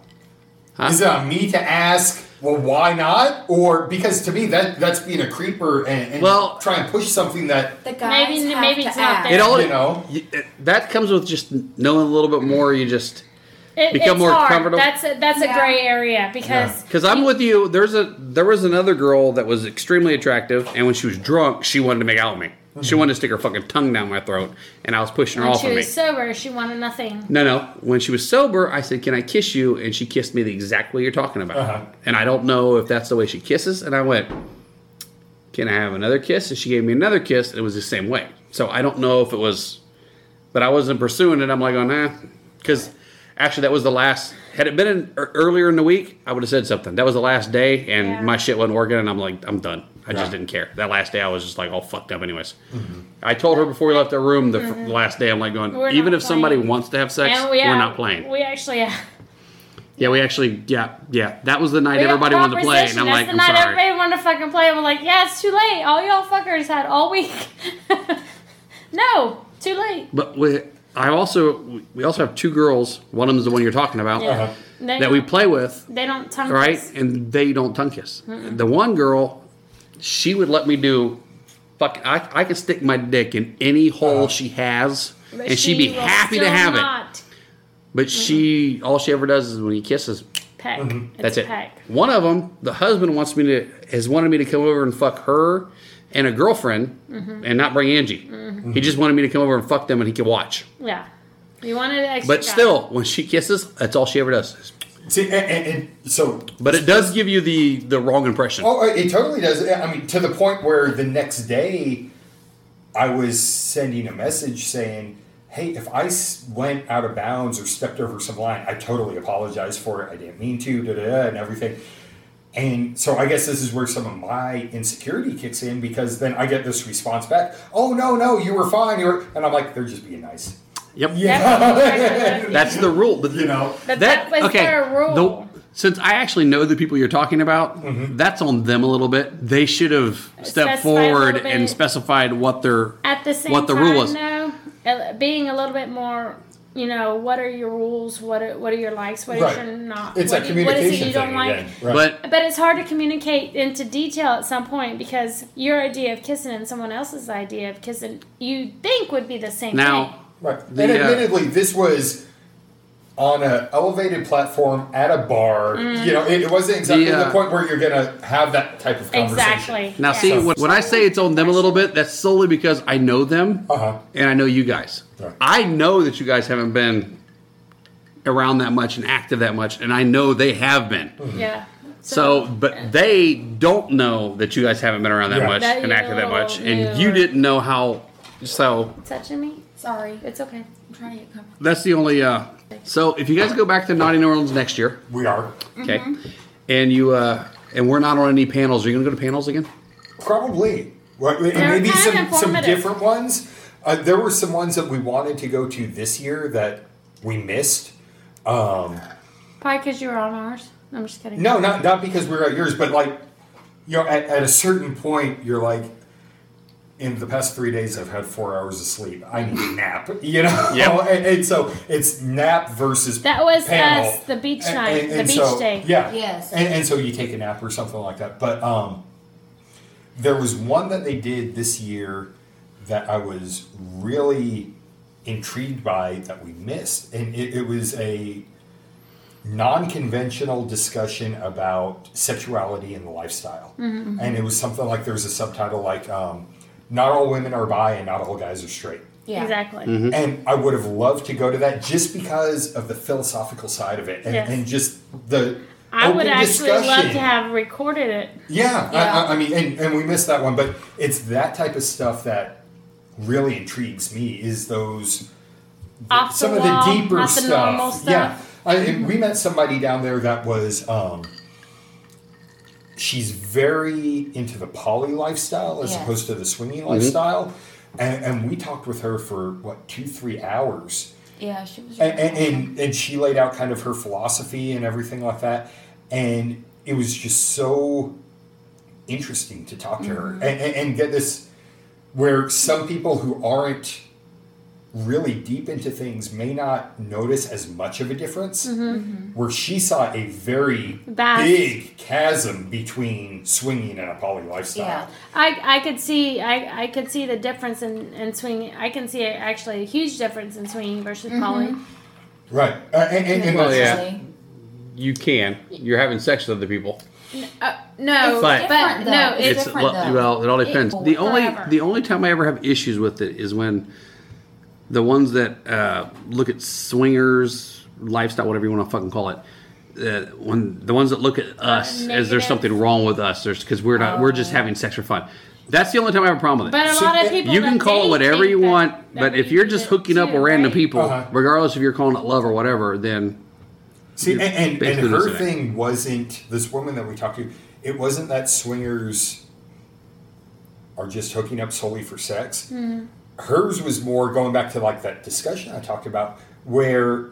Speaker 4: Huh?
Speaker 5: Is it on me to ask? Well, why not? Or because to me that that's being a creeper and, and
Speaker 4: Well-
Speaker 5: try and push something that
Speaker 7: the guys
Speaker 1: Maybe-
Speaker 7: have
Speaker 1: maybe
Speaker 7: to
Speaker 1: it's not
Speaker 7: ask.
Speaker 1: there.
Speaker 4: it all
Speaker 5: You know?
Speaker 4: y- it- that comes with just knowing a little bit more. You just
Speaker 1: It,
Speaker 4: Become
Speaker 1: it's
Speaker 4: more
Speaker 1: hard.
Speaker 4: comfortable.
Speaker 1: That's a, that's
Speaker 7: Yeah.
Speaker 1: a gray area because
Speaker 4: Because I'm with you. There's a there was another girl that was extremely attractive, and when she was drunk, she wanted to make out with me. She wanted to stick her fucking tongue down my throat, and I was pushing her
Speaker 1: when
Speaker 4: off
Speaker 1: she
Speaker 4: of me.
Speaker 1: was sober, she wanted nothing.
Speaker 4: no, no. When she was sober, I said, "Can I kiss you?" And she kissed me the exact way you're talking about.
Speaker 5: Uh-huh.
Speaker 4: And I don't know if that's the way she kisses. And I went, "Can I have another kiss?" And she gave me another kiss, and it was the same way. So I don't know if it was, but I wasn't pursuing it. I'm like, "Oh nah," because actually that was the last. Had it been in, er, earlier in the week, I would have said something. That was the last day, and
Speaker 1: Yeah.
Speaker 4: my shit wasn't working. And I'm like, "I'm done." I
Speaker 5: Yeah.
Speaker 4: just didn't care. That last day, I was just like all fucked up, anyways. I told her before we left the room the fir- last day, I'm like going,
Speaker 1: We're
Speaker 4: even
Speaker 1: not
Speaker 4: if somebody
Speaker 1: playing.
Speaker 4: wants to have sex,
Speaker 1: And
Speaker 4: we,
Speaker 1: we,
Speaker 4: are
Speaker 1: uh,
Speaker 4: not playing.
Speaker 1: We actually uh,
Speaker 4: yeah, we actually, yeah, yeah. That was the night
Speaker 1: we had
Speaker 4: everybody
Speaker 1: a
Speaker 4: wanted to play, and
Speaker 1: conversation.
Speaker 4: I'm
Speaker 1: That's
Speaker 4: like,
Speaker 1: the
Speaker 4: I'm
Speaker 1: night
Speaker 4: sorry.
Speaker 1: everybody wanted to fucking play. I'm like, yeah, it's too late. All y'all fuckers had all week. <laughs> no, too late.
Speaker 4: But we, I also, we also have two girls. One of them is the one you're talking about
Speaker 1: Yeah.
Speaker 5: Uh-huh.
Speaker 1: They
Speaker 4: that we
Speaker 1: don't-
Speaker 4: play with,
Speaker 1: they don't tongue
Speaker 4: right?
Speaker 1: kiss.
Speaker 4: And they don't tongue kiss. The one girl, she would let me do. Fuck, I, I can stick my dick in any hole she has,
Speaker 1: But
Speaker 4: and she'd be
Speaker 1: will
Speaker 4: happy to
Speaker 1: still
Speaker 4: have it.
Speaker 1: not
Speaker 4: But she, all she ever does is when he kisses,
Speaker 1: Peck.
Speaker 5: Mm-hmm.
Speaker 1: It's
Speaker 4: That's
Speaker 1: a
Speaker 4: it.
Speaker 1: Peck.
Speaker 4: One of them, the husband wants me to has wanted me to come over and fuck her and a girlfriend, and not bring Angie. He just wanted me to come over and fuck them, and he could watch.
Speaker 1: Yeah, you wanted an extra.
Speaker 4: But
Speaker 1: guy.
Speaker 4: still, when she kisses, that's all she ever does.
Speaker 5: see, and, and, and so.
Speaker 4: But it does give you the the wrong impression.
Speaker 5: Oh, it totally does. I mean, to the point where the next day, I was sending a message saying, "Hey, if I s- went out of bounds or stepped over some line, I totally apologize for it. I didn't mean to, da da, da and everything." And so I guess this is where some of my insecurity kicks in because then I get this response back, "Oh no, no, you were fine." You were, and I'm like, "They're just being nice."
Speaker 4: Yep,
Speaker 1: That's-
Speaker 4: that's the rule. But
Speaker 5: You know,
Speaker 1: But that, was their rule.
Speaker 4: the- since I actually know the people you're talking about,
Speaker 5: Mm-hmm.
Speaker 4: that's on them a little bit. They should have
Speaker 1: Specified
Speaker 4: stepped
Speaker 1: a little
Speaker 4: forward
Speaker 1: bit.
Speaker 4: and specified what their
Speaker 1: <laughs> At the same
Speaker 4: what the
Speaker 1: time,
Speaker 4: rule was.
Speaker 1: though, uh, being a little bit more, you know, what are your rules? What are, what are your likes? What
Speaker 5: Right.
Speaker 1: is your not?
Speaker 5: it's
Speaker 1: what
Speaker 5: a
Speaker 1: do you- what is it
Speaker 5: communication
Speaker 1: you
Speaker 5: thing
Speaker 1: don't like?
Speaker 5: again, right?
Speaker 4: But
Speaker 1: But it's hard to communicate into detail at some point because your idea of kissing and someone else's idea of kissing you think would be the same
Speaker 4: now.
Speaker 1: thing.
Speaker 5: Right.
Speaker 4: The,
Speaker 5: and
Speaker 4: uh,
Speaker 5: admittedly, this was on an elevated platform at a bar.
Speaker 1: Mm.
Speaker 5: You know, it, it wasn't exactly
Speaker 4: The,
Speaker 5: the,
Speaker 4: uh,
Speaker 5: point where you're going to have that type of conversation.
Speaker 1: Exactly.
Speaker 4: Now,
Speaker 1: Yeah.
Speaker 4: see, when, when I say it's on them a little bit, that's solely because I know them
Speaker 5: Uh-huh.
Speaker 4: and I know you guys.
Speaker 5: Right.
Speaker 4: I know that you guys haven't been around that much and active that much, and I know they have been.
Speaker 1: yeah.
Speaker 4: So, but they don't know that you guys haven't been around that
Speaker 5: Yeah.
Speaker 4: much
Speaker 1: That
Speaker 4: and
Speaker 1: you
Speaker 4: active that much,
Speaker 1: knew
Speaker 4: and you
Speaker 1: or-
Speaker 4: didn't know how So
Speaker 1: Touching me?
Speaker 7: Sorry,
Speaker 1: It's okay.
Speaker 7: I'm trying to get comfortable.
Speaker 4: that's the only. Uh, so if you guys go back to Naughty New Orleans next year,
Speaker 5: We are
Speaker 4: okay,
Speaker 1: Mm-hmm.
Speaker 4: and you uh, and we're not on any panels, are you going to go to panels again?
Speaker 5: probably right, and
Speaker 1: They're
Speaker 5: maybe
Speaker 1: kind of
Speaker 5: some, some
Speaker 1: informative.
Speaker 5: different ones. Uh, there were some ones that we wanted to go to this year that we missed. Um,
Speaker 1: Probably because you were on ours. No, I'm just kidding.
Speaker 5: No, not not because we're at yours, but like, you know, at, at a certain point, you're like, in the past three days, I've had four hours of sleep. I need a nap. <laughs> You know,
Speaker 2: Yep.
Speaker 5: and, and so it's nap versus
Speaker 1: That was
Speaker 5: panel.
Speaker 1: us, the beach
Speaker 5: And-
Speaker 1: night,
Speaker 5: and-
Speaker 1: the
Speaker 5: and
Speaker 1: beach
Speaker 5: so-
Speaker 1: day.
Speaker 5: Yeah.
Speaker 7: Yes.
Speaker 5: And, and so you take a nap or something like that. But um, there was one that they did this year that I was really intrigued by that we missed, and it, it was a non-conventional discussion about sexuality and lifestyle
Speaker 7: Mm-hmm,
Speaker 5: and it was something like there's a subtitle like um, not all women are bi and not all guys are straight
Speaker 7: Yeah.
Speaker 1: Exactly.
Speaker 4: Mm-hmm.
Speaker 5: and I would have loved to go to that just because of the philosophical side of it and,
Speaker 1: Yes.
Speaker 5: and just the.
Speaker 1: I would
Speaker 5: open
Speaker 1: actually love
Speaker 5: discussion.
Speaker 1: to have recorded it.
Speaker 5: Yeah,
Speaker 7: Yeah.
Speaker 5: I, I, I mean, and, and we missed that one, but it's that type of stuff that really intrigues me is those
Speaker 1: Off
Speaker 5: some
Speaker 1: the
Speaker 5: of
Speaker 1: wall,
Speaker 5: the deeper
Speaker 1: not the normal stuff.
Speaker 5: stuff. Yeah, I, and we met somebody down there that was. Um, she's very into the poly lifestyle as
Speaker 7: Yes.
Speaker 5: opposed to the swinging lifestyle, and, and we talked with her for what two three hours.
Speaker 7: Yeah, she was.
Speaker 5: and, and, and, and she laid out kind of her philosophy and everything like that and it was just so interesting to talk to her and, and, and get this where some people who aren't really deep into things may not notice as much of a difference where she saw a very
Speaker 1: Vast.
Speaker 5: big chasm between swinging and a poly lifestyle
Speaker 7: Yeah.
Speaker 1: I, I could see I, I could see the difference in, in swinging. I can see a, actually a huge difference in swinging versus poly.
Speaker 5: right Uh, and, and, and
Speaker 4: Well,
Speaker 5: that's-
Speaker 4: yeah. You can. You're having sex with other people.
Speaker 1: Uh, no,
Speaker 7: It's
Speaker 1: but,
Speaker 4: But-
Speaker 7: different, though.
Speaker 1: no,
Speaker 7: It's
Speaker 1: it's,
Speaker 7: different,
Speaker 4: well,
Speaker 7: though.
Speaker 4: well, it all depends.
Speaker 7: It-
Speaker 4: the only
Speaker 1: forever.
Speaker 4: the only time I ever have issues with it is when the ones that uh, look at swingers lifestyle, whatever you want to fucking call it. Uh, when the ones that look at us as
Speaker 1: negative. Oh.
Speaker 4: there's something wrong with us, there's because we're not we're just having sex for fun. That's the only time I have a problem with it.
Speaker 1: but a
Speaker 5: So
Speaker 1: lot of
Speaker 5: that-
Speaker 1: people
Speaker 4: you can
Speaker 1: that
Speaker 4: call it
Speaker 1: date
Speaker 4: whatever
Speaker 1: think
Speaker 4: you
Speaker 1: that-
Speaker 4: want,
Speaker 1: that
Speaker 4: but
Speaker 1: we
Speaker 4: if you're
Speaker 1: do
Speaker 4: just
Speaker 1: it
Speaker 4: hooking up
Speaker 1: too,
Speaker 4: with random
Speaker 1: right?
Speaker 4: people,
Speaker 5: Uh-huh.
Speaker 4: regardless if you're calling it love or whatever, then
Speaker 5: See, and,
Speaker 4: You're
Speaker 5: and, and
Speaker 4: basically
Speaker 5: her
Speaker 4: listening.
Speaker 5: thing wasn't this woman that we talked to. It wasn't that swingers are just hooking up solely for sex. Hers was more going back to like that discussion I talked about, where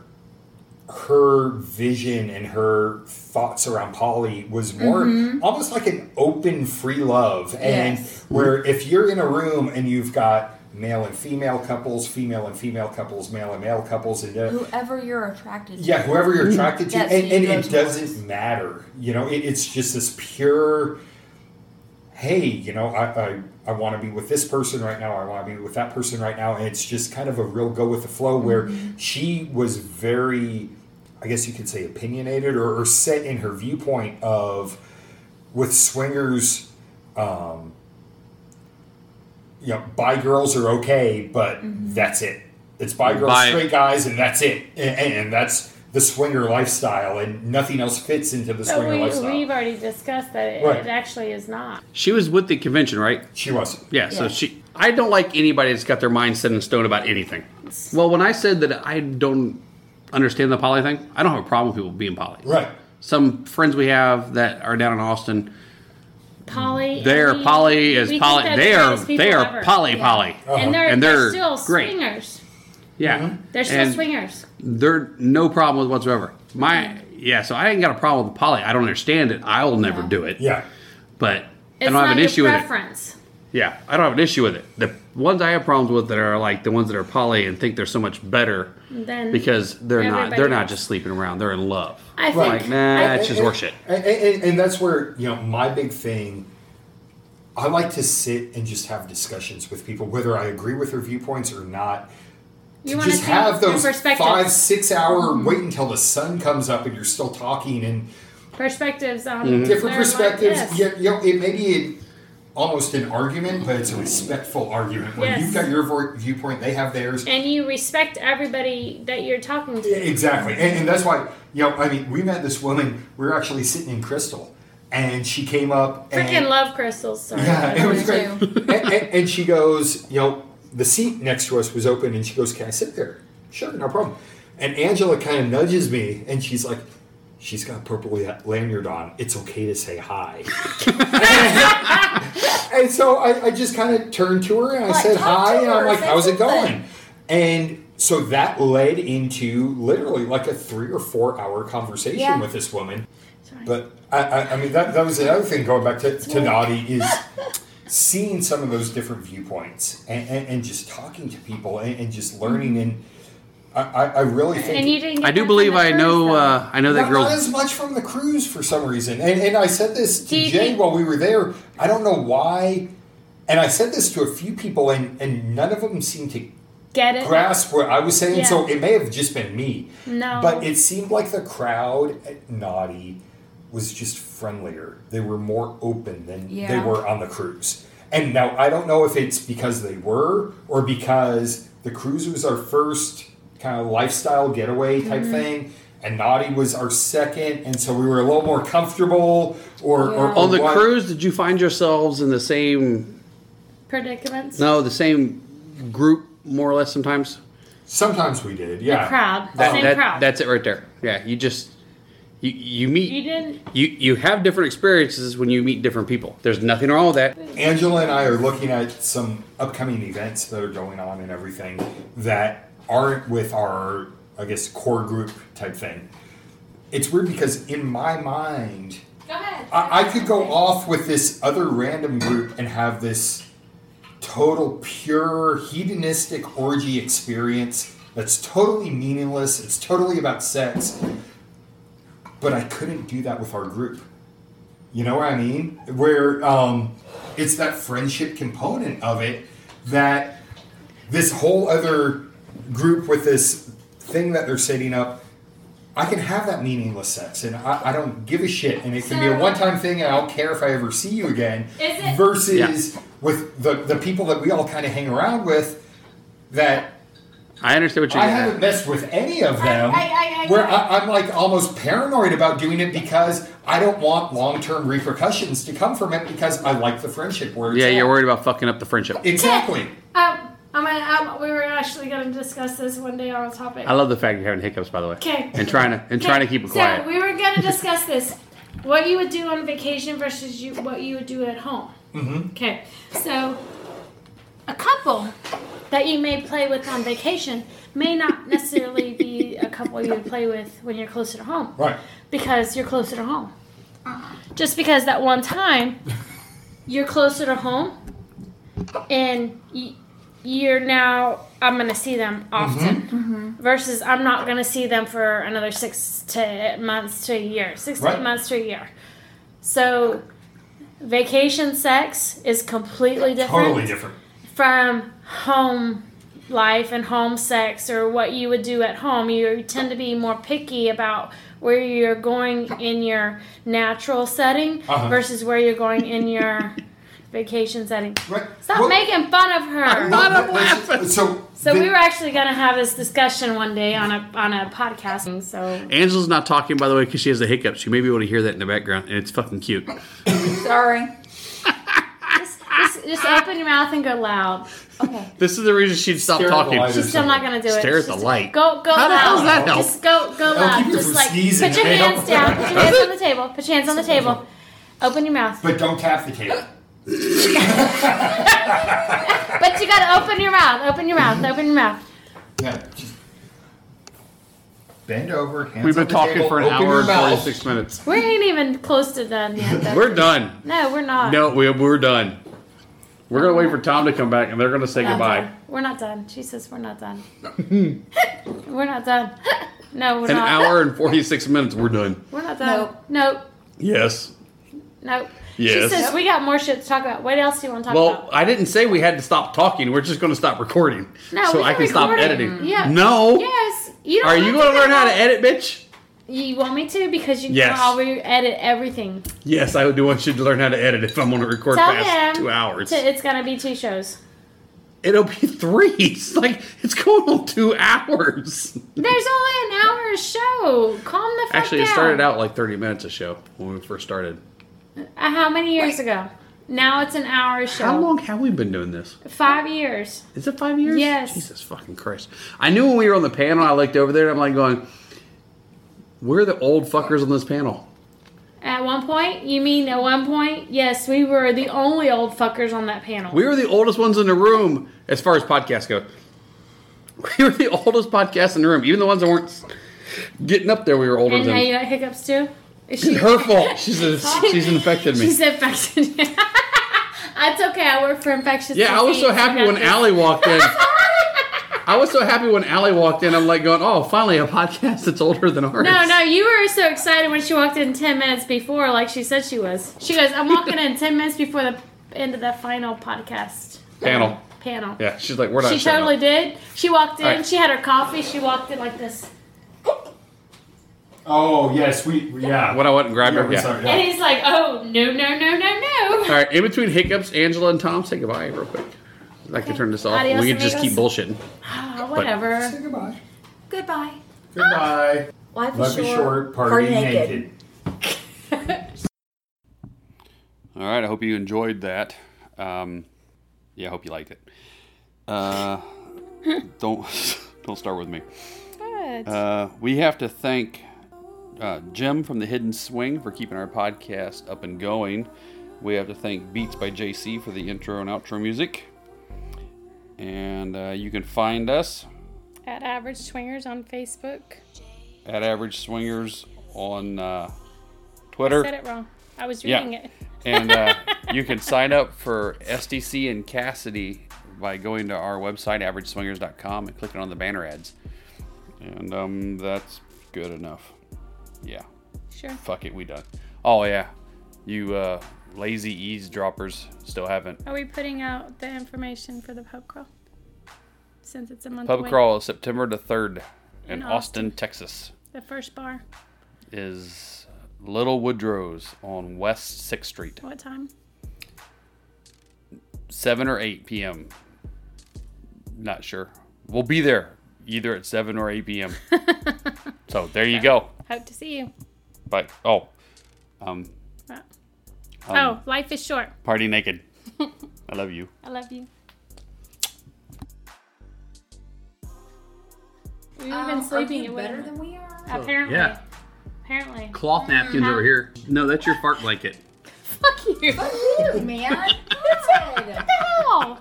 Speaker 5: her vision and her thoughts around Polly was more almost like an open, free love, and
Speaker 7: Yes.
Speaker 5: where if you're in a room and you've got male and female couples, female and female couples, male and male couples, and uh,
Speaker 7: Whoever you're attracted to.
Speaker 5: yeah, whoever you're attracted to,
Speaker 7: That's
Speaker 5: and,
Speaker 7: who
Speaker 5: and
Speaker 7: Mm-hmm. you go
Speaker 5: it
Speaker 7: towards.
Speaker 5: doesn't matter. You know, it, it's just this pure. Hey, you know, I I, I want to be with this person right now. I want to be with that person right now, and it's just kind of a real go with the flow. Where
Speaker 7: Mm-hmm.
Speaker 5: she was very, I guess you could say, opinionated or, or set in her viewpoint of with swingers. Um, you know, bi girls are okay, but
Speaker 1: Mm-hmm.
Speaker 5: that's it. It's bi girls,
Speaker 4: Bi-
Speaker 5: straight guys, and that's it. And, and that's the swinger lifestyle, and nothing else fits into the
Speaker 1: But
Speaker 5: swinger
Speaker 1: we,
Speaker 5: lifestyle.
Speaker 1: we've already discussed that it,
Speaker 5: Right.
Speaker 1: it actually is not.
Speaker 4: she was with the convention, right?
Speaker 5: she was.
Speaker 4: Yeah, so
Speaker 7: Yeah.
Speaker 4: she I don't like anybody that's got their mind set in stone about anything. Well, when I said that I don't understand the poly thing, I don't have a problem with people being poly.
Speaker 5: Right. Uh-huh.
Speaker 4: Some friends we have that are down in Austin,
Speaker 1: Poly.
Speaker 4: they're
Speaker 1: we-
Speaker 4: poly is
Speaker 1: we think
Speaker 4: poly.
Speaker 1: they're
Speaker 4: They
Speaker 1: the
Speaker 4: are
Speaker 1: greatest people
Speaker 4: they are
Speaker 1: ever. Oh.
Speaker 4: poly
Speaker 7: Yeah.
Speaker 4: poly.
Speaker 1: and they're,
Speaker 4: And
Speaker 1: they're,
Speaker 4: they're
Speaker 1: still
Speaker 4: great.
Speaker 1: swingers.
Speaker 4: Yeah,
Speaker 1: They're still
Speaker 4: And
Speaker 1: swingers.
Speaker 4: They're no problem with whatsoever. My yeah, so I ain't got a problem with poly. I don't understand it. I'll never do it.
Speaker 5: Yeah.
Speaker 4: but I
Speaker 1: It's
Speaker 4: don't
Speaker 1: not
Speaker 4: have an
Speaker 1: your
Speaker 4: issue with it.
Speaker 1: preference.
Speaker 4: Yeah, I don't have an issue with it. The ones I have problems with that are like the ones that are poly and think they're so much better
Speaker 1: Then
Speaker 4: because they're not they're
Speaker 1: everybody
Speaker 4: not
Speaker 1: else.
Speaker 4: just sleeping around. They're in love.
Speaker 1: I think
Speaker 4: like nah,
Speaker 1: I-
Speaker 4: it's just horseshit.
Speaker 5: And, and- and- and that's where, you know, my big thing, I like to sit and just have discussions with people, whether I agree with their viewpoints or not.
Speaker 1: you
Speaker 5: to
Speaker 1: want
Speaker 5: just
Speaker 1: to
Speaker 5: have those
Speaker 1: perspectives.
Speaker 5: five, six hour wait until the sun comes up and you're still talking and
Speaker 1: perspectives on
Speaker 4: Mm. Mm-hmm.
Speaker 5: different
Speaker 1: their life.
Speaker 5: perspectives.
Speaker 1: Yes.
Speaker 5: Yeah, you know, it may be an- almost an argument, but it's a respectful argument. When
Speaker 1: Yes.
Speaker 5: you've got your vo- viewpoint, they have theirs.
Speaker 1: And you respect everybody that you're talking to.
Speaker 5: Exactly, and, and that's why you know. I mean, we met this woman. We were actually sitting in Crystal, and she came up. and,
Speaker 1: Freaking love crystals. Sorry.
Speaker 5: Yeah, it was great.
Speaker 7: Me
Speaker 5: and, and- and she goes, you know, the seat next to us was open, and she goes, "Can I sit there?" Sure, no problem. And Angela kind of nudges me, and she's like, "She's got a purple la- lanyard on. It's okay to say hi." <laughs> and so I, I just kind of turned to her and I
Speaker 7: Like,
Speaker 5: said
Speaker 7: talk to
Speaker 5: hi, and I'm
Speaker 7: her,
Speaker 5: like,
Speaker 7: say
Speaker 5: "How's it
Speaker 7: something."
Speaker 5: going?" And so that led into literally like a three or four hour conversation
Speaker 7: Yeah.
Speaker 5: with this woman.
Speaker 3: Sorry.
Speaker 5: But I, I, I mean, that, that was the other thing going back to, to Naughty is
Speaker 7: <laughs>
Speaker 5: seeing some of those different viewpoints and, and, and just talking to people and, and just learning. And I, I, I really think.
Speaker 3: and you didn't. Get
Speaker 4: I do
Speaker 3: that
Speaker 4: believe
Speaker 3: from the
Speaker 4: I
Speaker 3: first,
Speaker 4: know.
Speaker 3: though.
Speaker 4: Uh, I know that
Speaker 5: not, not
Speaker 4: girl.
Speaker 5: as much from the cruise for some reason. And, and I said this to
Speaker 3: Do you
Speaker 5: Jay
Speaker 3: think-
Speaker 5: while we were there. I don't know why. And I said this to a few people, and, and none of them seemed to
Speaker 3: Get it?
Speaker 5: grasp what I was saying.
Speaker 3: Yeah.
Speaker 5: So it may have just been me.
Speaker 3: No.
Speaker 5: But it seemed like the crowd at Naughty was just friendlier. They were more open than
Speaker 10: Yeah.
Speaker 5: they were on the cruise. And now I don't know if it's because they were or because the cruise was our first kind of lifestyle getaway type
Speaker 3: Mm-hmm.
Speaker 5: thing. And Naughty was our second, and so we were a little more comfortable. Or, or- or,
Speaker 4: On the
Speaker 5: what.
Speaker 4: cruise, did you find yourselves in the same?
Speaker 3: predicaments.
Speaker 4: No, the same group more or less. Sometimes
Speaker 5: sometimes we did, yeah.
Speaker 3: Crowd.
Speaker 4: that,
Speaker 3: Same
Speaker 4: that-
Speaker 3: crowd.
Speaker 4: that's it right there. Yeah, you just you you
Speaker 3: you
Speaker 4: meet
Speaker 3: didn't.
Speaker 4: you you have different experiences when you meet different people. There's nothing wrong with that.
Speaker 5: Angela and I are looking at some upcoming events that are going on and everything that aren't with our, I guess, core group type thing. It's weird because in my mind,
Speaker 7: Go ahead.
Speaker 5: I, I could go off with this other random group and have this total pure hedonistic orgy experience that's totally meaningless. It's totally about sex. But I couldn't do that with our group. You know what I mean? Where um, it's that friendship component of it that this whole other group with this thing that they're setting up I can have that meaningless sex, and I, I don't give a shit, and it can be a
Speaker 7: So-
Speaker 5: one-time thing, and I don't care if I ever see you again.
Speaker 7: Is it-
Speaker 5: versus with the the people that we all kind of hang around with, that
Speaker 4: I understand what you're
Speaker 5: I
Speaker 4: getting at.
Speaker 5: haven't messed with any of them.
Speaker 7: I- I- I-
Speaker 5: where I, I'm like almost paranoid about doing it because I don't want long-term repercussions to come from it because I like the friendship. Where it's
Speaker 4: Yeah,
Speaker 5: at.
Speaker 4: you're worried about fucking up the friendship.
Speaker 5: exactly.
Speaker 3: Um, I mean, um, we were actually going to discuss this one day on a topic.
Speaker 4: I love the fact you're having hiccups, by the way.
Speaker 3: 'Kay.
Speaker 4: And trying to and trying to keep it quiet.
Speaker 3: So we were going to discuss this: what you would do on vacation versus you, what you would do at home. Mm-hmm. Okay, so a couple that you may play with on vacation may not necessarily be a couple you would play with when you're closer to home,
Speaker 5: Right.
Speaker 3: Because you're closer to home. Just because that one time you're closer to home, and y- you're now I'm gonna see them often
Speaker 5: Mm-hmm.
Speaker 3: versus I'm not going to see them for another six to eight months to a year, six to
Speaker 5: Right.
Speaker 3: eight months to a year. So, vacation sex is completely different
Speaker 5: Totally different.
Speaker 3: from home life and home sex or what you would do at home. You tend to be more picky about where you're going in your natural setting
Speaker 5: Uh-huh.
Speaker 3: versus where you're going
Speaker 5: <laughs>
Speaker 3: in your vacation setting.
Speaker 5: Right.
Speaker 3: Stop
Speaker 5: Well-
Speaker 3: making fun of her.
Speaker 5: Well, that- that's- So,
Speaker 3: So
Speaker 5: the-
Speaker 3: we were actually gonna have this discussion one day on a on a podcast. So
Speaker 4: Angela's not talking, by the way, because she has the hiccups. You may be able to hear that in the background, and it's fucking cute.
Speaker 10: Sorry.
Speaker 4: <laughs>
Speaker 3: just, just, just open your mouth and go loud.
Speaker 10: Okay.
Speaker 4: This is the reason she'd stop
Speaker 5: Stare at the
Speaker 4: talking.
Speaker 5: light or
Speaker 3: She's still not
Speaker 5: something.
Speaker 3: gonna do it.
Speaker 4: Stare at
Speaker 3: Just
Speaker 4: the light.
Speaker 3: Go go
Speaker 4: How the
Speaker 3: loud.
Speaker 4: hell's that help?
Speaker 3: Just go go
Speaker 5: That'll
Speaker 3: loud.
Speaker 5: keep you
Speaker 3: Just
Speaker 5: from
Speaker 3: like
Speaker 5: sneezing,
Speaker 3: put your
Speaker 5: I know.
Speaker 3: hands down. Put your hands on the table. Put your hands on the table. Open your mouth.
Speaker 5: But don't tap the table.
Speaker 3: But you gotta open your mouth. Open your mouth. Open your mouth.
Speaker 5: Yeah, just bend over. Hands
Speaker 4: We've been
Speaker 5: on the
Speaker 4: talking
Speaker 5: table,
Speaker 4: for an
Speaker 5: open
Speaker 4: hour
Speaker 5: your
Speaker 4: and
Speaker 5: mouth.
Speaker 4: 46 minutes.
Speaker 3: We ain't even close to done yet. Though.
Speaker 4: We're done.
Speaker 3: no, we're not.
Speaker 4: No, we, we're done. We're going to wait for Tom to come back, and they're going to say
Speaker 3: Not
Speaker 4: goodbye.
Speaker 3: done. We're not done. She says we're not done. <laughs> we're not done. No, we're
Speaker 4: An
Speaker 3: not.
Speaker 4: hour and 46 minutes, we're done.
Speaker 3: We're not done. Nope.
Speaker 4: Yes.
Speaker 3: Nope. She
Speaker 4: Yes.
Speaker 3: says we got more shit to talk about. What else do you want to talk
Speaker 4: Well,
Speaker 3: about?
Speaker 4: I didn't say we had to stop talking. We're just going to stop recording.
Speaker 3: No,
Speaker 4: so
Speaker 3: we
Speaker 4: I
Speaker 3: can
Speaker 4: can stop
Speaker 3: record it.
Speaker 4: editing.
Speaker 3: Yeah.
Speaker 4: No.
Speaker 3: Yes. You don't
Speaker 4: Are
Speaker 3: have
Speaker 4: you going to
Speaker 3: do
Speaker 4: learn how to
Speaker 3: that.
Speaker 4: edit, bitch?
Speaker 3: You want me to because you
Speaker 4: Yes.
Speaker 3: can already edit everything.
Speaker 4: Yes, I do want you to learn how to edit if I'm going to record
Speaker 3: Tell
Speaker 4: past
Speaker 3: him
Speaker 4: two hours.
Speaker 3: to- it's gonna be two shows.
Speaker 4: It'll
Speaker 1: <laughs>
Speaker 4: be three. It's like it's going on two hours.
Speaker 3: There's only an hour a show. Calm the fuck down.
Speaker 4: Actually, it started out like 30 minutes a show when we first started.
Speaker 3: Uh, how many years ago? Now it's an hour show.
Speaker 1: How long have we been doing this?
Speaker 3: Five years.
Speaker 1: Is it five years?
Speaker 3: Yes.
Speaker 1: Jesus fucking Christ. I knew when we were on the panel, I looked over there and I'm like going, we're the old fuckers on this panel.
Speaker 3: At one point, you mean at one point? Yes, we were the only old fuckers on that panel.
Speaker 1: We were the oldest ones in the room as far as podcasts go. <laughs> We were the oldest podcast in the room. Even the ones that weren't s- getting up there, we were older
Speaker 3: and
Speaker 1: than.
Speaker 3: now you got hiccups too. Is she-
Speaker 1: It's her
Speaker 3: <laughs>
Speaker 1: fault. She's a, she's infected me.
Speaker 3: She's infected. <laughs> That's okay. I work for infectious.
Speaker 1: yeah, I was so
Speaker 3: disease.
Speaker 1: happy
Speaker 3: got
Speaker 1: when
Speaker 3: this.
Speaker 1: Allie walked
Speaker 3: <laughs>
Speaker 1: in. I was so happy when Allie walked in. I'm like going, oh, finally a podcast that's older than ours.
Speaker 3: No, no, you were so excited when she walked in ten minutes before, like she said she was. She goes, "I'm walking in ten minutes before the end of the final podcast
Speaker 1: Panel.
Speaker 3: panel."
Speaker 1: Yeah, she's like, we're not.
Speaker 3: she
Speaker 1: shutting
Speaker 3: totally
Speaker 1: up.
Speaker 3: did. She walked in.
Speaker 1: All right.
Speaker 3: She had her coffee. She walked in like this,
Speaker 5: Oh yes, we yeah.
Speaker 1: When I went and grabbed her, yeah.
Speaker 3: and he's like, "Oh no, no, no, no, no!"
Speaker 1: All right, in between hiccups, Angela and Tom, say goodbye real quick. I can turn this off.
Speaker 3: Adios,
Speaker 1: we can just keep
Speaker 3: amigos.
Speaker 1: bullshitting.
Speaker 3: Ah, whatever.
Speaker 5: Say goodbye.
Speaker 7: Goodbye.
Speaker 5: Goodbye.
Speaker 3: Ah,
Speaker 11: Life is
Speaker 5: Life
Speaker 11: short.
Speaker 5: is short. Party naked.
Speaker 4: All right, I hope you enjoyed that. Um, yeah, I hope you liked it.
Speaker 3: <laughs>
Speaker 4: Uh, don't <laughs> don't start with me. Uh, we have to thank uh, Jim from the Hidden Swing for keeping our podcast up and going. We have to thank Beats by JC for the intro and outro music. And uh, you can find us
Speaker 3: At Average Swingers on Facebook.
Speaker 4: at Average Swingers on uh,
Speaker 3: I
Speaker 4: Twitter.
Speaker 3: said it wrong. I was
Speaker 4: Yeah.
Speaker 3: reading it.
Speaker 4: and
Speaker 3: <laughs>
Speaker 4: uh, you can sign up for SDC and Cassidy by going to our website, averageswingers.com, and clicking on the banner ads. And um, that's good enough. Yeah,
Speaker 3: Sure.
Speaker 4: fuck it, we done. Oh, yeah, you uh, lazy eavesdroppers still haven't.
Speaker 3: Are we putting out the information for the pub crawl? Since it's a month
Speaker 4: Pub
Speaker 3: away.
Speaker 4: crawl is September the 3rd in,
Speaker 3: In
Speaker 4: Austin,
Speaker 3: Austin.
Speaker 4: Texas,
Speaker 3: The first bar.
Speaker 4: is Little Woodrow's on West 6th Street,
Speaker 3: What <laughs> time?
Speaker 4: 7 or 8 p.m. Not sure. We'll be there either at 7 or
Speaker 1: <laughs>
Speaker 4: 8 p.m. So there you go.
Speaker 3: Hope to see you.
Speaker 4: But oh, um,
Speaker 3: Wow.
Speaker 4: um,
Speaker 3: oh, life is short.
Speaker 1: <laughs>
Speaker 4: party naked. I love you.
Speaker 3: I love you. We've
Speaker 7: Um,
Speaker 3: been
Speaker 7: are
Speaker 3: sleeping.
Speaker 7: you
Speaker 3: It
Speaker 7: better
Speaker 3: better
Speaker 7: than we are?
Speaker 3: Apparently.
Speaker 1: Yeah.
Speaker 3: Apparently.
Speaker 1: Cloth napkins over here. No, that's your fart blanket.
Speaker 3: <laughs> Fuck <laughs> you. What
Speaker 7: Ew, <laughs> man. Listen.
Speaker 3: the hell?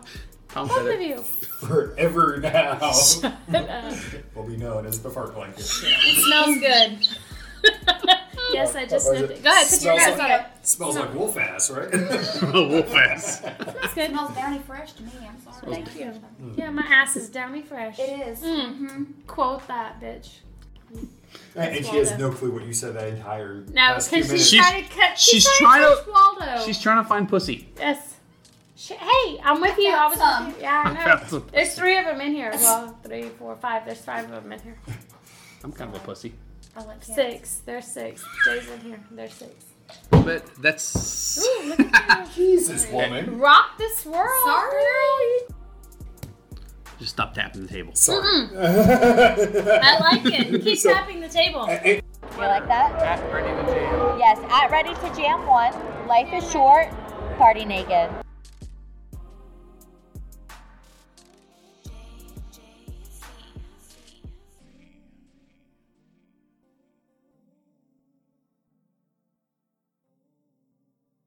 Speaker 1: Tom
Speaker 3: Both
Speaker 1: said <laughs> it.
Speaker 3: of you.
Speaker 5: Forever
Speaker 3: <laughs>
Speaker 5: now.
Speaker 3: Uh,
Speaker 5: <laughs> will be known as the fart blanket.
Speaker 3: it smells good. <laughs> yes, I just
Speaker 5: What was
Speaker 3: sniffed
Speaker 5: it?
Speaker 3: it. Go ahead, put your
Speaker 5: Smells
Speaker 3: nose on it.
Speaker 5: like- Smells like wolf ass,
Speaker 3: <laughs>
Speaker 5: right? <laughs>
Speaker 1: Wolf ass.
Speaker 3: That's good.
Speaker 7: smells bounty fresh to me. I'm sorry.
Speaker 3: Thank you. <laughs> Yeah, my ass is downy fresh.
Speaker 7: It is.
Speaker 3: Mm-hmm. Quote that, bitch.
Speaker 5: and she has no clue what you said that entire
Speaker 3: No,
Speaker 5: last few
Speaker 3: because
Speaker 5: minutes.
Speaker 3: she's,
Speaker 1: She's-
Speaker 3: trying to cut. She's,
Speaker 1: she's
Speaker 3: trying,
Speaker 1: trying
Speaker 3: to
Speaker 1: to-
Speaker 3: touch Waldo.
Speaker 1: She's trying to find pussy.
Speaker 3: yes. She, hey, I'm with you. I was.
Speaker 7: Found
Speaker 3: With you. Yeah, <laughs> I know. There's three of them in here. Well, three, four, five. There's five of them in here.
Speaker 1: I'm kind of a pussy.
Speaker 7: I like him.
Speaker 3: Six. There's six. Jay's in here. There's six.
Speaker 1: But that's.
Speaker 3: Ooh, look at you.
Speaker 5: Jesus woman.
Speaker 3: Rock this world.
Speaker 7: Sorry.
Speaker 1: <laughs> Just stop tapping the table.
Speaker 5: Sorry. <laughs>
Speaker 3: I like it. Keep
Speaker 5: So-
Speaker 3: tapping the table.
Speaker 12: You like that? At Ready to Jam. Yes, at Ready to Jam 1. Life is short, party naked.